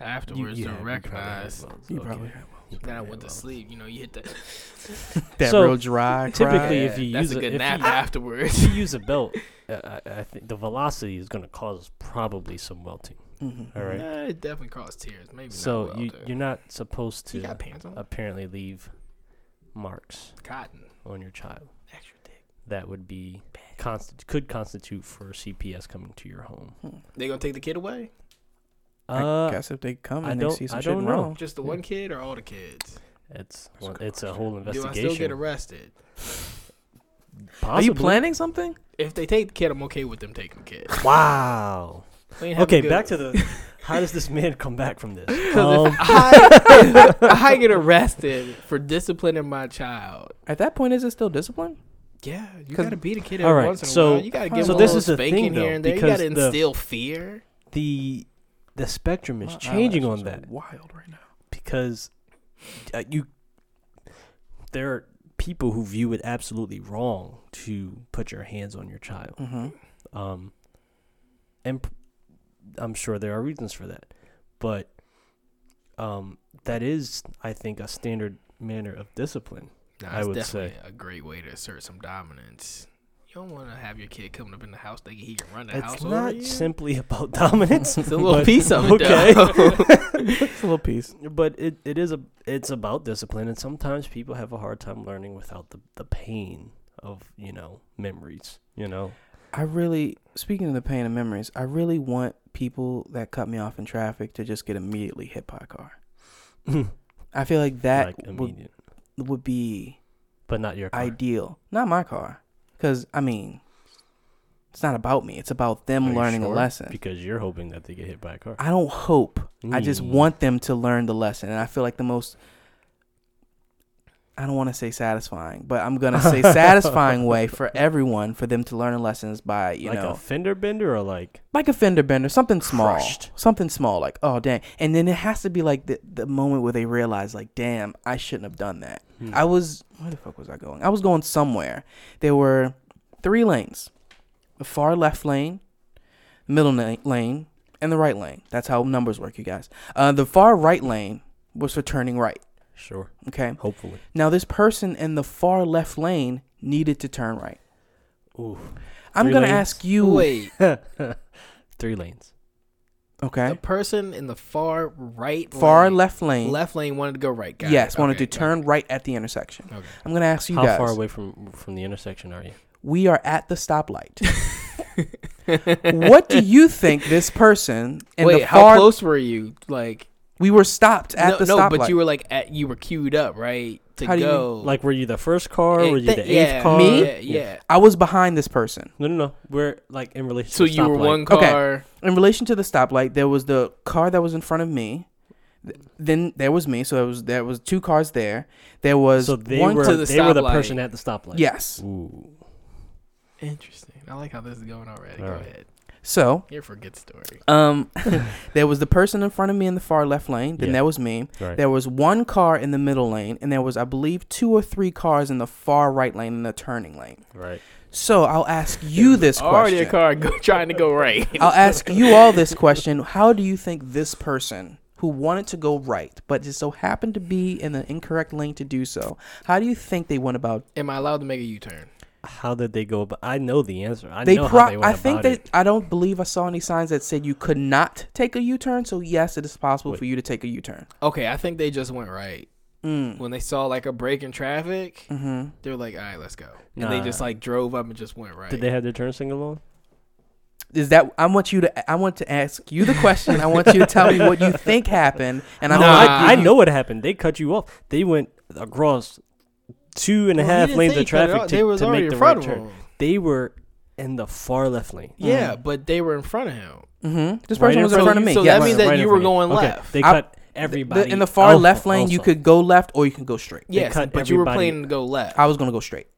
[SPEAKER 1] afterwards to
[SPEAKER 3] had- probably
[SPEAKER 1] recognize.
[SPEAKER 3] had welts.
[SPEAKER 2] You
[SPEAKER 3] Okay.
[SPEAKER 2] probably had one.
[SPEAKER 3] You
[SPEAKER 1] Then I went
[SPEAKER 3] probably had
[SPEAKER 1] to
[SPEAKER 3] welts.
[SPEAKER 1] sleep. You know, you hit the
[SPEAKER 2] That
[SPEAKER 3] So,
[SPEAKER 2] real dry.
[SPEAKER 3] typically-
[SPEAKER 2] Typically,
[SPEAKER 3] if
[SPEAKER 1] Yeah,
[SPEAKER 3] you
[SPEAKER 1] that's
[SPEAKER 3] use
[SPEAKER 1] a
[SPEAKER 3] it-
[SPEAKER 1] good
[SPEAKER 3] if
[SPEAKER 1] nap
[SPEAKER 3] you-
[SPEAKER 1] afterwards.
[SPEAKER 3] if you use a belt, uh, I, I I think the velocity is going to cause probably some welting. All right.
[SPEAKER 1] Nah, it definitely caused tears. Maybe
[SPEAKER 3] so
[SPEAKER 1] not
[SPEAKER 3] you
[SPEAKER 1] welting.
[SPEAKER 3] you're not supposed
[SPEAKER 1] You
[SPEAKER 3] to
[SPEAKER 1] got pants on?
[SPEAKER 3] apparently leave marks
[SPEAKER 1] Cotton.
[SPEAKER 3] on your child.
[SPEAKER 1] Extra thick.
[SPEAKER 3] That would be consti- could constitute for CPS coming to your home.
[SPEAKER 1] They gonna take the kid away?
[SPEAKER 2] I
[SPEAKER 3] Uh,
[SPEAKER 2] guess if they come
[SPEAKER 3] I
[SPEAKER 2] and they
[SPEAKER 3] don't-
[SPEAKER 2] see some
[SPEAKER 3] I
[SPEAKER 2] shit
[SPEAKER 3] don't know.
[SPEAKER 2] wrong.
[SPEAKER 1] Just the one kid or all the kids?
[SPEAKER 3] it's
[SPEAKER 2] a
[SPEAKER 3] well,
[SPEAKER 2] good
[SPEAKER 3] it's a whole
[SPEAKER 1] Do I still get
[SPEAKER 3] investigation.
[SPEAKER 1] arrested?
[SPEAKER 2] Are you
[SPEAKER 3] Possibly.
[SPEAKER 2] planning something?
[SPEAKER 1] If they take the kid, I'm okay with them taking the kid.
[SPEAKER 3] Wow.
[SPEAKER 1] We ain't have
[SPEAKER 3] Okay,
[SPEAKER 1] good-
[SPEAKER 3] back to the. How does this man come back from this?
[SPEAKER 1] 'Cause
[SPEAKER 3] Um,
[SPEAKER 1] if I, if I get arrested for disciplining my child.
[SPEAKER 2] At that point, is it still discipline?
[SPEAKER 1] Yeah, you
[SPEAKER 2] 'Cause-
[SPEAKER 1] gotta beat a kid
[SPEAKER 3] All
[SPEAKER 1] every
[SPEAKER 3] right,
[SPEAKER 1] once in a
[SPEAKER 3] so-
[SPEAKER 1] while. You gotta give
[SPEAKER 2] so
[SPEAKER 1] him a
[SPEAKER 2] this
[SPEAKER 1] little
[SPEAKER 3] is the
[SPEAKER 1] spanking
[SPEAKER 3] thing, though,
[SPEAKER 1] here and there. You
[SPEAKER 3] because
[SPEAKER 1] gotta
[SPEAKER 3] the-
[SPEAKER 1] instill fear.
[SPEAKER 3] the the spectrum is
[SPEAKER 2] My
[SPEAKER 3] changing on
[SPEAKER 2] eyelashes are
[SPEAKER 3] that.
[SPEAKER 2] Wild right now.
[SPEAKER 3] because uh, you there are people who view it absolutely wrong to put your hands on your child
[SPEAKER 2] Mm-hmm.
[SPEAKER 3] um and p- i'm sure there are reasons for that but um that is i think a standard manner of discipline
[SPEAKER 1] Nah,
[SPEAKER 3] I
[SPEAKER 1] it's
[SPEAKER 3] would
[SPEAKER 1] definitely a great way to assert some dominance. You don't want to have your kid coming up in the house thinking he can run the house
[SPEAKER 3] it's
[SPEAKER 1] over
[SPEAKER 3] not
[SPEAKER 1] you.
[SPEAKER 3] simply about dominance
[SPEAKER 1] it's a little
[SPEAKER 3] but-
[SPEAKER 1] piece of it,
[SPEAKER 3] okay.
[SPEAKER 1] though.
[SPEAKER 2] It's a little piece.
[SPEAKER 3] but it, it is a it's about discipline and sometimes people have a hard time learning without the, the pain of you know memories you know
[SPEAKER 2] I really, speaking of the pain of memories, I really want people that cut me off in traffic to just get immediately hit by a car. I feel like that
[SPEAKER 3] like
[SPEAKER 2] would,
[SPEAKER 3] immediate
[SPEAKER 2] would be
[SPEAKER 3] but not your car.
[SPEAKER 2] ideal. Not my car. Because, I mean, it's not about me. It's about them
[SPEAKER 3] Are you
[SPEAKER 2] learning a
[SPEAKER 3] sure?
[SPEAKER 2] lesson.
[SPEAKER 3] because you're hoping that they get hit by a car
[SPEAKER 2] I don't hope. I just
[SPEAKER 3] Mm.
[SPEAKER 2] want them to learn the lesson. And I feel like the most, I don't want to say satisfying, but I'm going to say satisfying way for everyone for them to learn a lesson is by, you
[SPEAKER 3] like
[SPEAKER 2] know.
[SPEAKER 3] a fender bender or like
[SPEAKER 2] like a fender bender, something small,
[SPEAKER 3] Crushed.
[SPEAKER 2] something small, like oh dang, and then it has to be like the the moment where they realize like damn, I shouldn't have done that.
[SPEAKER 3] Hmm.
[SPEAKER 2] I was where the fuck was I going? I was going somewhere. There were three lanes: the far left lane, middle na- lane, and the right lane. That's how numbers work, you guys. Uh, the far right lane was for turning right.
[SPEAKER 3] sure
[SPEAKER 2] Okay,
[SPEAKER 3] hopefully
[SPEAKER 2] now this person in the far left lane needed to turn right.
[SPEAKER 3] Ooh,
[SPEAKER 2] I'm
[SPEAKER 3] Three
[SPEAKER 2] gonna
[SPEAKER 3] lanes?
[SPEAKER 2] ask you.
[SPEAKER 1] Wait,
[SPEAKER 3] three lanes.
[SPEAKER 2] Okay.
[SPEAKER 1] the person in the far right,
[SPEAKER 2] Far
[SPEAKER 1] lane,
[SPEAKER 2] left lane.
[SPEAKER 1] left lane wanted to go right. Got
[SPEAKER 2] yes,
[SPEAKER 1] it.
[SPEAKER 2] wanted
[SPEAKER 1] Okay,
[SPEAKER 2] to turn right at the intersection.
[SPEAKER 1] Okay.
[SPEAKER 2] I'm gonna ask you
[SPEAKER 3] How
[SPEAKER 2] guys.
[SPEAKER 3] far away from from the intersection are you?
[SPEAKER 2] We are at the stoplight. what do you think this person in
[SPEAKER 1] Wait,
[SPEAKER 2] the far?
[SPEAKER 1] how close were you? Like
[SPEAKER 2] We were stopped at
[SPEAKER 1] no,
[SPEAKER 2] the
[SPEAKER 1] no,
[SPEAKER 2] stoplight.
[SPEAKER 1] but you were like at you were queued up right to
[SPEAKER 2] How do you mean?
[SPEAKER 1] go.
[SPEAKER 3] Like, were you the first car?
[SPEAKER 1] Eh,
[SPEAKER 3] were you
[SPEAKER 1] th-
[SPEAKER 3] the
[SPEAKER 1] yeah,
[SPEAKER 3] eighth car?
[SPEAKER 1] Me? Yeah, yeah.
[SPEAKER 2] I was behind this person.
[SPEAKER 3] No, no, no. We're like in relation.
[SPEAKER 1] So
[SPEAKER 3] to
[SPEAKER 1] you were
[SPEAKER 3] stoplight.
[SPEAKER 1] one
[SPEAKER 2] Okay.
[SPEAKER 1] car.
[SPEAKER 2] In relation to the stoplight, there was the car that was in front of me. Th- Then there was me. So there was there was two cars there. There was
[SPEAKER 3] So they
[SPEAKER 2] one
[SPEAKER 3] were
[SPEAKER 1] to the
[SPEAKER 3] they were the
[SPEAKER 1] stoplight.
[SPEAKER 3] person at the stoplight.
[SPEAKER 2] yes.
[SPEAKER 3] Ooh.
[SPEAKER 1] Interesting. I like how this is going already.
[SPEAKER 3] All
[SPEAKER 1] Go
[SPEAKER 3] right.
[SPEAKER 1] ahead.
[SPEAKER 2] So
[SPEAKER 1] You're for a good story.
[SPEAKER 2] um, there was the person in front of me in the far left lane. Then
[SPEAKER 3] Yeah.
[SPEAKER 2] there was me.
[SPEAKER 3] Right.
[SPEAKER 2] There was one car in the middle lane, and there was, I believe, two or three cars in the far right lane in the turning lane.
[SPEAKER 3] Right.
[SPEAKER 2] So I'll ask you this
[SPEAKER 1] Already
[SPEAKER 2] question.
[SPEAKER 1] a car go, trying to go right.
[SPEAKER 2] I'll ask you all this question. How do you think this person who wanted to go right, but just so happened to be in the incorrect lane to do so, how do you think they went about?
[SPEAKER 1] Am I allowed to make a U-turn?
[SPEAKER 3] How did they go? But I know the answer. I
[SPEAKER 2] They,
[SPEAKER 3] know
[SPEAKER 2] pro-
[SPEAKER 3] how they went
[SPEAKER 2] I think
[SPEAKER 3] about
[SPEAKER 2] they.
[SPEAKER 3] it.
[SPEAKER 2] I don't believe I saw any signs that said you could not take a U-turn. So yes, it is possible
[SPEAKER 3] Wait.
[SPEAKER 2] for you to take a U-turn.
[SPEAKER 1] Okay, I think they just went right.
[SPEAKER 2] Mm.
[SPEAKER 1] When they saw like a break in traffic,
[SPEAKER 2] Mm-hmm.
[SPEAKER 1] they're like, "All right, let's go," and they
[SPEAKER 3] Nah.
[SPEAKER 1] just like drove up and just went right.
[SPEAKER 3] Did they have their turn signal on?
[SPEAKER 2] is that I want you to I want to ask you the question. I want you to tell me what you think happened, and I
[SPEAKER 3] No,
[SPEAKER 1] Nah.
[SPEAKER 2] want
[SPEAKER 3] I, I know what happened. They cut you off. They went across two and a
[SPEAKER 1] Well, he
[SPEAKER 3] half
[SPEAKER 1] didn't
[SPEAKER 3] lanes
[SPEAKER 1] say
[SPEAKER 3] of
[SPEAKER 1] he cut it
[SPEAKER 3] traffic
[SPEAKER 1] off.
[SPEAKER 3] to,
[SPEAKER 1] They was
[SPEAKER 3] to
[SPEAKER 1] already
[SPEAKER 3] make the
[SPEAKER 1] in front
[SPEAKER 3] right
[SPEAKER 1] of
[SPEAKER 3] turn. Mm.
[SPEAKER 1] him.
[SPEAKER 3] They were in the far left lane.
[SPEAKER 1] Yeah, but they were in front of him.
[SPEAKER 2] hmm this
[SPEAKER 3] Right
[SPEAKER 2] person
[SPEAKER 3] in
[SPEAKER 2] was in
[SPEAKER 3] front-
[SPEAKER 2] front of me.
[SPEAKER 1] so
[SPEAKER 2] yes.
[SPEAKER 1] that means that
[SPEAKER 3] Right in
[SPEAKER 1] you were
[SPEAKER 3] front of
[SPEAKER 1] going
[SPEAKER 3] Okay,
[SPEAKER 1] left.
[SPEAKER 3] They
[SPEAKER 2] I-
[SPEAKER 3] cut everybody
[SPEAKER 2] The- in the far
[SPEAKER 3] off
[SPEAKER 2] left lane, you
[SPEAKER 3] also.
[SPEAKER 2] could go left or you can go straight.
[SPEAKER 1] Yes,
[SPEAKER 3] cut
[SPEAKER 1] but you were
[SPEAKER 3] everybody-
[SPEAKER 1] planning to go left.
[SPEAKER 2] I was gonna go straight.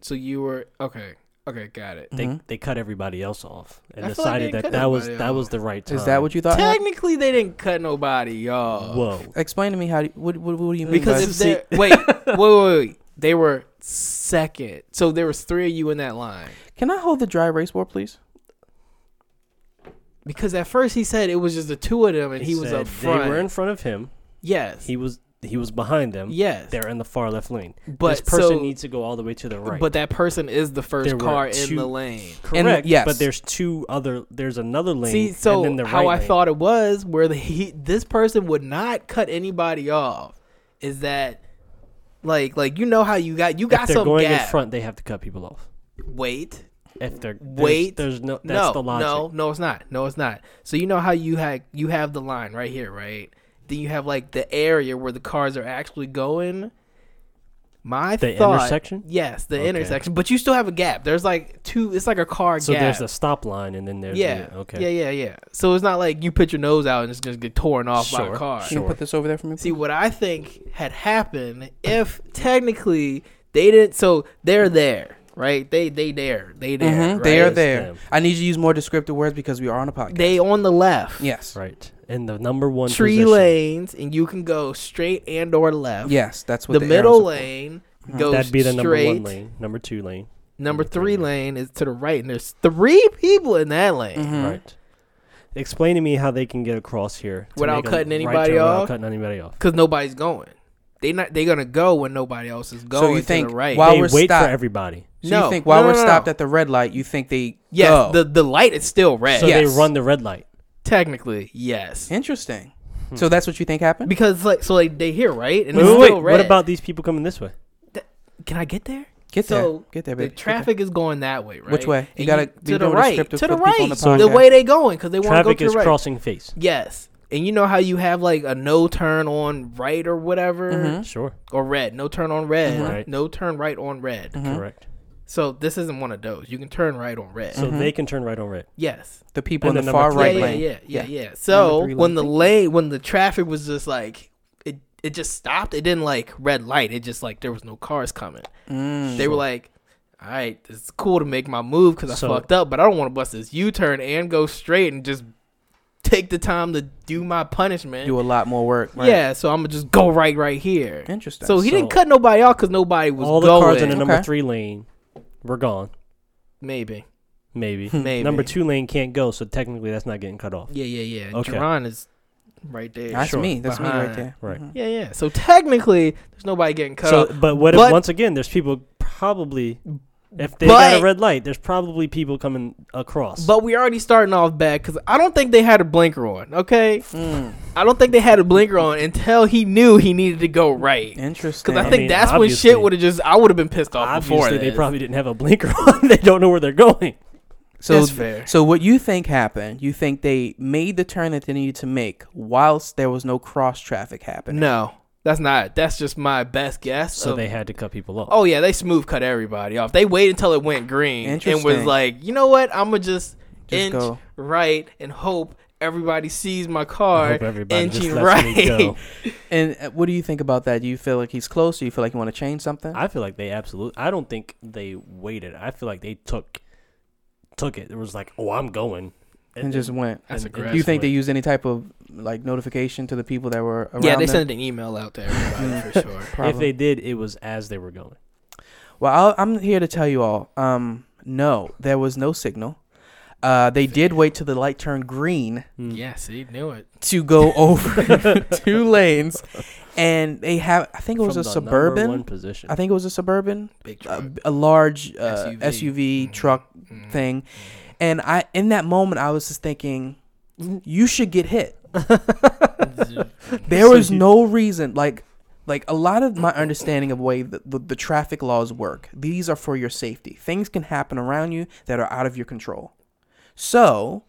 [SPEAKER 1] so you were okay. Okay, got it.
[SPEAKER 3] They,
[SPEAKER 2] Mhm.
[SPEAKER 3] they cut everybody else off and
[SPEAKER 1] I feel like they
[SPEAKER 3] decided
[SPEAKER 1] didn't cut
[SPEAKER 3] that that was
[SPEAKER 1] everybody
[SPEAKER 3] that
[SPEAKER 1] off.
[SPEAKER 3] was the right time.
[SPEAKER 2] Is that what you thought? happened?
[SPEAKER 1] Technically, they didn't cut nobody, y'all.
[SPEAKER 3] Whoa.
[SPEAKER 2] Explain to me how. do- What, what, what do you mean?
[SPEAKER 1] Because
[SPEAKER 2] by
[SPEAKER 1] if they wait, wait, wait, wait, they were second. So there was three of you in that line.
[SPEAKER 2] can I hold the dry erase board, please?
[SPEAKER 1] Because at first he said it was just the two of them, and he, was
[SPEAKER 3] said
[SPEAKER 1] up front.
[SPEAKER 3] They were in front of him.
[SPEAKER 1] yes,
[SPEAKER 3] He was he was behind them.
[SPEAKER 1] yes.
[SPEAKER 3] They're in the far left lane.
[SPEAKER 1] but
[SPEAKER 3] this person
[SPEAKER 1] so,
[SPEAKER 3] needs to go all the way to the right.
[SPEAKER 1] but that person is the first
[SPEAKER 3] There were
[SPEAKER 1] car in
[SPEAKER 3] two-
[SPEAKER 1] the lane.
[SPEAKER 3] correct.
[SPEAKER 2] yes.
[SPEAKER 3] But there's two other. There's another lane.
[SPEAKER 1] See, so
[SPEAKER 3] and then the
[SPEAKER 1] how
[SPEAKER 3] right
[SPEAKER 1] I
[SPEAKER 3] lane.
[SPEAKER 1] thought it was, where the he, this person would not cut anybody off, is that like like you know how you got you
[SPEAKER 3] if
[SPEAKER 1] got
[SPEAKER 3] they're
[SPEAKER 1] some
[SPEAKER 3] going
[SPEAKER 1] gap.
[SPEAKER 3] in front, they have to cut people off.
[SPEAKER 1] Wait,
[SPEAKER 3] If they're there's-
[SPEAKER 1] Wait.
[SPEAKER 3] there's no. That's
[SPEAKER 1] no,
[SPEAKER 3] the logic.
[SPEAKER 1] No, no, it's not. No, it's not. So you know how you had you have the line right here, right? Then you have like the area where the cars are actually going. My
[SPEAKER 3] The
[SPEAKER 1] thought,
[SPEAKER 3] intersection?
[SPEAKER 1] Yes, the
[SPEAKER 3] Okay.
[SPEAKER 1] intersection. But you still have a gap. There's like two. It's like a car
[SPEAKER 3] So
[SPEAKER 1] gap.
[SPEAKER 3] there's the stop line, and then there's
[SPEAKER 1] yeah.
[SPEAKER 3] The, okay.
[SPEAKER 1] Yeah, yeah, yeah. So it's not like you put your nose out and it's gonna get torn off by
[SPEAKER 3] Sure,
[SPEAKER 1] a car.
[SPEAKER 2] Can you
[SPEAKER 3] Sure.
[SPEAKER 2] put this over there for me?
[SPEAKER 1] See what I think had happened if technically they didn't. So they're there, right? They they there. They there.
[SPEAKER 2] Mhm,
[SPEAKER 1] Right?
[SPEAKER 2] They are
[SPEAKER 3] It's
[SPEAKER 2] there.
[SPEAKER 3] them.
[SPEAKER 2] I need you to use more descriptive words because we are on a podcast.
[SPEAKER 1] They on the left.
[SPEAKER 2] yes.
[SPEAKER 3] Right. And the number one
[SPEAKER 1] Tree
[SPEAKER 3] position.
[SPEAKER 1] lanes, and you can go straight and or left.
[SPEAKER 2] Yes, that's what
[SPEAKER 1] The,
[SPEAKER 2] the, arrows are
[SPEAKER 1] middle
[SPEAKER 2] for.
[SPEAKER 1] lane goes
[SPEAKER 3] That'd be the number
[SPEAKER 1] straight.
[SPEAKER 3] one lane. Number two lane.
[SPEAKER 1] Number three lane is to the right, and there's three people in that lane.
[SPEAKER 2] Mhm.
[SPEAKER 3] Right. Explain to me how they can get across here to
[SPEAKER 1] Without
[SPEAKER 3] make a
[SPEAKER 1] cutting
[SPEAKER 3] right
[SPEAKER 1] anybody
[SPEAKER 3] turn Without
[SPEAKER 1] off?
[SPEAKER 3] cutting anybody off.
[SPEAKER 1] because nobody's going. They not they gonna go when nobody else is going.
[SPEAKER 2] So you
[SPEAKER 1] to
[SPEAKER 2] think
[SPEAKER 1] the right?
[SPEAKER 2] while
[SPEAKER 3] they
[SPEAKER 2] we're
[SPEAKER 3] wait
[SPEAKER 2] stopped,
[SPEAKER 3] for everybody.
[SPEAKER 2] so
[SPEAKER 1] No,
[SPEAKER 2] you think while
[SPEAKER 1] no,
[SPEAKER 2] we're
[SPEAKER 1] no, no.
[SPEAKER 2] stopped at the red light, you think they
[SPEAKER 1] yes,
[SPEAKER 2] go?
[SPEAKER 1] the the light is still red.
[SPEAKER 3] So
[SPEAKER 2] Yes.
[SPEAKER 3] they run the red light.
[SPEAKER 1] Technically, yes,
[SPEAKER 2] Interesting.
[SPEAKER 1] Hmm.
[SPEAKER 2] So that's what you think happened?
[SPEAKER 1] because like so like they here right, and
[SPEAKER 3] Wait,
[SPEAKER 1] it's
[SPEAKER 3] wait,
[SPEAKER 1] still
[SPEAKER 3] wait.
[SPEAKER 1] red.
[SPEAKER 3] What about these people coming this way?
[SPEAKER 1] Can I get there?
[SPEAKER 2] Get
[SPEAKER 1] So,
[SPEAKER 2] there. Get there,
[SPEAKER 1] The
[SPEAKER 2] baby. Get
[SPEAKER 1] traffic is going that way, right?
[SPEAKER 2] Which way? You
[SPEAKER 1] And
[SPEAKER 2] gotta be
[SPEAKER 1] to the
[SPEAKER 2] doing
[SPEAKER 1] right, to
[SPEAKER 2] descriptive
[SPEAKER 1] the
[SPEAKER 2] for the people
[SPEAKER 1] right.
[SPEAKER 2] on the
[SPEAKER 1] so the
[SPEAKER 2] podcast.
[SPEAKER 1] way they going because they want to go
[SPEAKER 3] Traffic
[SPEAKER 1] to the
[SPEAKER 3] is
[SPEAKER 1] right.
[SPEAKER 3] crossing face.
[SPEAKER 1] Yes, and you know how you have like a no turn on right or whatever
[SPEAKER 2] Mhm.
[SPEAKER 3] Sure.
[SPEAKER 1] or red, no turn on
[SPEAKER 2] Mm-hmm.
[SPEAKER 1] red,
[SPEAKER 3] Mhm. Right.
[SPEAKER 1] no turn right on red.
[SPEAKER 2] Mhm.
[SPEAKER 3] Correct.
[SPEAKER 1] So this isn't one of those. You can turn right on red.
[SPEAKER 3] So they can turn right on red.
[SPEAKER 1] yes.
[SPEAKER 2] the people in
[SPEAKER 3] And
[SPEAKER 2] the
[SPEAKER 3] then
[SPEAKER 2] far
[SPEAKER 3] number three.
[SPEAKER 2] right
[SPEAKER 1] yeah,
[SPEAKER 2] lane.
[SPEAKER 1] Yeah, yeah, yeah, yeah. So
[SPEAKER 2] Number three
[SPEAKER 1] when the
[SPEAKER 2] lane.
[SPEAKER 1] lane, when the traffic was just like it, it just stopped. It didn't like red light. It just like there was no cars coming.
[SPEAKER 2] Mm.
[SPEAKER 1] They were like, "All right, it's cool to make my move because I
[SPEAKER 3] So-
[SPEAKER 1] fucked up, but I don't want to bust this U turn and go straight and just take the time to do my punishment."
[SPEAKER 2] do a lot more work. Right?
[SPEAKER 1] Yeah, so I'm gonna just go right right here.
[SPEAKER 2] Interesting.
[SPEAKER 1] So he didn't
[SPEAKER 3] So-
[SPEAKER 1] cut nobody off because nobody was
[SPEAKER 3] All the
[SPEAKER 1] going.
[SPEAKER 3] cars in the number
[SPEAKER 2] Okay.
[SPEAKER 3] three lane were gone.
[SPEAKER 1] Maybe.
[SPEAKER 3] Maybe.
[SPEAKER 2] Hmm.
[SPEAKER 1] Maybe.
[SPEAKER 3] Number two lane can't go, so technically that's not getting cut off.
[SPEAKER 1] Yeah, yeah, yeah.
[SPEAKER 3] Okay.
[SPEAKER 1] Jerron is right there.
[SPEAKER 2] that's
[SPEAKER 3] Sure.
[SPEAKER 2] me. That's me right
[SPEAKER 1] Behind.
[SPEAKER 2] there.
[SPEAKER 3] Right.
[SPEAKER 2] Mhm.
[SPEAKER 1] Yeah, yeah. So technically, there's nobody getting cut
[SPEAKER 3] so,
[SPEAKER 1] off.
[SPEAKER 3] but what?
[SPEAKER 1] But-
[SPEAKER 3] if, once again, there's people probably If they got
[SPEAKER 1] But-
[SPEAKER 3] a red light, there's probably people coming across.
[SPEAKER 1] But we already starting off bad because I don't think they had a blinker on. Okay,
[SPEAKER 2] Mm,
[SPEAKER 1] I don't think they had a blinker on until he knew he needed to go right.
[SPEAKER 2] interesting.
[SPEAKER 1] Because I
[SPEAKER 3] I
[SPEAKER 1] think
[SPEAKER 3] mean,
[SPEAKER 1] that's
[SPEAKER 3] obviously-
[SPEAKER 1] when shit would have just I would have been pissed off before.
[SPEAKER 3] Obviously, they
[SPEAKER 1] that.
[SPEAKER 3] probably didn't have a blinker on. they don't know where they're going.
[SPEAKER 2] so.
[SPEAKER 1] that's fair.
[SPEAKER 2] So what you think happened? You think they made the turn that they needed to make whilst there was no cross traffic happening?
[SPEAKER 1] No, that's not. That's just my best guess.
[SPEAKER 3] So
[SPEAKER 1] of-
[SPEAKER 3] they had to cut people off.
[SPEAKER 1] Oh yeah, they smooth cut everybody off. They waited until it went green and was
[SPEAKER 2] Interesting.
[SPEAKER 1] like, you know what? I'm gonna just,
[SPEAKER 2] Just
[SPEAKER 1] inch
[SPEAKER 2] go.
[SPEAKER 1] right and hope everybody sees my
[SPEAKER 3] I
[SPEAKER 1] car
[SPEAKER 3] hope everybody just
[SPEAKER 1] inching
[SPEAKER 3] lets me
[SPEAKER 1] right.
[SPEAKER 3] go.
[SPEAKER 2] And uh, what do you think about that? Do you feel like he's close? Do you feel like you want to change something?
[SPEAKER 3] I feel like they absolutely. I don't think they waited. I feel like they took took it. It was like, oh, I'm going,
[SPEAKER 2] and just went.
[SPEAKER 1] That's
[SPEAKER 3] and- and
[SPEAKER 1] aggressive.
[SPEAKER 2] Do you think they
[SPEAKER 3] went.
[SPEAKER 2] used any type of like notification to the people that were around?
[SPEAKER 1] Yeah, they
[SPEAKER 2] them?
[SPEAKER 1] sent an email out to everybody for sure.
[SPEAKER 3] If they did, it was as they were going.
[SPEAKER 2] Well, I'll, I'm here to tell you all. Um, no, there was no signal. Uh, they did wait till the light turned green
[SPEAKER 3] Hmm.
[SPEAKER 1] Yeah, see, knew it.
[SPEAKER 2] to go over two lanes, and they have. I think it was
[SPEAKER 3] From
[SPEAKER 2] a
[SPEAKER 3] the number one
[SPEAKER 2] suburban.
[SPEAKER 3] position.
[SPEAKER 2] I think it was a suburban,
[SPEAKER 1] Big truck.
[SPEAKER 2] a, a large uh,
[SPEAKER 1] SUV.
[SPEAKER 2] SUV,
[SPEAKER 3] Mm-hmm.
[SPEAKER 2] truck
[SPEAKER 1] Mm.
[SPEAKER 2] thing, and I in that moment I was just thinking, you should get hit. There
[SPEAKER 3] So
[SPEAKER 2] was
[SPEAKER 3] you-
[SPEAKER 2] no reason. Like, like a lot of my understanding of way the, the, the traffic laws work. These are for your safety. Things can happen around you that are out of your control. So,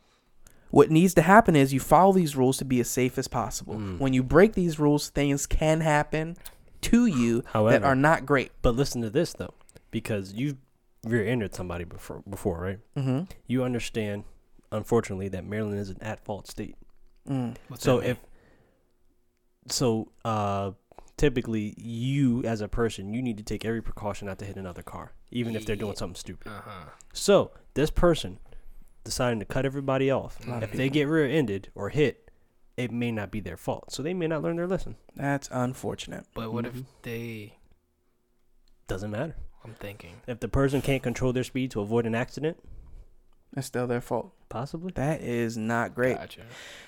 [SPEAKER 2] what needs to happen is you follow these rules to be as safe as possible. When you break these rules, things can happen to you that
[SPEAKER 3] However-
[SPEAKER 2] are not great.
[SPEAKER 3] But listen to this though, because you've rear-ended somebody before, before, right?
[SPEAKER 2] Mm-hmm.
[SPEAKER 3] You understand, unfortunately, that Maryland is an at-fault state.
[SPEAKER 2] Mm.
[SPEAKER 1] What's
[SPEAKER 3] So
[SPEAKER 1] that mean?
[SPEAKER 3] if so, uh, typically you as a person, you need to take every precaution not to hit another car, even if they're doing something stupid.
[SPEAKER 1] uh-huh.
[SPEAKER 3] So this person deciding to cut everybody off,
[SPEAKER 2] Lot
[SPEAKER 1] Mm-hmm.
[SPEAKER 2] of
[SPEAKER 3] if they get rear-ended or hit, it may not be their fault. So they may not learn their lesson.
[SPEAKER 2] That's unfortunate.
[SPEAKER 1] But what if
[SPEAKER 3] Mhm.
[SPEAKER 2] Mm-hmm.
[SPEAKER 1] they?
[SPEAKER 3] Doesn't matter
[SPEAKER 1] I'm thinking.
[SPEAKER 3] if the person can't control their speed to avoid an accident.
[SPEAKER 2] It's still their fault.
[SPEAKER 3] Possibly.
[SPEAKER 2] That is not great.
[SPEAKER 1] Gotcha.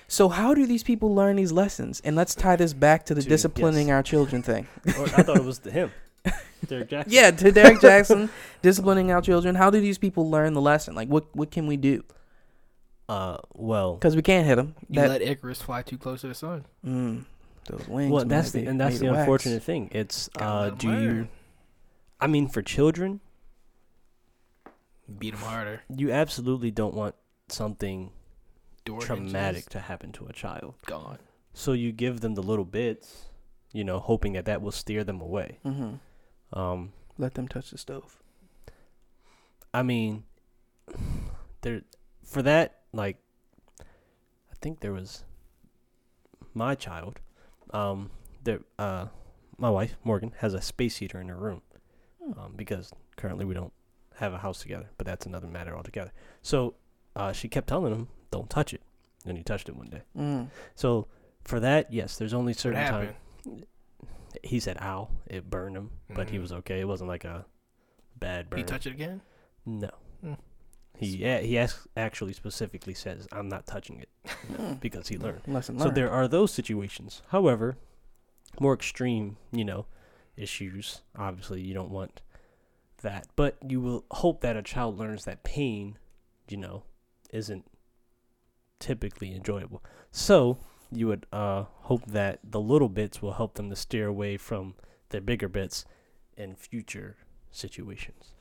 [SPEAKER 2] So, how do these people learn these lessons? And let's tie this back to the
[SPEAKER 3] To-
[SPEAKER 2] disciplining
[SPEAKER 3] yes.
[SPEAKER 2] our children thing.
[SPEAKER 3] or I thought it was him. Derek Jackson.
[SPEAKER 2] Yeah, to Derek Jackson, disciplining our children. How do these people learn the lesson? Like, what what can we do?
[SPEAKER 3] Uh, well,
[SPEAKER 2] Because we can't hit them.
[SPEAKER 1] You
[SPEAKER 2] That,
[SPEAKER 1] let Icarus fly too close to the sun.
[SPEAKER 2] mm, those wings.
[SPEAKER 3] well, that's
[SPEAKER 2] man,
[SPEAKER 3] the
[SPEAKER 2] they-
[SPEAKER 3] and that's
[SPEAKER 2] made
[SPEAKER 3] the
[SPEAKER 2] of wax.
[SPEAKER 3] unfortunate thing. It's
[SPEAKER 1] Gotta
[SPEAKER 3] uh,
[SPEAKER 1] let 'em
[SPEAKER 3] do you?
[SPEAKER 1] learn.
[SPEAKER 3] I mean, for children,
[SPEAKER 1] beat him harder?
[SPEAKER 3] you absolutely don't want something
[SPEAKER 1] Door
[SPEAKER 3] traumatic
[SPEAKER 1] hinges
[SPEAKER 3] to happen to a child.
[SPEAKER 1] Gone.
[SPEAKER 3] So you give them the little bits, you know, hoping that that will steer them away.
[SPEAKER 2] Mhm.
[SPEAKER 3] Um,
[SPEAKER 2] Let them touch the stove.
[SPEAKER 3] I mean, there for that like, I think there was my child. Um, there, uh, my wife Morgan has a space heater in her room.
[SPEAKER 1] Hmm.
[SPEAKER 3] um, because currently we don't have a house together, but that's another matter altogether. So uh, she kept telling him, don't touch it. And he touched it one day.
[SPEAKER 2] Mm.
[SPEAKER 3] So for that, yes, there's only
[SPEAKER 1] What
[SPEAKER 3] certain time.
[SPEAKER 1] happened?
[SPEAKER 3] He said, ow, it burned him, but he
[SPEAKER 1] Mhm.
[SPEAKER 3] was okay. It wasn't like a bad burn.
[SPEAKER 1] He touch it again?
[SPEAKER 3] No.
[SPEAKER 1] Mm.
[SPEAKER 3] He, a he asks, actually specifically says, I'm not touching it
[SPEAKER 2] Mm.
[SPEAKER 3] because he learned.
[SPEAKER 2] Lesson
[SPEAKER 3] So
[SPEAKER 2] learned.
[SPEAKER 3] there are those situations. However, more extreme, you know, issues. Obviously, you don't want that, but you will hope that a child learns that pain, you know, isn't typically enjoyable. So you would uh, hope that the little bits will help them to steer away from the bigger bits in future situations.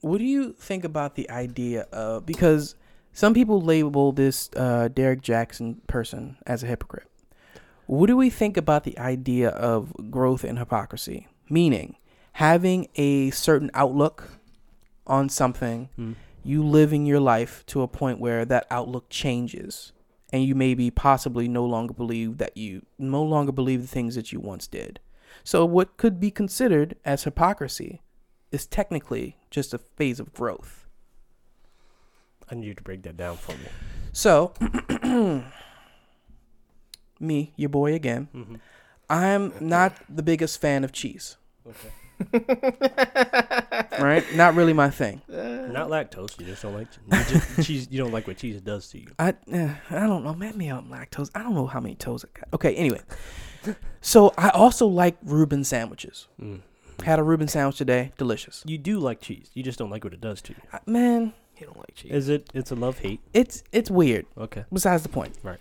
[SPEAKER 2] What do you think about the idea of because some people label this uh, Derek Jackson person as a hypocrite? What do we think about the idea of growth and hypocrisy? Meaning, having a certain outlook on something,
[SPEAKER 3] Hmm.
[SPEAKER 2] you living your life to a point where that outlook changes, and you maybe possibly no longer believe that you no longer believe the things that you once did. So, what could be considered as hypocrisy is technically just a phase of growth.
[SPEAKER 3] I need you to break that down for me.
[SPEAKER 2] So, me, your boy again,
[SPEAKER 3] Mm-hmm.
[SPEAKER 2] I'm not the biggest fan of cheese. right? Not really my thing.
[SPEAKER 3] Not lactose. You just don't like you just, cheese. You don't like what cheese does to you.
[SPEAKER 2] I eh, I don't know. Maybe I'm lactose. I don't know how many toes I got. Okay, anyway. So I also like Reuben sandwiches.
[SPEAKER 3] Mm.
[SPEAKER 2] Had a Reuben sandwich today. Delicious.
[SPEAKER 3] You do like cheese. You just don't like what it does to you.
[SPEAKER 2] Uh, Man,
[SPEAKER 1] He don't like cheese.
[SPEAKER 3] Is it? It's a love hate.
[SPEAKER 2] it's it's weird.
[SPEAKER 3] Okay.
[SPEAKER 2] Besides the point.
[SPEAKER 3] Right.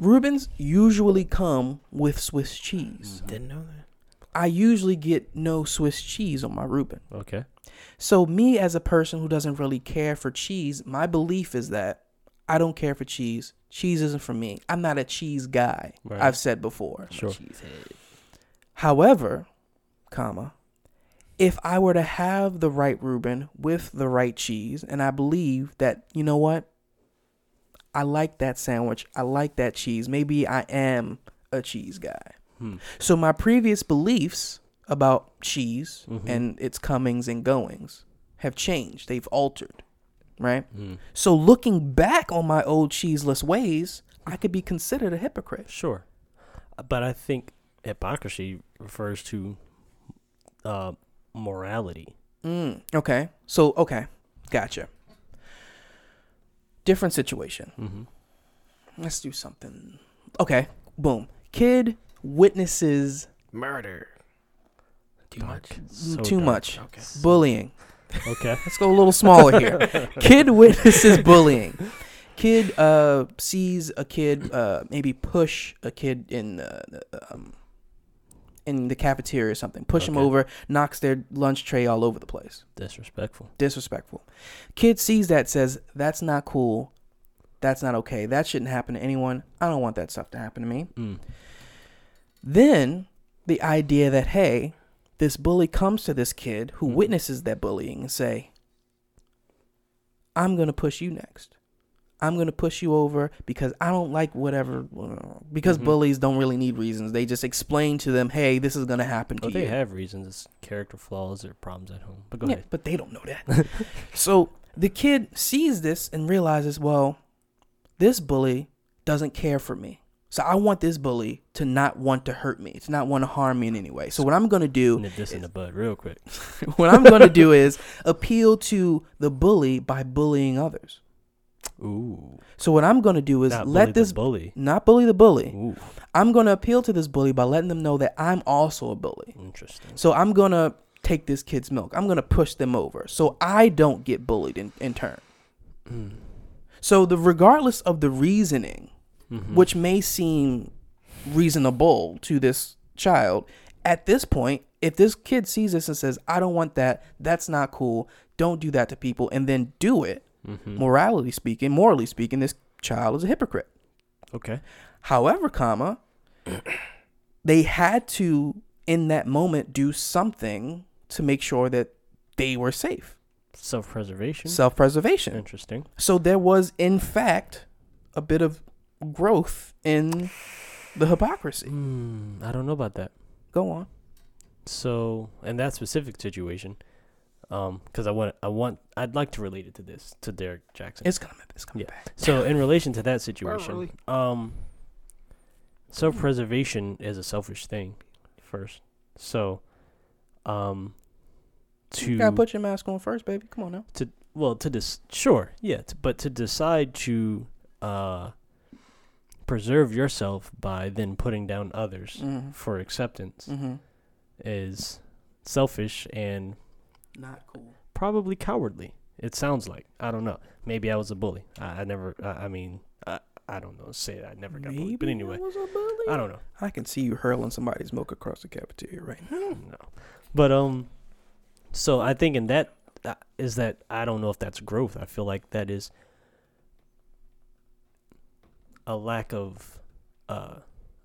[SPEAKER 2] Reubens usually come with Swiss cheese.
[SPEAKER 3] Mm.
[SPEAKER 1] Didn't know that.
[SPEAKER 2] I usually get no Swiss cheese on my Reuben.
[SPEAKER 3] Okay.
[SPEAKER 2] So me as a person who doesn't really care for cheese, my belief is that I don't care for cheese. Cheese isn't for me. I'm not a cheese guy.
[SPEAKER 3] Right.
[SPEAKER 2] I've said before.
[SPEAKER 3] Sure.
[SPEAKER 1] Cheesehead.
[SPEAKER 2] However, comma, if I were to have the right Reuben with the right cheese, and I believe that, you know what? I like that sandwich. I like that cheese. Maybe I am a cheese guy.
[SPEAKER 3] Hmm.
[SPEAKER 2] So my previous beliefs about cheese
[SPEAKER 3] Mm-hmm.
[SPEAKER 2] and its comings and goings have changed. They've altered, right?
[SPEAKER 3] Mm.
[SPEAKER 2] So looking back on my old cheeseless ways, I could be considered a hypocrite.
[SPEAKER 3] Sure. Uh, But I think hypocrisy refers to uh, morality.
[SPEAKER 2] Mm, okay. So okay, gotcha. Different situation.
[SPEAKER 3] Mm-hmm.
[SPEAKER 2] Let's do something. Okay. Boom. Kid witnesses
[SPEAKER 1] Murder. Too much.
[SPEAKER 2] too much
[SPEAKER 1] Okay.
[SPEAKER 2] bullying.
[SPEAKER 3] Okay.
[SPEAKER 2] Let's go a little smaller here. kid witnesses bullying. Kid uh, sees a kid uh, maybe push a kid in uh, um, in the cafeteria or something. Push him
[SPEAKER 3] Okay.
[SPEAKER 2] over, knocks their lunch tray all over the place.
[SPEAKER 3] Disrespectful.
[SPEAKER 2] disrespectful. Kid sees that, says, That's not cool. That's not okay. That shouldn't happen to anyone. I don't want that stuff to happen to me.
[SPEAKER 3] Mm.
[SPEAKER 2] Then the idea that, hey, this bully comes to this kid who
[SPEAKER 3] Mhm.
[SPEAKER 2] witnesses that bullying and say, I'm going to push you next. I'm going to push you over because I don't like whatever. Because
[SPEAKER 3] Mhm.
[SPEAKER 2] bullies don't really need reasons. They just explain to them, hey, this is going to happen to
[SPEAKER 3] Well,
[SPEAKER 2] you.
[SPEAKER 3] Oh, they have reasons. It's character flaws or problems at home. But go
[SPEAKER 2] Yeah,
[SPEAKER 3] ahead.
[SPEAKER 2] but they don't know that. so the kid sees this and realizes, well, this bully doesn't care for me. So I want this bully to not want to hurt me, to not want to harm me in any way. So what I'm going to do,
[SPEAKER 3] Nip this in the bud real quick.
[SPEAKER 2] what I'm going to do is appeal to the bully by bullying others.
[SPEAKER 3] Ooh.
[SPEAKER 2] So what I'm going to do is
[SPEAKER 3] Not bully
[SPEAKER 2] let
[SPEAKER 3] the
[SPEAKER 2] this
[SPEAKER 3] bully.
[SPEAKER 2] not bully the bully.
[SPEAKER 3] Ooh.
[SPEAKER 2] I'm going to appeal to this bully by letting them know that I'm also a bully.
[SPEAKER 3] Interesting.
[SPEAKER 2] So I'm gonna take this kid's milk. I'm gonna push them over so I don't get bullied in, in turn. So the regardless of the reasoning, which may seem reasonable to this child, at this point, if this kid sees this and says, I don't want that, that's not cool, don't do that to people, and then do it,
[SPEAKER 3] Mm-hmm.
[SPEAKER 2] morality speaking, morally speaking, this child is a hypocrite.
[SPEAKER 3] Okay.
[SPEAKER 2] However, comma, they had to in that moment do something to make sure that they were safe.
[SPEAKER 3] Self-preservation.
[SPEAKER 2] Self-preservation.
[SPEAKER 3] Interesting.
[SPEAKER 2] So there was in fact a bit of growth in the hypocrisy.
[SPEAKER 3] Mm, I don't know about that.
[SPEAKER 2] Go on.
[SPEAKER 3] So, in that specific situation, um, because I want, I want, I'd like to relate it to this, to Derek Jackson.
[SPEAKER 2] It's coming. It's coming
[SPEAKER 3] Yeah.
[SPEAKER 2] back.
[SPEAKER 3] so, in relation to that
[SPEAKER 1] really?
[SPEAKER 3] situation, um, self-preservation is a selfish thing, first. So, um,
[SPEAKER 2] You gotta
[SPEAKER 3] to
[SPEAKER 2] put your mask on first, baby. Come on now.
[SPEAKER 3] well, to this, sure, yeah, t- but to decide to uh preserve yourself by then putting down others
[SPEAKER 2] Mm-hmm.
[SPEAKER 3] for acceptance
[SPEAKER 2] Mm-hmm.
[SPEAKER 3] is selfish and
[SPEAKER 2] Not cool.
[SPEAKER 3] probably cowardly. It sounds like I don't know. Maybe I was a bully. I, I never. I, I mean, I, I don't know. Say I never got bullied. But
[SPEAKER 2] I
[SPEAKER 3] anyway,
[SPEAKER 2] was a bully?
[SPEAKER 3] I don't know.
[SPEAKER 2] I can see you hurling somebody's milk across the cafeteria right now.
[SPEAKER 3] No, but um, so I think in that uh, is that I don't know if that's growth. I feel like that is a lack of, uh,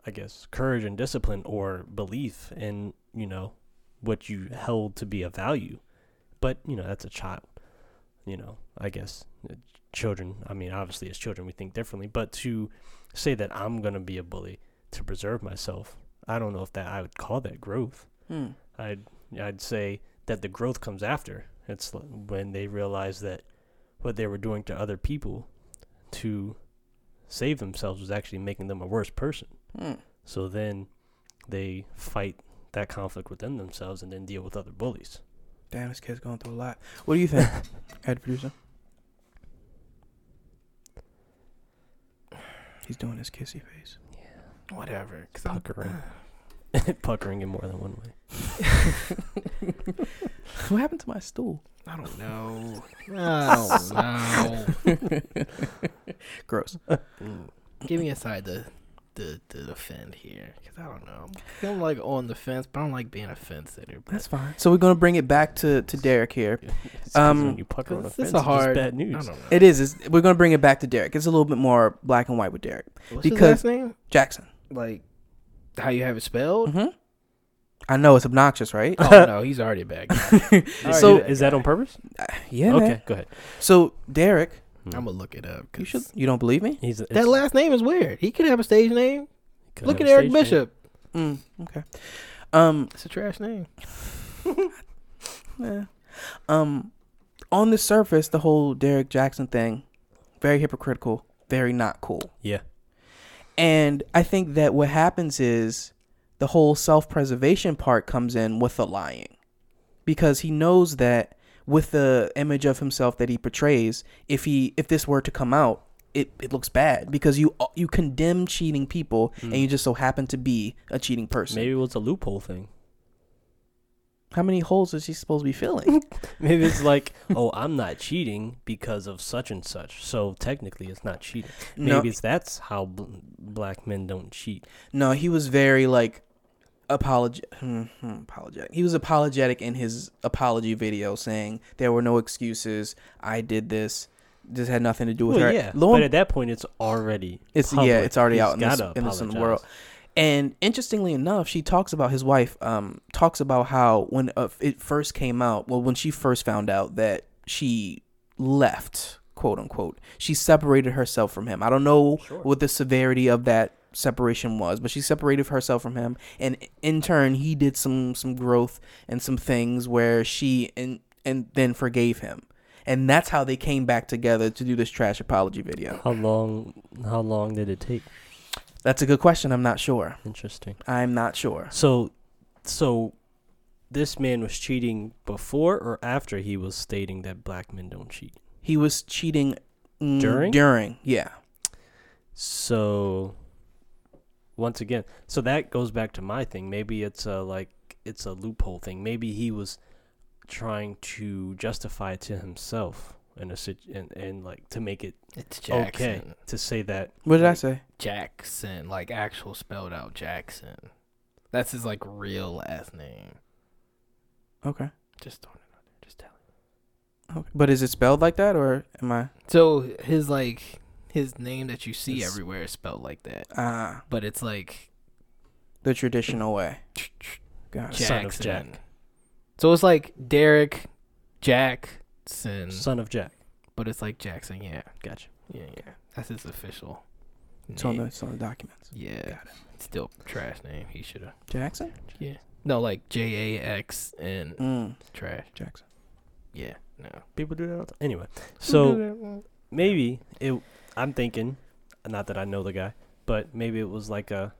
[SPEAKER 3] I guess courage and discipline or belief in you know what you held to be a value. But you know that's a child. You know, I guess uh, children. I mean, obviously as children we think differently. But to say that I'm gonna be a bully to preserve myself, I don't know if that I would call that growth.
[SPEAKER 2] Hmm.
[SPEAKER 3] I'd I'd say that the growth comes after. It's l- when they realize that what they were doing to other people to save themselves was actually making them a worse person.
[SPEAKER 2] Hmm.
[SPEAKER 3] So then they fight that conflict within themselves and then deal with other bullies.
[SPEAKER 2] Damn, this kid's going through a lot. What do you think, head producer? He's doing his kissy face.
[SPEAKER 1] Whatever. 'cause I'm-
[SPEAKER 3] Puckering. Puckering in more than one way.
[SPEAKER 2] what happened to my stool?
[SPEAKER 1] I don't know. I don't know.
[SPEAKER 2] Gross.
[SPEAKER 3] Mm.
[SPEAKER 1] Give me a side to to, to defend here because I don't know. I'm feeling like on the fence, but I don't like being a fence sitter. But
[SPEAKER 2] That's fine. So we're gonna bring it back to to Derek here.
[SPEAKER 3] It's 'cause
[SPEAKER 2] Um,
[SPEAKER 3] when you pucker on a
[SPEAKER 1] this is
[SPEAKER 3] fence,
[SPEAKER 1] a
[SPEAKER 3] it's just
[SPEAKER 1] hard-
[SPEAKER 3] bad
[SPEAKER 1] I
[SPEAKER 3] news.
[SPEAKER 1] don't know.
[SPEAKER 2] It is. It's, we're gonna bring it back to Derek. It's a little bit more black and white with Derek
[SPEAKER 1] What's
[SPEAKER 2] because-
[SPEAKER 1] his last name?
[SPEAKER 2] Jackson.
[SPEAKER 1] Like how you have it spelled?
[SPEAKER 2] hmm I know it's obnoxious, right?
[SPEAKER 1] oh no, he's already a bad guy. Oh,
[SPEAKER 3] so
[SPEAKER 2] so
[SPEAKER 3] is that on purpose?
[SPEAKER 2] Uh, yeah.
[SPEAKER 3] okay,
[SPEAKER 2] Man.
[SPEAKER 3] go ahead. Hmm.
[SPEAKER 2] So Derek,
[SPEAKER 1] I'm gonna look it up. 'cause
[SPEAKER 2] you should. You don't believe me?
[SPEAKER 3] He's it's-
[SPEAKER 1] That last name is weird. He could have a stage name.
[SPEAKER 3] could
[SPEAKER 1] Look
[SPEAKER 3] have
[SPEAKER 1] at
[SPEAKER 3] a
[SPEAKER 1] Eric
[SPEAKER 3] stage name.
[SPEAKER 1] Bishop.
[SPEAKER 2] Mm, okay. Um.
[SPEAKER 1] It's a trash name.
[SPEAKER 2] Yeah. Um, on the surface, the whole Derek Jackson thing, very hypocritical, very not cool.
[SPEAKER 3] Yeah.
[SPEAKER 2] And I think that what happens is the whole self preservation part comes in with the lying because he knows that with the image of himself that he portrays, if he if this were to come out, it, it looks bad because you you condemn cheating people and you just so happen to be a cheating person.
[SPEAKER 3] Mm. Maybe it was a loophole thing.
[SPEAKER 2] How many holes is he supposed to be filling?
[SPEAKER 3] Maybe it's like, oh, I'm not cheating because of such and such. So technically, it's not cheating.
[SPEAKER 2] No.
[SPEAKER 3] Maybe it's that's how bl- black men don't cheat.
[SPEAKER 2] No, he was very like apologetic. apologetic. He was apologetic in his apology video, saying there were no excuses. I did this. This had nothing to do with
[SPEAKER 3] Well,
[SPEAKER 2] her.
[SPEAKER 3] yeah.
[SPEAKER 2] Lo
[SPEAKER 3] but
[SPEAKER 2] and-
[SPEAKER 3] at that point, it's already
[SPEAKER 2] it's yeah,
[SPEAKER 3] public.
[SPEAKER 2] it's already
[SPEAKER 3] He's
[SPEAKER 2] out in this,
[SPEAKER 3] gotta
[SPEAKER 2] in this in the
[SPEAKER 3] apologize.
[SPEAKER 2] world. And interestingly enough, she talks about his wife. Um, talks about how when uh, it first came out, well, when she first found out that she left, quote unquote, she separated herself from him. I don't know what the severity of that separation was, but she separated herself from him, and in turn, he did some some growth and some things where she and and then forgave him, and that's how they came back together to do this trash apology video.
[SPEAKER 3] How long? How long did it take?
[SPEAKER 2] That's a good question. I'm not sure.
[SPEAKER 3] Interesting.
[SPEAKER 2] I'm not sure.
[SPEAKER 3] So, so this man was cheating before or after he was stating that black men don't cheat.
[SPEAKER 2] He was cheating mm,
[SPEAKER 3] During?
[SPEAKER 2] During, yeah.
[SPEAKER 3] So, once again, so that goes back to my thing. Maybe it's a like it's a loophole thing. Maybe he was trying to justify to himself in a sit and, and like to make it
[SPEAKER 1] It's Jackson.
[SPEAKER 3] okay to say that
[SPEAKER 2] What did I say?
[SPEAKER 1] Jackson, like actual spelled out Jackson. That's his like real last name.
[SPEAKER 2] Okay.
[SPEAKER 1] Just don't know. Just tell him.
[SPEAKER 2] okay. But is it spelled like that, or am I?
[SPEAKER 1] So his like his name that you see
[SPEAKER 3] It's-
[SPEAKER 1] everywhere is spelled like that,
[SPEAKER 2] Ah,
[SPEAKER 1] but it's like
[SPEAKER 2] the traditional way. Got it.
[SPEAKER 1] Jackson.
[SPEAKER 3] Son of Jack.
[SPEAKER 1] So it's like Derek Jackson,
[SPEAKER 3] son of Jack.
[SPEAKER 1] but it's like Jackson. Yeah,
[SPEAKER 3] Gotcha.
[SPEAKER 1] yeah, yeah. That's his official.
[SPEAKER 2] It's on, the,
[SPEAKER 1] name.
[SPEAKER 2] it's on the documents.
[SPEAKER 1] Yeah, still trash name. He should have
[SPEAKER 2] Jackson.
[SPEAKER 1] no like J A X N
[SPEAKER 2] Mm.
[SPEAKER 1] trash.
[SPEAKER 2] Jackson.
[SPEAKER 1] Yeah, no.
[SPEAKER 3] People do that all the time. Anyway, so. maybe it i'm thinking not that i know the guy but maybe it was like a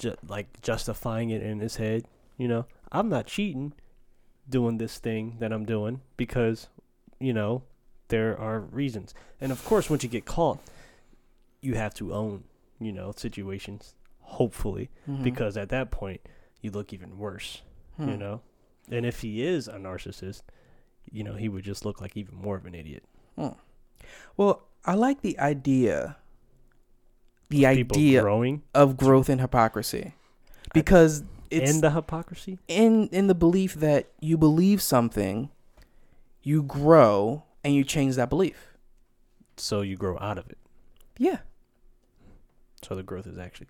[SPEAKER 3] ju- like justifying it in his head you know i'm not cheating doing this thing that i'm doing because you know there are reasons and of course once you get caught you have to own you know situations hopefully
[SPEAKER 2] Mhm.
[SPEAKER 3] because at that point you look even worse you
[SPEAKER 2] Hmm.
[SPEAKER 3] know and if he is a narcissist you know he would just look like even more of an idiot
[SPEAKER 2] Well, I like the idea. The
[SPEAKER 3] people
[SPEAKER 2] idea
[SPEAKER 3] growing
[SPEAKER 2] of growth and hypocrisy, because it's
[SPEAKER 3] and the hypocrisy.
[SPEAKER 2] in in the belief that you believe something, you grow and you change that belief.
[SPEAKER 3] So you grow out of it.
[SPEAKER 2] Yeah.
[SPEAKER 3] So the growth is actually,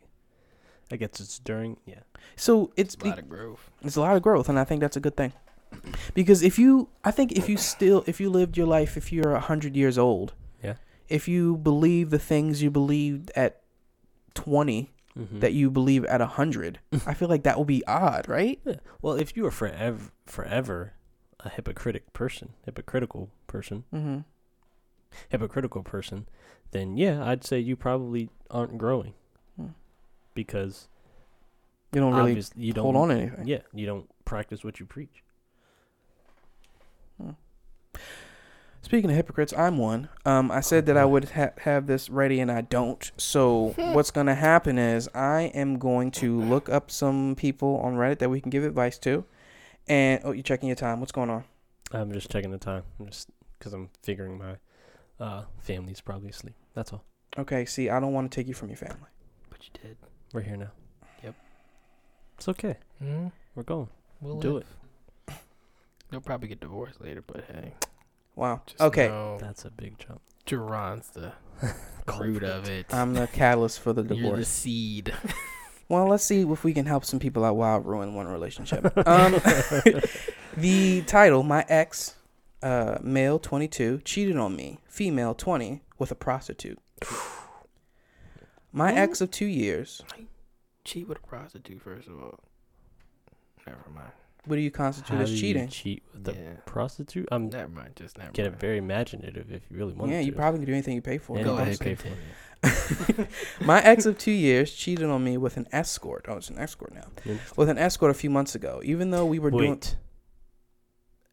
[SPEAKER 3] I guess it's during. Yeah,
[SPEAKER 2] So it's
[SPEAKER 1] A lot of growth.
[SPEAKER 2] it's a lot of growth, and I think that's a good thing. Because if you, I think if you still, if you lived your life, if you're a hundred years old,
[SPEAKER 3] Yeah.
[SPEAKER 2] if you believe the things you believed at twenty
[SPEAKER 3] Mm.
[SPEAKER 2] that you believe at a hundred, I feel like that will be odd, right?
[SPEAKER 3] Yeah. Well, if you were forever, forever a hypocritic person, hypocritical person,
[SPEAKER 2] Mm-hmm.
[SPEAKER 3] hypocritical person, then yeah, I'd say you probably aren't growing
[SPEAKER 2] Hmm.
[SPEAKER 3] because
[SPEAKER 2] You don't really
[SPEAKER 3] obvious- you don't
[SPEAKER 2] hold on to anything.
[SPEAKER 3] Yeah, you don't practice what you preach.
[SPEAKER 2] Speaking of hypocrites, I'm one. Um, I said that I would ha- have this ready, and I don't. So what's gonna happen is I am going to look up some people on Reddit that we can give advice to. And oh, you're checking your time. What's going on?
[SPEAKER 3] I'm just checking the time. I'm just because I'm figuring my uh, family's probably asleep. That's all.
[SPEAKER 2] Okay. See, I don't want to take you from your family.
[SPEAKER 1] But you did.
[SPEAKER 3] We're here now.
[SPEAKER 1] Yep.
[SPEAKER 3] It's okay.
[SPEAKER 1] hmm
[SPEAKER 3] We're going.
[SPEAKER 1] We'll
[SPEAKER 3] Do
[SPEAKER 1] live. They'll probably get divorced later, but hey.
[SPEAKER 2] Wow.
[SPEAKER 1] Just
[SPEAKER 2] okay.
[SPEAKER 1] know
[SPEAKER 3] That's a big jump.
[SPEAKER 1] Duran's the root of it.
[SPEAKER 2] I'm the catalyst for the
[SPEAKER 1] You're the
[SPEAKER 2] divorce.
[SPEAKER 1] seed.
[SPEAKER 2] Well, let's see if we can help some people out while I ruin one relationship. Um, the title: My ex, uh, male, 22, cheated on me, female, 20, with a prostitute. My ex of two years.
[SPEAKER 1] Cheat with a prostitute, first of all. Never mind.
[SPEAKER 2] What do you constitute
[SPEAKER 3] How do
[SPEAKER 2] as
[SPEAKER 3] you
[SPEAKER 2] cheating?
[SPEAKER 3] cheat with a
[SPEAKER 1] yeah.
[SPEAKER 3] prostitute? I'm
[SPEAKER 1] Never mind. Just never
[SPEAKER 3] getting
[SPEAKER 1] mind.
[SPEAKER 3] very imaginative if you really want
[SPEAKER 2] yeah,
[SPEAKER 3] to.
[SPEAKER 2] you probably can do anything you pay for.
[SPEAKER 3] Yeah,
[SPEAKER 1] Go
[SPEAKER 3] you
[SPEAKER 1] ahead.
[SPEAKER 3] can pay for it.
[SPEAKER 1] continue.
[SPEAKER 2] My ex of two years cheated on me with an escort. Oh, it's an escort now.
[SPEAKER 3] Interesting.
[SPEAKER 2] With an escort a few months ago, even though we were doing.
[SPEAKER 3] Wait.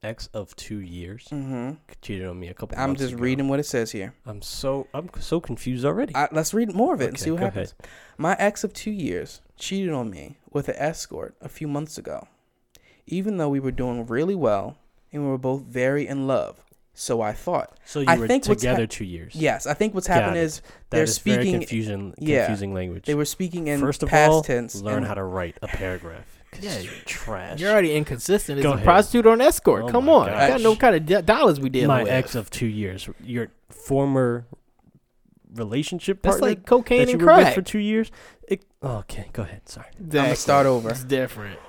[SPEAKER 3] Ex of two years
[SPEAKER 2] hmm
[SPEAKER 3] cheated on me a couple.
[SPEAKER 2] I'm
[SPEAKER 3] months
[SPEAKER 2] just
[SPEAKER 3] ago.
[SPEAKER 2] reading what it says here.
[SPEAKER 3] I'm so I'm so confused already.
[SPEAKER 2] I, let's read more of it and
[SPEAKER 3] Okay,
[SPEAKER 2] see what
[SPEAKER 3] go
[SPEAKER 2] happens. My ex of two years cheated on me with an escort a few months ago, even though we were doing really well and we were both very in love. So I thought.
[SPEAKER 3] so you
[SPEAKER 2] I
[SPEAKER 3] were
[SPEAKER 2] think what's
[SPEAKER 3] together two years.
[SPEAKER 2] Yes, I think what's
[SPEAKER 3] Got
[SPEAKER 2] happened
[SPEAKER 3] it.
[SPEAKER 2] is
[SPEAKER 3] That
[SPEAKER 2] they're
[SPEAKER 3] is very
[SPEAKER 2] speaking-
[SPEAKER 3] confusing,
[SPEAKER 2] yeah.
[SPEAKER 3] confusing language.
[SPEAKER 2] they were speaking in
[SPEAKER 3] First of
[SPEAKER 2] past
[SPEAKER 3] all,
[SPEAKER 2] tense.
[SPEAKER 3] learn
[SPEAKER 2] and-
[SPEAKER 3] how to write a paragraph. 'cause
[SPEAKER 1] Yeah,
[SPEAKER 3] you're trash.
[SPEAKER 1] You're already inconsistent. It's
[SPEAKER 3] Go
[SPEAKER 1] a
[SPEAKER 3] ahead.
[SPEAKER 1] prostitute or an escort.
[SPEAKER 3] Oh
[SPEAKER 1] Come
[SPEAKER 3] my
[SPEAKER 1] on.
[SPEAKER 3] gosh.
[SPEAKER 1] Got no kind of d- dollars we dealing
[SPEAKER 3] my
[SPEAKER 1] with.
[SPEAKER 3] ex of two years. Your former relationship
[SPEAKER 1] That's
[SPEAKER 3] partner
[SPEAKER 1] like cocaine
[SPEAKER 3] that you
[SPEAKER 1] and
[SPEAKER 3] were with
[SPEAKER 1] crack.
[SPEAKER 3] for two years. It, okay, go ahead. Sorry.
[SPEAKER 1] Exactly.
[SPEAKER 2] I'ma start over.
[SPEAKER 1] It's different.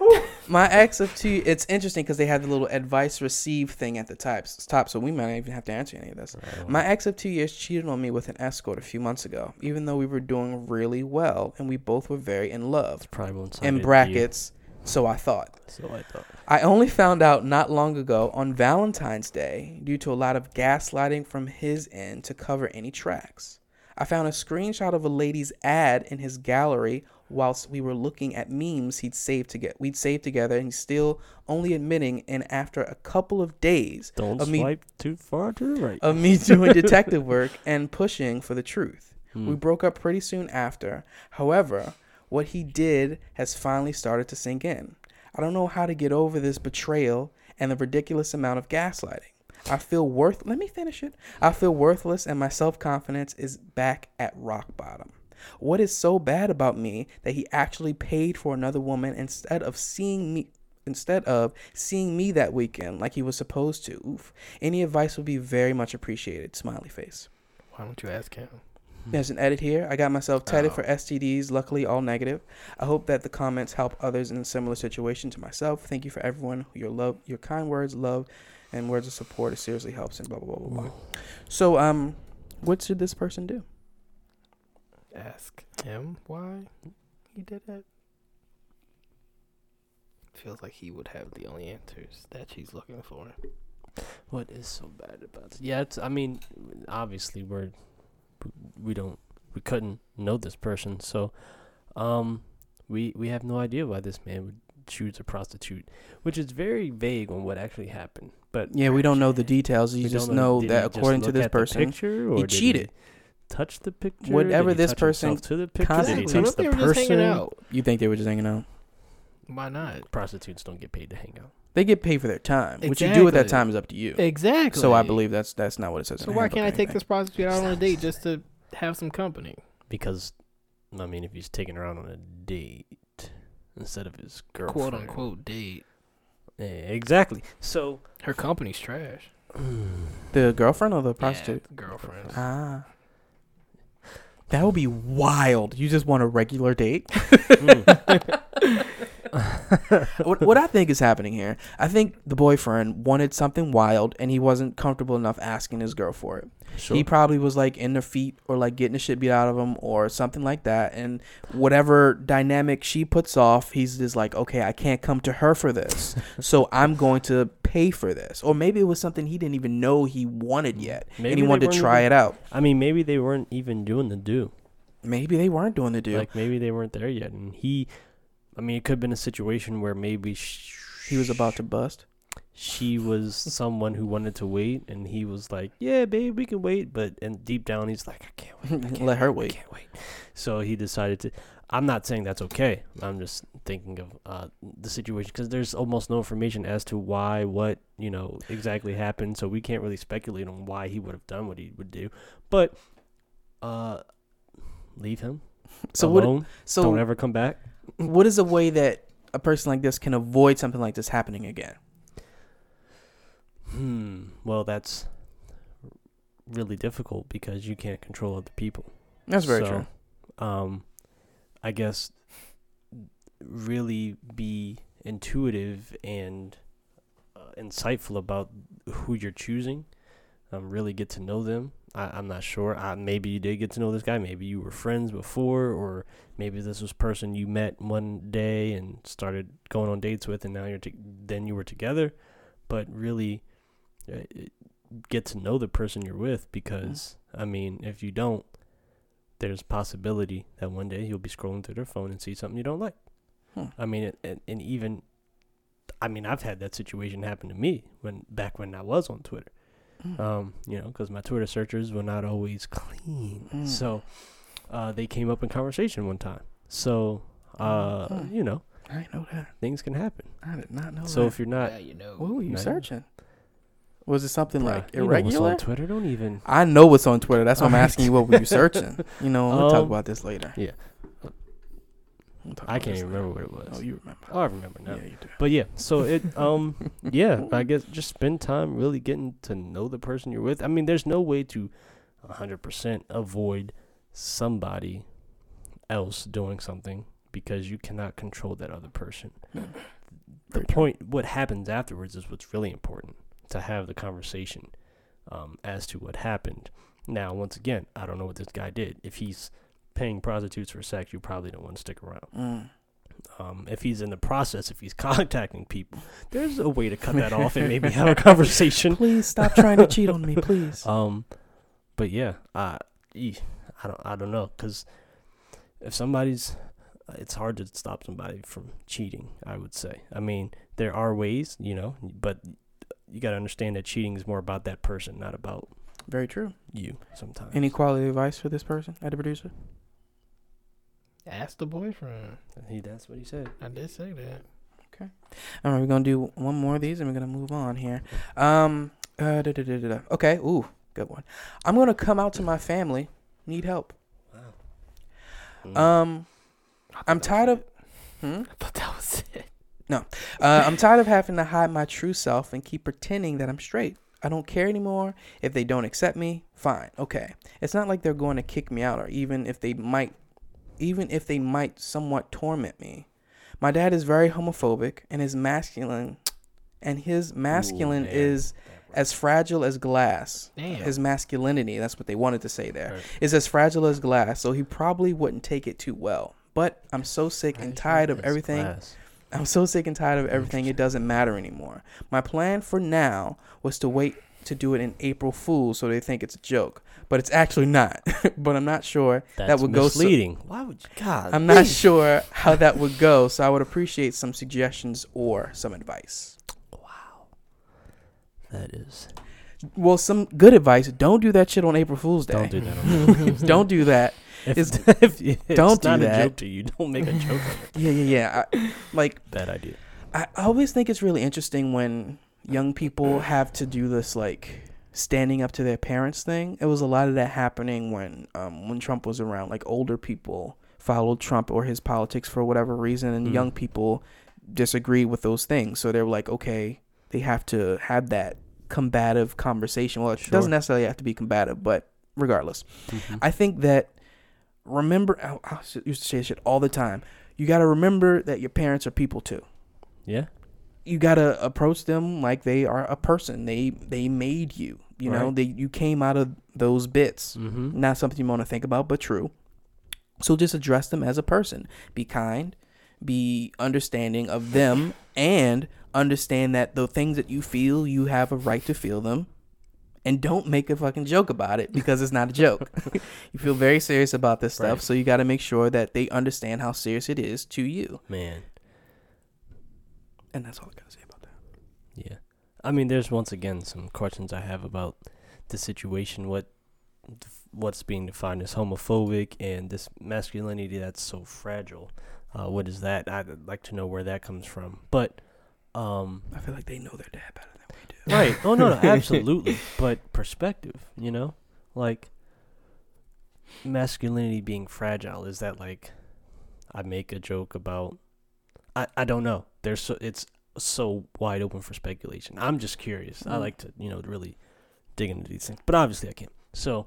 [SPEAKER 2] My ex of two. It's interesting because they had the little advice received thing at the top, top. So we might not even have to answer any of this. My ex of two years cheated on me with an escort a few months ago, even though we were doing really well and we both were very in love.
[SPEAKER 3] primal inside
[SPEAKER 2] in brackets, so I thought.
[SPEAKER 3] So I thought.
[SPEAKER 2] I only found out not long ago on Valentine's Day due to a lot of gaslighting from his end to cover any tracks. I found a screenshot of a lady's ad in his gallery whilst we were looking at memes he'd saved to get we'd saved together and he's still only admitting and after a couple of days
[SPEAKER 3] Don't
[SPEAKER 2] of me
[SPEAKER 3] swipe too far to the right.
[SPEAKER 2] of me doing detective work and pushing for the truth.
[SPEAKER 3] Hmm.
[SPEAKER 2] We broke up pretty soon after. However, what he did has finally started to sink in. I don't know how to get over this betrayal and the ridiculous amount of gaslighting. I feel worth let me finish it. I feel worthless and my self-confidence is back at rock bottom. What is so bad about me that he actually paid for another woman instead of seeing me instead of seeing me that weekend like he was supposed to? Oof. Any advice would be very much appreciated. Smiley face.
[SPEAKER 1] Why don't you ask him?
[SPEAKER 2] There's an edit here. I got myself tedded
[SPEAKER 1] Oh.
[SPEAKER 2] for STDs, luckily all negative. I hope that the comments help others in a similar situation to myself. Thank you for everyone. Your love, your kind words, love, and words of support. It seriously helps. And blah blah blah blah. blah. So um, what should this person do?
[SPEAKER 1] Ask him why he did it. Feels like he would have the only answers that she's looking for.
[SPEAKER 3] What is so bad about it? Yeah, it's, I mean, obviously we're we don't we couldn't know this person, so um we we have no idea why this man would choose a prostitute, which is very vague on what actually happened. But
[SPEAKER 2] Yeah, we don't know the details.
[SPEAKER 3] we
[SPEAKER 2] You
[SPEAKER 3] don't
[SPEAKER 2] just know
[SPEAKER 3] did
[SPEAKER 2] that
[SPEAKER 3] he just
[SPEAKER 2] according to
[SPEAKER 3] look
[SPEAKER 2] this
[SPEAKER 3] at the
[SPEAKER 2] person,
[SPEAKER 3] picture, or did
[SPEAKER 2] cheated.
[SPEAKER 3] touch the picture.
[SPEAKER 2] Whatever
[SPEAKER 3] Did he
[SPEAKER 2] this
[SPEAKER 3] touch himself
[SPEAKER 2] person
[SPEAKER 3] to the picture. Did he
[SPEAKER 2] constantly-
[SPEAKER 3] touch
[SPEAKER 1] What if
[SPEAKER 3] the
[SPEAKER 1] they were just hanging
[SPEAKER 3] person?
[SPEAKER 1] out?
[SPEAKER 2] you think they were just hanging out.
[SPEAKER 1] Why not?
[SPEAKER 3] Prostitutes don't get paid to hang out.
[SPEAKER 2] They get paid for their time. What you do with that
[SPEAKER 1] Exactly.
[SPEAKER 2] time is up to you.
[SPEAKER 1] Exactly.
[SPEAKER 2] So I believe that's that's not what it says. in
[SPEAKER 1] So
[SPEAKER 2] the
[SPEAKER 1] why
[SPEAKER 2] handbook
[SPEAKER 1] can't
[SPEAKER 2] or
[SPEAKER 1] I take
[SPEAKER 2] anything.
[SPEAKER 1] this prostitute out on a date just to have some company?
[SPEAKER 3] because I mean, if he's taking her out on a date instead of his girlfriend,
[SPEAKER 1] Quote unquote date.
[SPEAKER 3] Yeah, exactly. So hmm.
[SPEAKER 1] Her company's trash.
[SPEAKER 2] The girlfriend or the prostitute?
[SPEAKER 1] Yeah, girlfriend.
[SPEAKER 2] Ah. That would be wild. You just want a regular date? what, what I think is happening here, I think the boyfriend wanted something wild and he wasn't comfortable enough asking his girl for it.
[SPEAKER 3] sure.
[SPEAKER 2] He probably was like in their feet or like getting the shit beat out of him or something like that. And whatever dynamic she puts off, he's just like, okay, I can't come to her for this. so I'm going to pay for this. Or maybe it was something he didn't even know he wanted yet and
[SPEAKER 3] Maybe
[SPEAKER 2] he
[SPEAKER 3] they
[SPEAKER 2] wanted to
[SPEAKER 3] weren't
[SPEAKER 2] try
[SPEAKER 3] even-
[SPEAKER 2] it out.
[SPEAKER 3] I mean, maybe they weren't even doing the do.
[SPEAKER 2] Maybe they weren't doing the deal.
[SPEAKER 3] Like maybe they weren't there yet, and he. I mean, it could have been a situation where maybe sh-
[SPEAKER 2] he was about to bust.
[SPEAKER 3] she was someone who wanted to wait, and he was like, "Yeah, babe, we can wait," but and deep down he's like, "I can't wait. I can't
[SPEAKER 2] Let her
[SPEAKER 3] I
[SPEAKER 2] wait.
[SPEAKER 3] can't wait." So he decided to. I'm not saying that's okay. I'm just thinking of uh, the situation because there's almost no information as to why, what you know exactly happened. So we can't really speculate on why he would have done what he would do. But uh, leave him
[SPEAKER 2] So what?
[SPEAKER 3] alone.
[SPEAKER 2] So
[SPEAKER 3] Don't ever come back.
[SPEAKER 2] what is a way that a person like this can avoid something like this happening again?
[SPEAKER 3] Hmm. Well, that's really difficult because you can't control other people.
[SPEAKER 2] That's very
[SPEAKER 3] So,
[SPEAKER 2] true.
[SPEAKER 3] Um, I guess really be intuitive and uh, insightful about who you're choosing. Um, really get to know them. I, I'm not sure. I, maybe you did get to know this guy. Maybe you were friends before, or maybe this was person you met one day and started going on dates with, and now you're to- then you were together. But really, uh, it- get to know the person you're with because I mean, if you don't, there's possibility that one day you'll be scrolling through their phone and see something you don't like.
[SPEAKER 2] Hmm.
[SPEAKER 3] I mean, it, and, and even, I mean, I've had that situation happen to me when back when I was on Twitter.
[SPEAKER 2] Mm.
[SPEAKER 3] Um, you know, because my Twitter searches were not always clean,
[SPEAKER 2] Mm.
[SPEAKER 3] so uh, they came up in conversation one time. So, uh,
[SPEAKER 2] Mm.
[SPEAKER 3] you know,
[SPEAKER 2] I didn't know that.
[SPEAKER 3] things can happen.
[SPEAKER 2] I did not know
[SPEAKER 3] so
[SPEAKER 2] that.
[SPEAKER 3] if you're not
[SPEAKER 1] yeah, you know.
[SPEAKER 2] what were you
[SPEAKER 3] Right.
[SPEAKER 2] searching? Was it something like
[SPEAKER 3] Bruh, you know what's
[SPEAKER 2] irregular?
[SPEAKER 3] on Twitter, don't even.
[SPEAKER 2] I know what's on Twitter. That's why I'm
[SPEAKER 3] Alright.
[SPEAKER 2] asking you. What were you searching? You know, we'll talk
[SPEAKER 3] Um,
[SPEAKER 2] about this later.
[SPEAKER 3] yeah.
[SPEAKER 2] We'll talk
[SPEAKER 3] I
[SPEAKER 2] about
[SPEAKER 3] can't
[SPEAKER 2] this
[SPEAKER 3] even
[SPEAKER 2] later.
[SPEAKER 3] remember what it was.
[SPEAKER 2] Oh, you remember?
[SPEAKER 3] Oh, I remember now.
[SPEAKER 2] Yeah, you do.
[SPEAKER 3] But yeah, so it um yeah, I guess just spend time really getting to know the person you're with. I mean, there's no way to 100% avoid somebody else doing something because you cannot control that other person. the
[SPEAKER 2] Very true.
[SPEAKER 3] point what happens afterwards is what's really important to have the conversation um, as to what happened. Now, once again, I don't know what this guy did. If he's paying prostitutes for sex, you probably don't want to stick around
[SPEAKER 2] Mm.
[SPEAKER 3] um, if he's in the process, if he's contacting people, there's a way to cut that off and maybe have a conversation.
[SPEAKER 2] Please stop trying to cheat on me, please.
[SPEAKER 3] Um, but yeah, I, eesh, I don't, I don't know, cause if somebody's, it's hard to stop somebody from cheating. I would say. I mean, there are ways, you know, but you got to understand that cheating is more about that person, not about
[SPEAKER 2] Very true.
[SPEAKER 3] you. Sometimes.
[SPEAKER 2] Any quality advice for this person at the producer?
[SPEAKER 1] Ask the boyfriend.
[SPEAKER 3] he, that's what he said.
[SPEAKER 1] I did say that.
[SPEAKER 2] All right, we're gonna do one more of these, and we're gonna move on here. Um, uh, da, da, da, da, da. okay, ooh, good one. I'm gonna come out to my family. Need help.
[SPEAKER 1] Mm.
[SPEAKER 2] Um, I'm tired of. Hmm?
[SPEAKER 1] I thought that was it.
[SPEAKER 2] Uh, I'm tired of having to hide my true self and keep pretending that I'm straight. I don't care anymore. If they don't accept me, fine. Okay. It's not like they're going to kick me out or even if they might even if they might somewhat torment me. My dad is very homophobic and his masculine and his masculine
[SPEAKER 3] man.
[SPEAKER 2] is as fragile as glass.
[SPEAKER 1] Damn.
[SPEAKER 2] His masculinity, that's what they wanted to say there,
[SPEAKER 3] Right.
[SPEAKER 2] is as fragile as glass, so he probably wouldn't take it too well. But I'm so sick and tired of everything
[SPEAKER 3] Class.
[SPEAKER 2] I'm so sick and tired of everything. It doesn't matter anymore. My plan for now was to wait to do it in April Fool so they think it's a joke, but it's actually not. but I'm not sure
[SPEAKER 3] That's
[SPEAKER 2] that would go so-
[SPEAKER 3] misleading. Why would you? God,
[SPEAKER 2] I'm not sure how that would go, so I would appreciate some suggestions or some advice.
[SPEAKER 3] that is
[SPEAKER 2] Well, some good advice. Don't do that shit on April Fool's Day.
[SPEAKER 3] Don't do that. On purpose.
[SPEAKER 2] Don't do that.
[SPEAKER 3] If,
[SPEAKER 2] It's-
[SPEAKER 3] if it's
[SPEAKER 2] don't do
[SPEAKER 3] not
[SPEAKER 2] that.
[SPEAKER 3] a joke to you, don't make a joke. of it.
[SPEAKER 2] Yeah, yeah, yeah. I, like
[SPEAKER 3] Bad idea.
[SPEAKER 2] I I always think it's really interesting when young people have to do this like standing up to their parents thing. It was a lot of that happening when um, when Trump was around. Like older people followed Trump or his politics for whatever reason, and
[SPEAKER 3] Mm.
[SPEAKER 2] young people disagreed with those things. So they were like, okay, they have to have that combative conversation. Well, it
[SPEAKER 3] Sure. Mm-hmm.
[SPEAKER 2] doesn't necessarily have to be combative, but regardless, I think that remember I, I used to say this shit all the time. You got to remember that your parents are people too
[SPEAKER 3] Yeah.
[SPEAKER 2] you gotta approach them like they are a person. They they made you. You know,
[SPEAKER 3] Right.
[SPEAKER 2] they you came out of those bits.
[SPEAKER 3] Mm-hmm.
[SPEAKER 2] Not something you want to think about, but true. So just address them as a person. Be kind, be understanding of them, and understand that the things that you feel, you have a right to feel them. And don't make a fucking joke about it because it's not a joke. you feel very serious about this stuff,
[SPEAKER 3] Right.
[SPEAKER 2] so you got to make sure that they understand how serious it is to you.
[SPEAKER 3] Man.
[SPEAKER 2] And that's all I got to say about that.
[SPEAKER 3] Yeah. I mean, there's once again some questions I have about the situation. What what's being defined as homophobic and this masculinity that's so fragile. Uh, what is that? I'd like to know where that comes from. But um,
[SPEAKER 2] I feel like they know their dad better than we do.
[SPEAKER 3] right. Oh no, no, absolutely. But perspective, you know, like masculinity being fragile. Is that like I make a joke about? I I don't know. There's so it's so wide open for speculation. I'm just curious. I
[SPEAKER 2] Mm.
[SPEAKER 3] like to you know really dig into these things, but obviously I can't. So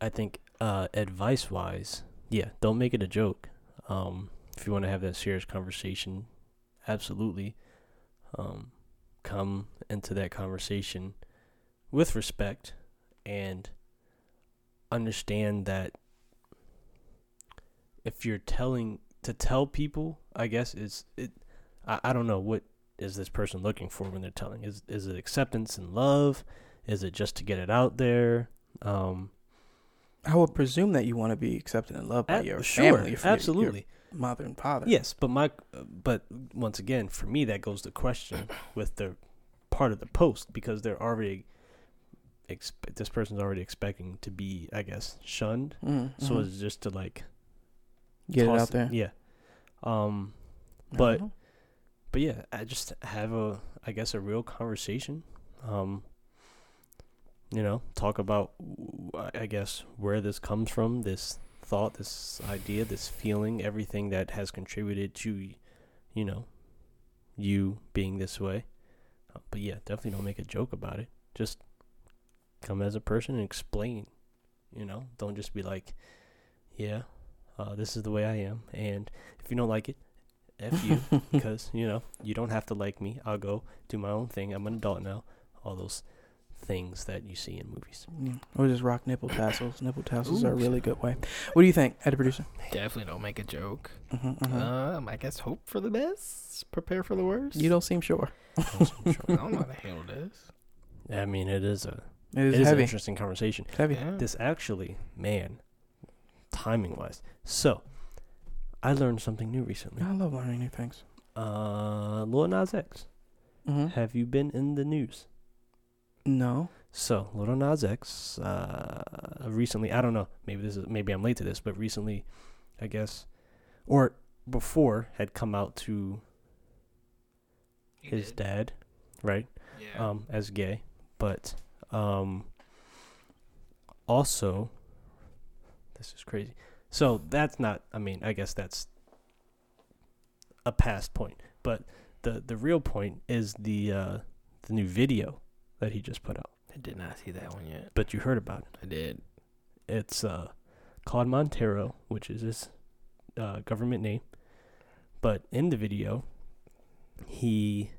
[SPEAKER 3] I think uh, advice wise, yeah, don't make it a joke. Um, if you want to have that serious conversation, absolutely. Um, come into that conversation with respect and understand that if you're telling to tell people, I guess is it I, I don't know what is this person looking for when they're telling. Is is it acceptance and love? Is it just to get it out there? Um
[SPEAKER 2] I would presume that you want to be accepted and loved by
[SPEAKER 3] ab-
[SPEAKER 2] your
[SPEAKER 3] sure,
[SPEAKER 2] family, if you're- your
[SPEAKER 3] absolutely.
[SPEAKER 2] mother and father.
[SPEAKER 3] Yes, but my but once again, for me that goes to question with the part of the post because they're already exp- this person's already expecting to be, I guess, shunned.
[SPEAKER 2] Mm,
[SPEAKER 3] So
[SPEAKER 2] mhm.
[SPEAKER 3] it's just to like
[SPEAKER 2] get it
[SPEAKER 3] toss
[SPEAKER 2] out there.
[SPEAKER 3] Yeah. Um
[SPEAKER 2] I
[SPEAKER 3] but-
[SPEAKER 2] don't know.
[SPEAKER 3] but yeah, I just have a I guess a real conversation. Um you know, talk about w- I I guess where this comes from, this thought, this idea, this feeling, everything that has contributed to you know you being this way. Uh, But yeah, definitely don't make a joke about it. Just come as a person and explain, you know? Don't just be like, yeah, uh, this is the way I am and if you don't like it, F
[SPEAKER 2] Mm-hmm.
[SPEAKER 3] you because you know you don't have to like me. I'll go do my own thing. I'm an adult now. All those things that you see in movies.
[SPEAKER 2] Yeah. Or just rock nipple tassels. Nipple tassels are a
[SPEAKER 1] Ooh.
[SPEAKER 2] really good way. What do you think, head producer?
[SPEAKER 1] Definitely don't make a joke.
[SPEAKER 2] hmm
[SPEAKER 3] Uh, Uh-huh.
[SPEAKER 1] Um, I guess hope for the best, prepare for the worst.
[SPEAKER 2] you don't seem sure.
[SPEAKER 1] I don't know how to handle this.
[SPEAKER 3] I mean, it is a
[SPEAKER 2] It
[SPEAKER 3] it
[SPEAKER 2] is,
[SPEAKER 3] is an
[SPEAKER 2] heavy.
[SPEAKER 3] interesting conversation.
[SPEAKER 2] It's heavy.
[SPEAKER 1] Yeah.
[SPEAKER 3] This actually, man, timing wise. So, I learned something new recently.
[SPEAKER 2] I love learning new things.
[SPEAKER 3] Uh, Lil Nas X,
[SPEAKER 2] hmm
[SPEAKER 3] have you been in the news?
[SPEAKER 2] No.
[SPEAKER 3] So Lil Nas X uh, recently, I don't know, maybe this is maybe I'm late to this, but recently, I guess, or before had come out to
[SPEAKER 1] He
[SPEAKER 3] his
[SPEAKER 1] did.
[SPEAKER 3] dad, right,
[SPEAKER 1] Yeah.
[SPEAKER 3] um, as gay, but um, also, this is crazy. So that's not, I mean, I guess that's a past point, but the the real point is the uh, the new video that he just put out.
[SPEAKER 1] I did not see that one yet.
[SPEAKER 3] But you heard about it.
[SPEAKER 1] I did.
[SPEAKER 3] It's uh, Claude Montero, which is his uh, government name. But in the video, he.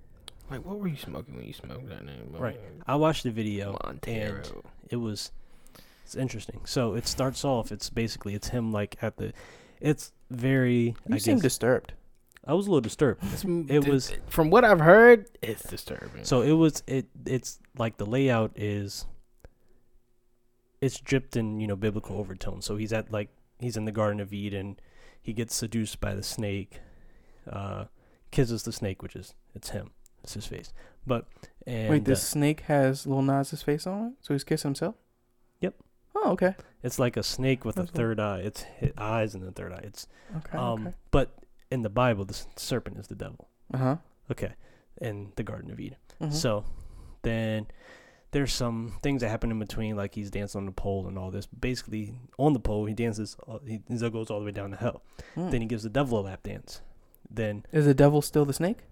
[SPEAKER 1] Like, what were you smoking when you smoked that name?
[SPEAKER 3] Right. I watched the video.
[SPEAKER 1] Montero.
[SPEAKER 3] It was. It's interesting. So it starts off. It's basically it's him like at the. It's very.
[SPEAKER 2] You
[SPEAKER 3] I
[SPEAKER 2] seem
[SPEAKER 3] guess
[SPEAKER 2] disturbed.
[SPEAKER 3] I was a little disturbed.
[SPEAKER 1] It's-
[SPEAKER 3] It was-
[SPEAKER 1] from what I've heard, it's disturbing.
[SPEAKER 3] So it was it it's like the layout is it's dripped in, you know, biblical overtones. So he's at like he's in the Garden of Eden, he gets seduced by the snake, uh kisses the snake, which is it's him. It's his face. But and
[SPEAKER 2] Wait,
[SPEAKER 3] uh,
[SPEAKER 2] the snake has Lil Nas's face on it, so he's kissing himself.
[SPEAKER 3] Yep.
[SPEAKER 2] Oh, okay.
[SPEAKER 3] it's like a snake with a
[SPEAKER 2] That's what-
[SPEAKER 3] third eye. It's his eyes and the third eye. It's
[SPEAKER 2] Oh, Okay.
[SPEAKER 3] um but in the Bible the s- serpent is the devil.
[SPEAKER 2] Uh huh.
[SPEAKER 3] Okay. In the Garden of Eden.
[SPEAKER 2] Mm-hmm.
[SPEAKER 3] So then there's some things that happen in between, like he's dancing on the pole and all this. Basically, on the pole, he dances, uh, he, he goes all the way down to hell.
[SPEAKER 2] Mm.
[SPEAKER 3] Then he gives the devil a lap dance. Then
[SPEAKER 2] is the devil still the snake?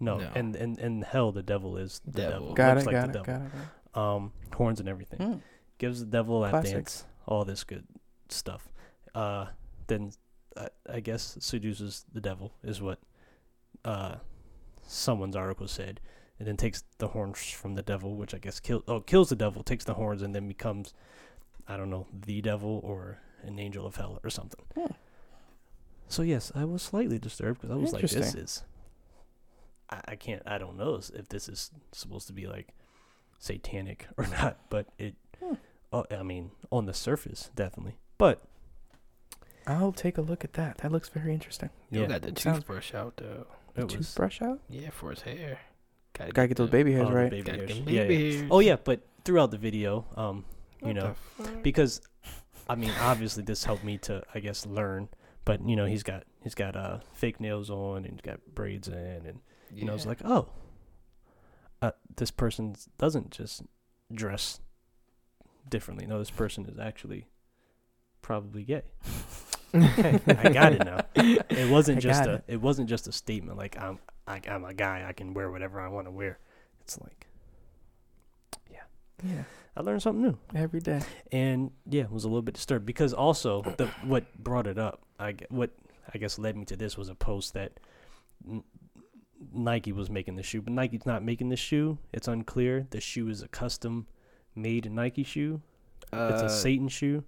[SPEAKER 3] no,
[SPEAKER 1] No.
[SPEAKER 3] and and and hell, the devil is the
[SPEAKER 1] Devil.
[SPEAKER 3] devil.
[SPEAKER 2] Got
[SPEAKER 3] Looks
[SPEAKER 2] it.
[SPEAKER 3] like
[SPEAKER 2] got,
[SPEAKER 3] the
[SPEAKER 2] it got it.
[SPEAKER 3] devil. Um, horns and everything.
[SPEAKER 2] Mm.
[SPEAKER 3] Gives the devil a lap
[SPEAKER 2] Classic.
[SPEAKER 3] dance. All this good stuff. Uh, then I, I guess seduces the devil is what uh someone's article said, and then takes the horns from the devil, which I guess kills oh kills the devil, takes the horns, and then becomes I don't know the devil or an angel of hell or something.
[SPEAKER 2] Hmm.
[SPEAKER 3] So yes, I was slightly disturbed because I was like, this
[SPEAKER 2] Interesting.
[SPEAKER 3] is I, I can't I don't know s- if this is supposed to be like satanic or not, but it
[SPEAKER 2] Hmm.
[SPEAKER 3] oh, I mean on the surface definitely, but
[SPEAKER 2] I'll take a look at that. That looks very interesting.
[SPEAKER 1] You
[SPEAKER 3] yeah,
[SPEAKER 1] got the
[SPEAKER 2] Sounds-
[SPEAKER 1] toothbrush out though.
[SPEAKER 3] it was
[SPEAKER 2] Toothbrush out.
[SPEAKER 1] Yeah, for his hair. Gotta,
[SPEAKER 2] Gotta get those baby hairs
[SPEAKER 3] Oh, the
[SPEAKER 2] right.
[SPEAKER 3] baby
[SPEAKER 1] Gotta
[SPEAKER 3] hairs.
[SPEAKER 1] get
[SPEAKER 3] Yeah,
[SPEAKER 1] baby
[SPEAKER 3] yeah.
[SPEAKER 1] hairs.
[SPEAKER 3] Oh yeah, but throughout the video, um, you know,
[SPEAKER 1] Be-
[SPEAKER 3] because I mean, obviously this helped me to, I guess, learn. But you know, he's got he's got uh fake nails on and he's got braids in, and you know, I was like, oh, uh, this person doesn't just dress differently. No, this person is actually probably gay. Okay, I got it now. It wasn't
[SPEAKER 2] I
[SPEAKER 3] just
[SPEAKER 2] got
[SPEAKER 3] a it. wasn't just a statement like I'm I, I'm a guy. I can wear whatever I want to wear. It's like
[SPEAKER 2] Yeah,
[SPEAKER 3] I learned something new.
[SPEAKER 2] every day.
[SPEAKER 3] and yeah, was a little bit disturbed because also the what brought it up, I gue- what I guess led me to this was a post that N- Nike was making the shoe, but Nike's not making the shoe. It's unclear. The shoe is a custom made Nike shoe. it's
[SPEAKER 1] Uh,
[SPEAKER 3] a Satan shoe,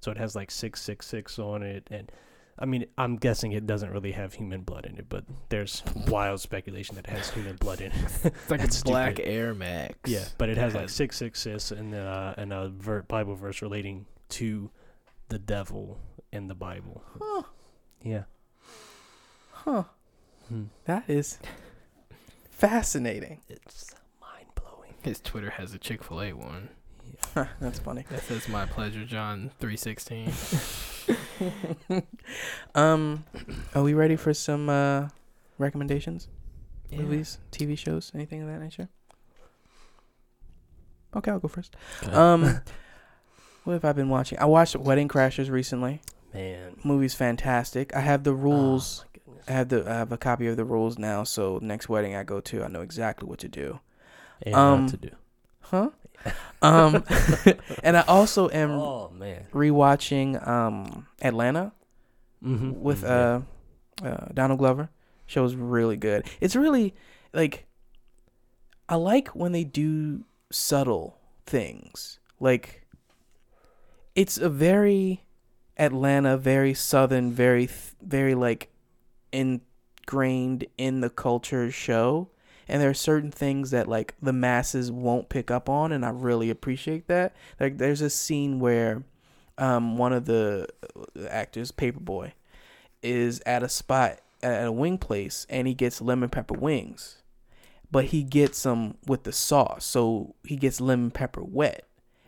[SPEAKER 3] so it has like six six six on it, and I mean I'm guessing it doesn't really have human blood in it, but there's wild speculation that it has human blood in it.
[SPEAKER 1] it's like
[SPEAKER 3] that's
[SPEAKER 1] a black
[SPEAKER 3] stupid.
[SPEAKER 1] Air Max.
[SPEAKER 3] Yeah, but it has like
[SPEAKER 1] has-
[SPEAKER 3] six six six and uh, and a ver- Bible verse relating to the devil in the Bible.
[SPEAKER 2] Huh.
[SPEAKER 3] Yeah.
[SPEAKER 2] Huh.
[SPEAKER 3] Hmm.
[SPEAKER 2] That is fascinating.
[SPEAKER 3] It's mind blowing.
[SPEAKER 1] His Twitter has a Chick Fil A one
[SPEAKER 2] That's funny.
[SPEAKER 1] that says "My pleasure, John 316.
[SPEAKER 2] um, are we ready for some uh, recommendations? Movies, TV shows, anything of that nature? Okay, I'll go first. Um, what have I been watching? I watched Wedding Crashers recently.
[SPEAKER 3] Man.
[SPEAKER 2] Movie's fantastic. I have the rules.
[SPEAKER 3] Oh,
[SPEAKER 2] I
[SPEAKER 3] my goodness.
[SPEAKER 2] have the I have a copy of the rules now. So next wedding I go to, I know exactly what to do.
[SPEAKER 3] And um,
[SPEAKER 2] um,
[SPEAKER 3] to do.
[SPEAKER 2] Huh? um, and I also am
[SPEAKER 3] oh man.
[SPEAKER 2] rewatching um Atlanta
[SPEAKER 3] Mm-hmm.
[SPEAKER 2] with uh, uh Donald Glover. Show's really good. It's really like I like when they do subtle things. Like it's a very Atlanta, very southern, very th- very like ingrained in the culture show. And there are certain things that like the masses won't pick up on, and I really appreciate that. Like there's a scene where um, one of the uh, actors, Paperboy, is at a spot at a wing place and he gets lemon pepper wings, but he gets them with the sauce, so he gets lemon pepper wet.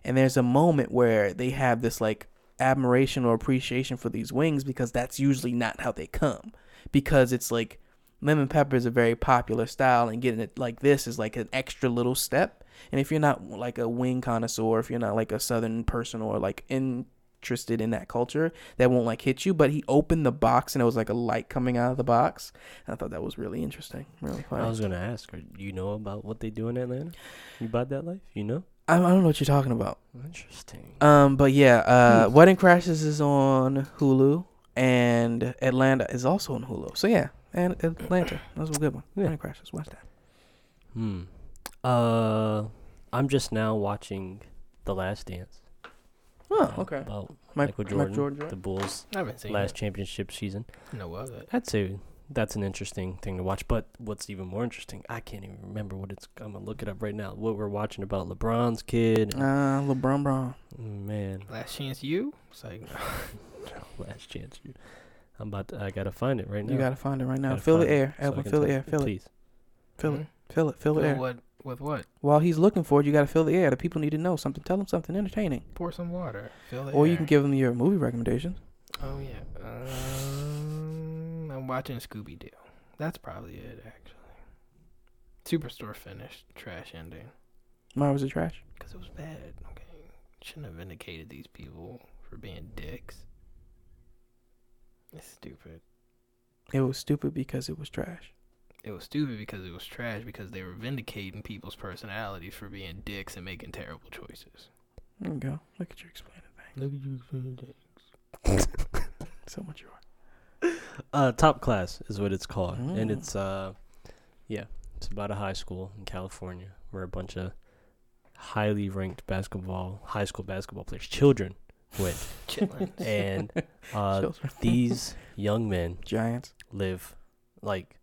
[SPEAKER 2] And there's a moment where they have this like admiration or appreciation for these wings because that's usually not how they come, because it's like lemon pepper is a very popular style and getting it like this is like an extra little step and if you're not like a wing connoisseur if you're not like a southern person or like interested in that culture that won't like hit you but he opened the box and it was like a light coming out of the box and i thought that was really interesting really funny
[SPEAKER 3] I was gonna ask, are- you know about what they do in Atlanta? You about that life? You know?
[SPEAKER 2] I, I don't know what you're talking about
[SPEAKER 3] Interesting.
[SPEAKER 2] um but yeah
[SPEAKER 3] Hmm.
[SPEAKER 2] uh wedding crashes is on hulu and atlanta is also on hulu so yeah and atlanta that was a good one
[SPEAKER 3] Yeah.
[SPEAKER 2] wedding crashes watch that
[SPEAKER 3] Hmm. Uh, I'm just now watching The Last Dance.
[SPEAKER 2] oh okay
[SPEAKER 3] About
[SPEAKER 2] Mike-
[SPEAKER 3] Michael
[SPEAKER 2] Mike
[SPEAKER 3] Jordan,
[SPEAKER 2] Jordan, Uh, right?
[SPEAKER 3] the Bulls'
[SPEAKER 1] I haven't seen
[SPEAKER 3] last championship season.
[SPEAKER 1] it. No, was it?
[SPEAKER 3] I'd say that's an interesting thing to watch. But what's even more interesting, I can't even remember what it's. I'm gonna look it up right now. What we're watching about LeBron's kid. and-
[SPEAKER 2] uh lebron brown
[SPEAKER 3] man,
[SPEAKER 1] Last chance, you. It's like
[SPEAKER 3] last chance. You, I'm about. To, I gotta find it right now.
[SPEAKER 2] You gotta find it right now.
[SPEAKER 3] Gotta
[SPEAKER 2] Fill the
[SPEAKER 3] find it
[SPEAKER 2] air,
[SPEAKER 3] so I
[SPEAKER 2] Elvin.
[SPEAKER 3] can
[SPEAKER 2] fill the
[SPEAKER 3] type
[SPEAKER 2] air. Fill it.
[SPEAKER 3] please.
[SPEAKER 2] Fill
[SPEAKER 1] Mhm.
[SPEAKER 2] it.
[SPEAKER 3] Mm-hmm.
[SPEAKER 2] Fill it. Fill the
[SPEAKER 1] Fill
[SPEAKER 2] air.
[SPEAKER 1] what with what?
[SPEAKER 2] While he's looking for it, you gotta fill the air. The people need to know something. Tell them something entertaining,
[SPEAKER 1] Pour some water. Fill the
[SPEAKER 2] or you
[SPEAKER 1] air.
[SPEAKER 2] can give them your movie recommendations.
[SPEAKER 1] Oh yeah. Um, I'm watching Scooby Doo. That's probably it actually. Superstore finished. Trash ending.
[SPEAKER 2] Mine was a trash.
[SPEAKER 1] Cause it was bad. Okay. Shouldn't have vindicated these people for being dicks. It's stupid.
[SPEAKER 2] It was stupid because it was trash.
[SPEAKER 1] It was stupid because it was trash because they were vindicating people's personalities for being dicks and making terrible choices.
[SPEAKER 2] There you go. Look at you explaining things.
[SPEAKER 1] Look at you being dick.
[SPEAKER 2] So much you are.
[SPEAKER 3] Uh, Top Class is what it's called,
[SPEAKER 2] Mm.
[SPEAKER 3] and it's uh, yeah, it's about a high school in California where a bunch of highly ranked basketball, high school basketball players, children went,
[SPEAKER 1] Chitlin.
[SPEAKER 3] and uh,
[SPEAKER 2] Children.
[SPEAKER 3] these young men
[SPEAKER 2] Giants.
[SPEAKER 3] live like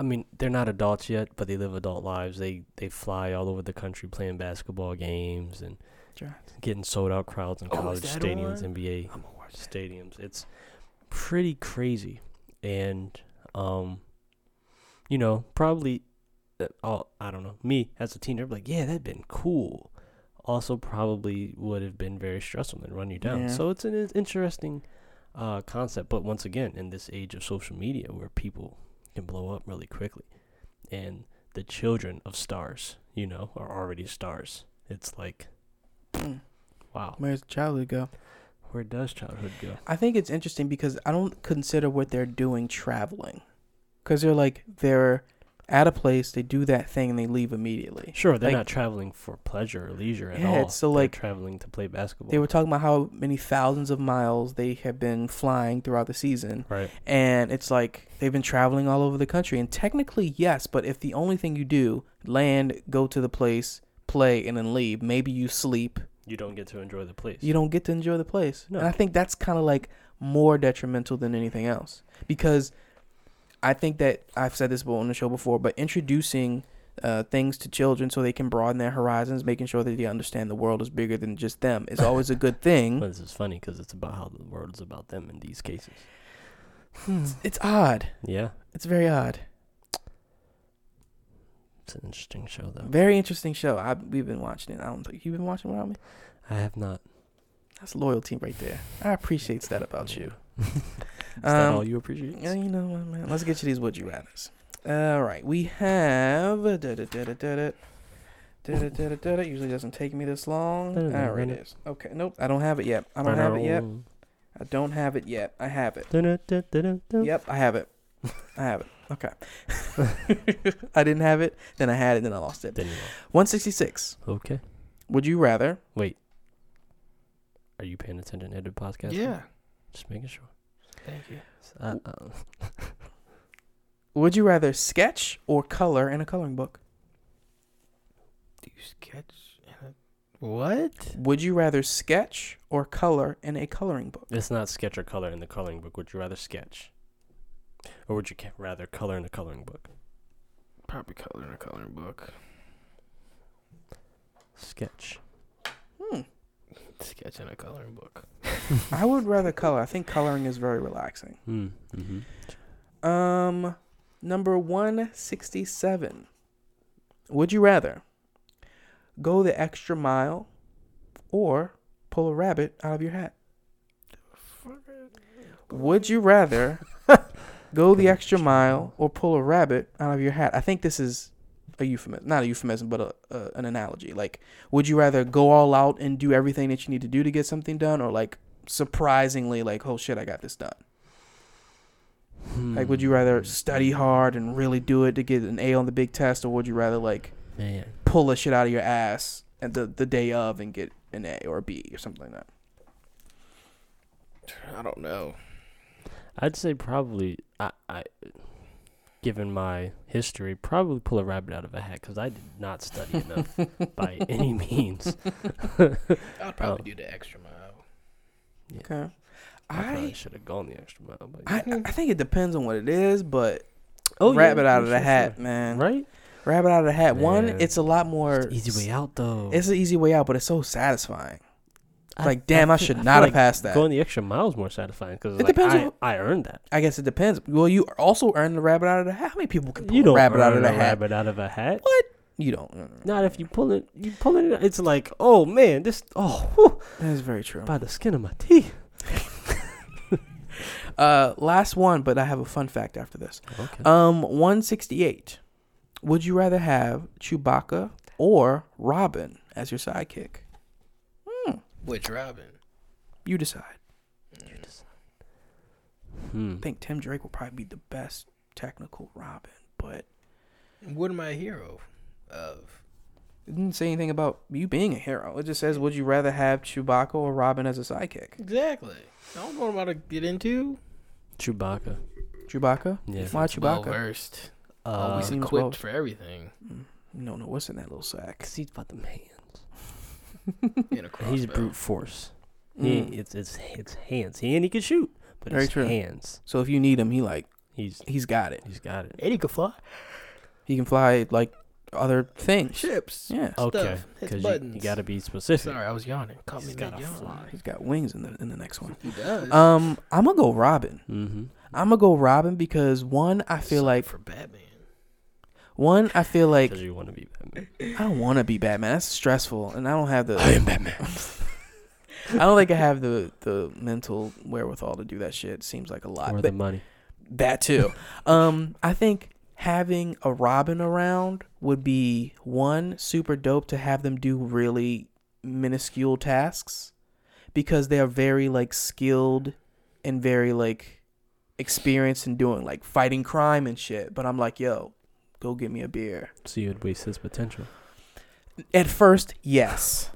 [SPEAKER 3] I mean, they're not adults yet, but they live adult lives. They they fly all over the country playing basketball games and
[SPEAKER 2] Giants.
[SPEAKER 3] getting sold out crowds in
[SPEAKER 1] Oh, is
[SPEAKER 3] college
[SPEAKER 1] that
[SPEAKER 3] stadiums,
[SPEAKER 1] on?
[SPEAKER 3] NBA
[SPEAKER 1] I'm gonna watch that.
[SPEAKER 3] stadiums. It's pretty crazy, and um, you know, probably that all I don't know me as a teenager, I'd be like yeah, that'd been cool. Also, probably would have been very stressful and run you down.
[SPEAKER 2] Yeah.
[SPEAKER 3] So it's an in- interesting uh, concept, but once again, in this age of social media, where people can blow up really quickly, and the children of stars, you know, are already stars. It's like,
[SPEAKER 2] Mm.
[SPEAKER 3] wow,
[SPEAKER 2] Where's childhood go?
[SPEAKER 3] where does childhood go?
[SPEAKER 2] I think it's interesting because I don't consider what they're doing traveling, because they're like they're at a place, they do that thing, and they leave immediately.
[SPEAKER 3] Sure, they're
[SPEAKER 2] Like-
[SPEAKER 3] not traveling for pleasure or leisure at
[SPEAKER 2] Yeah,
[SPEAKER 3] all.
[SPEAKER 2] it's so,
[SPEAKER 3] They're
[SPEAKER 2] like,
[SPEAKER 3] traveling to play basketball.
[SPEAKER 2] They were talking about how many thousands of miles they have been flying throughout the season,
[SPEAKER 3] right.
[SPEAKER 2] and it's like they've been traveling all over the country. And technically, yes, but if the only thing you do land, go to the place, play, and then leave, maybe you sleep,
[SPEAKER 3] You don't get to enjoy the place.
[SPEAKER 2] you don't get to enjoy the place.
[SPEAKER 3] No.
[SPEAKER 2] And I think that's kind of like more detrimental than anything else because I think that I've said this on the show before, but introducing uh, things to children so they can broaden their horizons, making sure that they understand the world is bigger than just them is always a good
[SPEAKER 3] But
[SPEAKER 2] thing.
[SPEAKER 3] this is funny because it's about how the world is about them in these cases.
[SPEAKER 2] It's odd.
[SPEAKER 3] Yeah,
[SPEAKER 2] It's very odd.
[SPEAKER 3] it's an interesting show though.
[SPEAKER 2] Very interesting show. I we've been watching it. I don't think you've been watching without me.
[SPEAKER 3] I have not.
[SPEAKER 2] That's loyalty right there. I appreciate that about you.
[SPEAKER 3] Is that
[SPEAKER 2] Um,
[SPEAKER 3] all you appreciate?
[SPEAKER 2] Yeah, you know what, man. Let's get to these would you rather's. All right, we have. da-da-da-da-da-da, da-da-da-da-da. Usually doesn't take me this long.
[SPEAKER 3] Better than
[SPEAKER 2] All right, it
[SPEAKER 3] minute.
[SPEAKER 2] is. Okay, nope. I don't have it yet. I don't have it yet. I don't have it yet. I have it. Yep, I have it. I have it. Okay. I didn't have it. Then I had it. Then I lost it.
[SPEAKER 3] Then you are.
[SPEAKER 2] 166.
[SPEAKER 3] Okay.
[SPEAKER 2] Would you rather?
[SPEAKER 3] Are you paying attention to the podcast?
[SPEAKER 1] Yeah.
[SPEAKER 3] Just making sure.
[SPEAKER 1] Thank you.
[SPEAKER 3] Uh, uh,
[SPEAKER 2] Would you rather sketch or color in a coloring book?
[SPEAKER 1] Do you sketch? What?
[SPEAKER 2] Would you rather sketch or color in a coloring book?
[SPEAKER 3] it's not sketch or color in the coloring book. Would you rather sketch, or would you ca- rather color in the coloring book?
[SPEAKER 1] Probably color in a coloring book.
[SPEAKER 3] Sketch.
[SPEAKER 2] Hmm.
[SPEAKER 1] Sketch in a coloring book.
[SPEAKER 2] I would rather color. I think coloring is very relaxing.
[SPEAKER 3] Hmm. Mm-hmm.
[SPEAKER 2] Um, number 167. Would you rather go the extra mile or pull a rabbit out of your hat? Would you rather go the extra mile or pull a rabbit out of your hat? I think this is a euphemism, not a euphemism, but a, a, an analogy. Like, would you rather go all out and do everything that you need to do to get something done, or like surprisingly, like, oh shit, I got this done?
[SPEAKER 3] Hmm.
[SPEAKER 2] Like,
[SPEAKER 3] Mm.
[SPEAKER 2] would you rather study hard and really do it to get an A on the big test, or would you rather like
[SPEAKER 3] Man.
[SPEAKER 2] pull the shit out of your ass and the the day of and get an A or a B or something like that?
[SPEAKER 1] I don't know.
[SPEAKER 3] I'd say probably I, I given my history, probably pull a rabbit out of a hat because I did not study enough by any means.
[SPEAKER 1] I'd probably do the extra mile.
[SPEAKER 2] Okay,
[SPEAKER 3] I
[SPEAKER 2] I
[SPEAKER 3] probably should have gone the extra mile. But
[SPEAKER 2] I, I think it depends on what it is, but
[SPEAKER 3] Oh, yeah,
[SPEAKER 2] rabbit out of
[SPEAKER 3] for
[SPEAKER 2] the
[SPEAKER 3] sure,
[SPEAKER 2] hat,
[SPEAKER 3] sure.
[SPEAKER 2] man.
[SPEAKER 3] right?
[SPEAKER 2] Rabbit out of the hat. One,
[SPEAKER 3] Man.
[SPEAKER 2] it's a lot more
[SPEAKER 3] Easy way out though.
[SPEAKER 2] It's an easy way out, but it's so satisfying.
[SPEAKER 3] I-
[SPEAKER 2] like, damn, I,
[SPEAKER 3] feel-
[SPEAKER 2] should
[SPEAKER 3] feel
[SPEAKER 2] not have
[SPEAKER 3] like
[SPEAKER 2] passed that.
[SPEAKER 3] Going the extra mile is more satisfying because
[SPEAKER 2] It
[SPEAKER 3] like,
[SPEAKER 2] depends
[SPEAKER 3] I,
[SPEAKER 2] on-
[SPEAKER 3] I earned that.
[SPEAKER 2] I guess it depends. Well, you also earn the rabbit out of the hat. How many people can pull
[SPEAKER 3] You
[SPEAKER 2] a
[SPEAKER 3] don't
[SPEAKER 2] rabbit out of
[SPEAKER 3] earn
[SPEAKER 2] the
[SPEAKER 3] a
[SPEAKER 2] hat?
[SPEAKER 3] rabbit out of a hat.
[SPEAKER 2] What? You don't. No, no, no.
[SPEAKER 3] Not if you pull it. You pull it. out, It's like, oh man, this. Oh, whew,
[SPEAKER 2] That is very true.
[SPEAKER 3] by the skin of my teeth.
[SPEAKER 2] Uh, last one, but I have a fun fact after this.
[SPEAKER 3] Okay.
[SPEAKER 2] Um, 168. Would you rather have Chewbacca or Robin as your sidekick? Hmm.
[SPEAKER 1] Which Robin? Mm.
[SPEAKER 2] You decide.
[SPEAKER 3] hmm.
[SPEAKER 2] I think Tim Drake will probably be the best technical Robin, but
[SPEAKER 1] What am I a hero of?
[SPEAKER 2] It didn't say anything about you being a hero. It just says, would you rather have Chewbacca or Robin as a sicic?
[SPEAKER 1] Exactly. I don't know what I'm about to get into.
[SPEAKER 3] Chewbacca.
[SPEAKER 2] Chewbacca?
[SPEAKER 3] Yeah.
[SPEAKER 2] Why
[SPEAKER 1] Well
[SPEAKER 2] Chewbacca?
[SPEAKER 1] versed.
[SPEAKER 3] Uh,
[SPEAKER 1] Always
[SPEAKER 2] seems
[SPEAKER 1] equipped
[SPEAKER 2] well-
[SPEAKER 1] for everything.
[SPEAKER 2] no, no, what's in that little sack?
[SPEAKER 3] Cause he's about the man.
[SPEAKER 1] Being a
[SPEAKER 3] He's
[SPEAKER 1] crossbow.
[SPEAKER 3] brute force. He,
[SPEAKER 2] Mm.
[SPEAKER 3] it's it's it's hands. He and he can shoot, but
[SPEAKER 2] Very
[SPEAKER 3] it's
[SPEAKER 2] true.
[SPEAKER 3] hands.
[SPEAKER 2] So if you need him, he like
[SPEAKER 3] He's
[SPEAKER 2] he's got it.
[SPEAKER 3] he's got it.
[SPEAKER 1] And he could fly.
[SPEAKER 2] He can fly like other things.
[SPEAKER 1] Ships.
[SPEAKER 2] Yeah,
[SPEAKER 3] Okay,
[SPEAKER 1] hits
[SPEAKER 3] because you,
[SPEAKER 1] buttons.
[SPEAKER 3] gotta be specific.
[SPEAKER 1] Sorry, I was yawning. Caught
[SPEAKER 3] He's
[SPEAKER 1] me mid
[SPEAKER 3] gotta
[SPEAKER 1] yawn.
[SPEAKER 3] fly.
[SPEAKER 2] he's got wings in the in the next one.
[SPEAKER 1] He does.
[SPEAKER 3] Uh,
[SPEAKER 2] Um, I'm gonna go Robin.
[SPEAKER 3] Mm-hmm.
[SPEAKER 2] I'm gonna go Robin because one, I feel
[SPEAKER 1] Suck
[SPEAKER 2] like
[SPEAKER 1] for Batman.
[SPEAKER 2] One, I feel like
[SPEAKER 3] Because you want to be Batman.
[SPEAKER 2] I don't want to be Batman. That's stressful, and I don't have the.
[SPEAKER 3] I am Batman.
[SPEAKER 2] I don't think I have the the mental wherewithal to do that shit. Seems like a lot.
[SPEAKER 3] Or
[SPEAKER 2] But
[SPEAKER 3] the money.
[SPEAKER 2] That too. um, I think having a Robin around would be one super dope to have them do really minuscule tasks because they are very like skilled and very like experienced in doing like fighting crime and shit. But I'm like, yo, go get me a beer.
[SPEAKER 3] So you'd waste his potential.
[SPEAKER 2] At first, yes,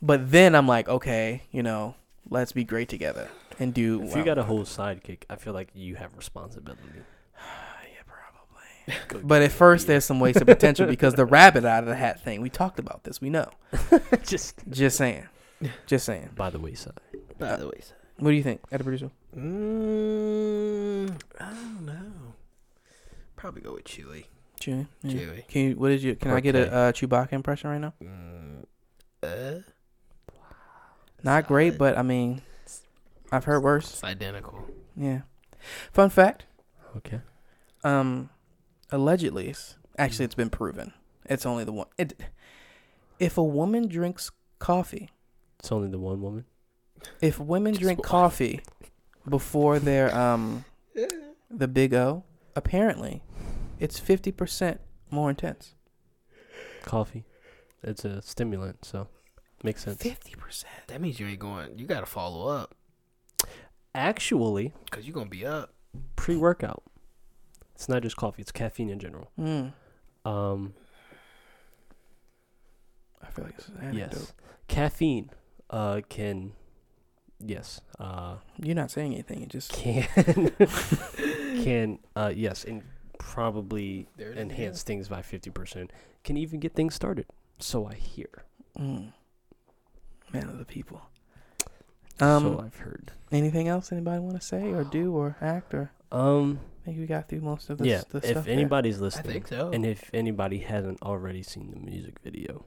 [SPEAKER 2] but then I'm like, okay, you know, let's be great together and do.
[SPEAKER 3] If you got a whole sidekick, I feel like you have responsibility.
[SPEAKER 2] yeah, probably.
[SPEAKER 3] Go
[SPEAKER 2] But
[SPEAKER 3] get
[SPEAKER 2] at
[SPEAKER 3] me a
[SPEAKER 2] first,
[SPEAKER 3] beer.
[SPEAKER 2] there's some wasted potential because the rabbit out of the hat thing. We talked about this. We know.
[SPEAKER 3] just
[SPEAKER 2] Just saying. Just saying.
[SPEAKER 3] by the wayside.
[SPEAKER 1] By the way, so-
[SPEAKER 2] What do you think, Edda producer?
[SPEAKER 1] mm, I don't know. Probably go with Chewy.
[SPEAKER 2] Chewie. Yeah.
[SPEAKER 1] Chewy.
[SPEAKER 2] Can you? What did you? Can I get a
[SPEAKER 3] Okay.
[SPEAKER 2] uh, Chewbacca impression right now?
[SPEAKER 1] Mm, uh,
[SPEAKER 2] Not great,
[SPEAKER 1] Solid.
[SPEAKER 2] but I mean, I've heard worse.
[SPEAKER 1] it's identical.
[SPEAKER 2] Yeah. Fun fact.
[SPEAKER 3] Okay.
[SPEAKER 2] Um, allegedly, it's- actually, it's been proven. It's only the one. It, if a woman drinks coffee,
[SPEAKER 3] It's only the one woman.
[SPEAKER 2] if women
[SPEAKER 1] Just
[SPEAKER 2] drink
[SPEAKER 1] one.
[SPEAKER 2] coffee before their um the big O, apparently, it's fifty percent more intense.
[SPEAKER 3] Coffee. It's a stimulant, so makes sense.
[SPEAKER 1] Fifty percent. That means you ain't going. You gotta follow up
[SPEAKER 3] Actually,
[SPEAKER 1] because you're gonna be up.
[SPEAKER 3] pre workout. It's not just coffee, it's caffeine in general.
[SPEAKER 2] Mm.
[SPEAKER 3] Um
[SPEAKER 2] I feel like it's an anecdote.
[SPEAKER 3] yes. Caffeine uh can yes. Uh
[SPEAKER 2] You're not saying anything. You just
[SPEAKER 3] can can uh yes, and probably
[SPEAKER 1] There it is.
[SPEAKER 3] enhance things by 50%. Can even get things started. So I hear.
[SPEAKER 2] mm. man of the people. Um,
[SPEAKER 3] so uh, I've heard.
[SPEAKER 2] anything else anybody want to say or do or act or?
[SPEAKER 3] Um
[SPEAKER 2] I think we got through most of the,
[SPEAKER 3] yeah,
[SPEAKER 2] s- the stuff.
[SPEAKER 3] if
[SPEAKER 2] there.
[SPEAKER 3] anybody's
[SPEAKER 1] I
[SPEAKER 3] listening,
[SPEAKER 1] think so.
[SPEAKER 3] And if anybody hasn't already seen the music video,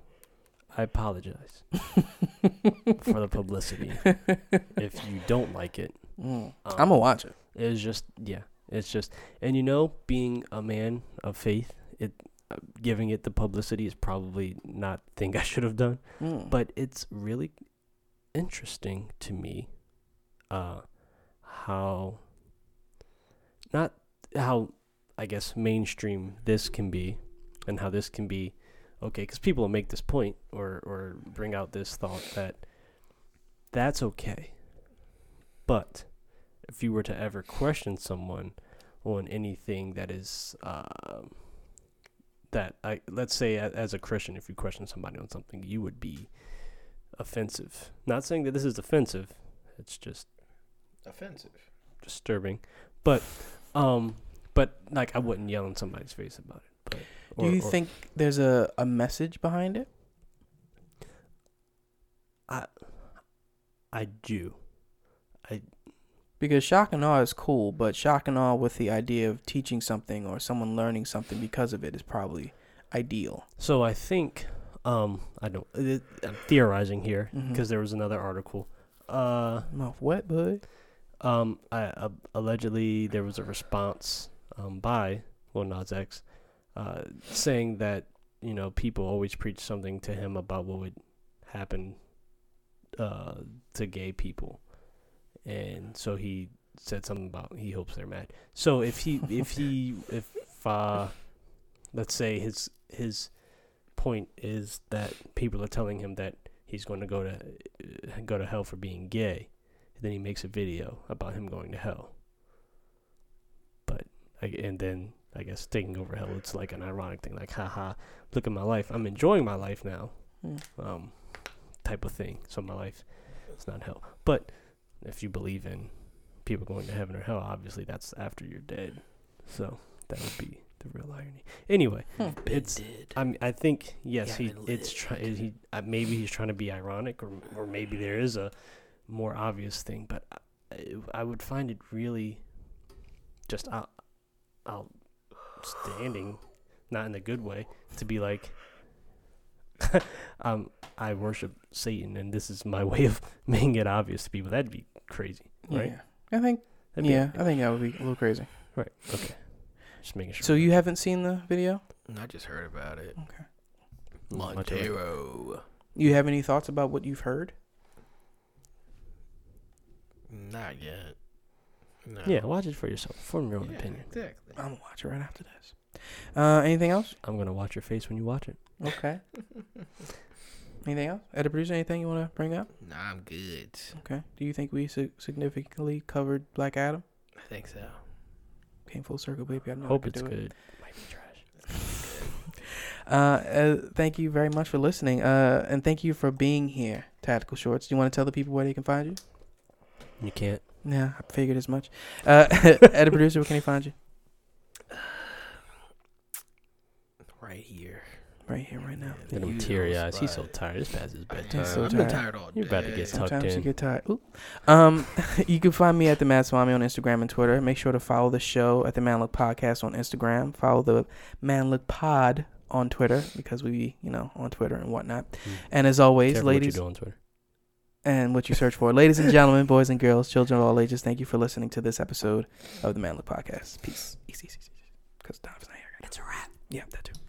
[SPEAKER 3] I apologize for the publicity. if you don't like it,
[SPEAKER 2] Mm.
[SPEAKER 3] um,
[SPEAKER 2] I'm gonna watch it.
[SPEAKER 3] It's just yeah, it's just and you know, being a man of faith, it uh, giving it the publicity is probably not the thing I should have done,
[SPEAKER 2] Mm.
[SPEAKER 3] but it's really interesting to me uh how not how I guess mainstream this can be, and how this can be okay. Because people make this point or or bring out this thought that that's okay, but if you were to ever question someone on anything that is um that I let's say a- as a Christian, if you question somebody on something, you would be offensive. Not saying that this is offensive. It's just
[SPEAKER 1] offensive.
[SPEAKER 3] disturbing. But um but like I wouldn't yell in somebody's face about it. But,
[SPEAKER 2] do
[SPEAKER 3] or-
[SPEAKER 2] you
[SPEAKER 3] or-
[SPEAKER 2] think there's a, a message behind it?
[SPEAKER 3] I do?
[SPEAKER 2] Because shock and awe is cool, but shock and awe with the idea of teaching something or someone learning something because of it is probably ideal.
[SPEAKER 3] So I think um I don't it, I'm theorizing here
[SPEAKER 2] Mhm.
[SPEAKER 3] because there was another article. Uh
[SPEAKER 2] Mouth wet, bud.
[SPEAKER 3] Um, I, uh, allegedly there was a response um, by Lil Nas X uh, saying that you know people always preach something to him about what would happen uh, to gay people, and so he said something about he hopes they're mad. So if he if he if uh, let's say his his point is that people are telling him that he's going to go to uh, go to hell for being gay then he makes a video about him going to hell. But I- and then I guess taking over hell, it's like an ironic thing, like haha, look at my life. I'm enjoying my life now,
[SPEAKER 2] Hmm.
[SPEAKER 3] um, type of thing. So my life, it's not hell. But if you believe in people going to heaven or hell, obviously that's after you're dead. So that would be the real irony. Anyway, it's
[SPEAKER 1] did.
[SPEAKER 3] I mean, I think yes,
[SPEAKER 1] Yeah,
[SPEAKER 3] he
[SPEAKER 1] they
[SPEAKER 3] it's
[SPEAKER 1] lived.
[SPEAKER 3] try, he uh, maybe he's trying to be ironic, or or maybe there is a more obvious thing, but I, I would find it really just out, outstanding, not in a good way, to be like, um, I worship Satan, and this is my way of making it obvious to people. That'd be crazy, right?
[SPEAKER 2] Yeah. I think
[SPEAKER 3] That'd be-
[SPEAKER 2] yeah, I think that would be a little crazy.
[SPEAKER 3] right. Okay, just making sure.
[SPEAKER 2] So you haven't seen the video?
[SPEAKER 1] I just heard about it.
[SPEAKER 2] Okay.
[SPEAKER 1] Montero.
[SPEAKER 2] You have any thoughts about what you've heard?
[SPEAKER 1] Not yet. No.
[SPEAKER 3] Yeah, watch it for yourself. Form your own
[SPEAKER 1] Yeah,
[SPEAKER 3] opinion.
[SPEAKER 1] Exactly.
[SPEAKER 2] I'm gonna watch it right after this. Uh, anything else?
[SPEAKER 3] I'm gonna watch your face when you watch it.
[SPEAKER 2] Okay. anything else? Editor producer, anything you want to bring up?
[SPEAKER 1] Nah, I'm good.
[SPEAKER 2] Okay. Do you think we sig- significantly covered Black Adam?
[SPEAKER 1] I think so.
[SPEAKER 2] Came full circle, baby. I know I
[SPEAKER 3] Hope
[SPEAKER 2] could
[SPEAKER 3] it's
[SPEAKER 2] do it.
[SPEAKER 3] good. Might be trash.
[SPEAKER 2] Uh, uh, thank you very much for listening. Uh, and thank you for being here, Tactical Shorts. Do you want to tell the people where they can find you?
[SPEAKER 3] You can't.
[SPEAKER 2] Yeah, I figured as much. Uh, editor producer, where can they find you?
[SPEAKER 1] Right here.
[SPEAKER 2] Right here, right now.
[SPEAKER 1] Yeah,
[SPEAKER 3] Gonna
[SPEAKER 1] you
[SPEAKER 3] teary eyes.
[SPEAKER 1] don't
[SPEAKER 3] He's so
[SPEAKER 1] spy.
[SPEAKER 3] tired. It's past his bedtime.
[SPEAKER 1] I'm
[SPEAKER 2] so
[SPEAKER 1] I've been
[SPEAKER 2] tired.
[SPEAKER 1] tired all day.
[SPEAKER 3] You're about to get some- Tucked
[SPEAKER 2] Sometimes you
[SPEAKER 3] in.
[SPEAKER 2] get tired. Ooh. Um, you can find me at the Mad Swami on Instagram and Twitter. Make sure to follow the show at the Man Look Podcast on Instagram. Follow the Man Look Pod on Twitter because we, you know, on Twitter and whatnot. And as always,
[SPEAKER 3] Hmm. Careful
[SPEAKER 2] ladies
[SPEAKER 3] what you do on Twitter.
[SPEAKER 2] and what you search for, ladies and gentlemen, boys and girls, children of all ages, thank you for listening to this episode of the Man Look Podcast. Peace. Easy, easy, easy. Because Dom's not here. It's a wrap. Yeah, that too.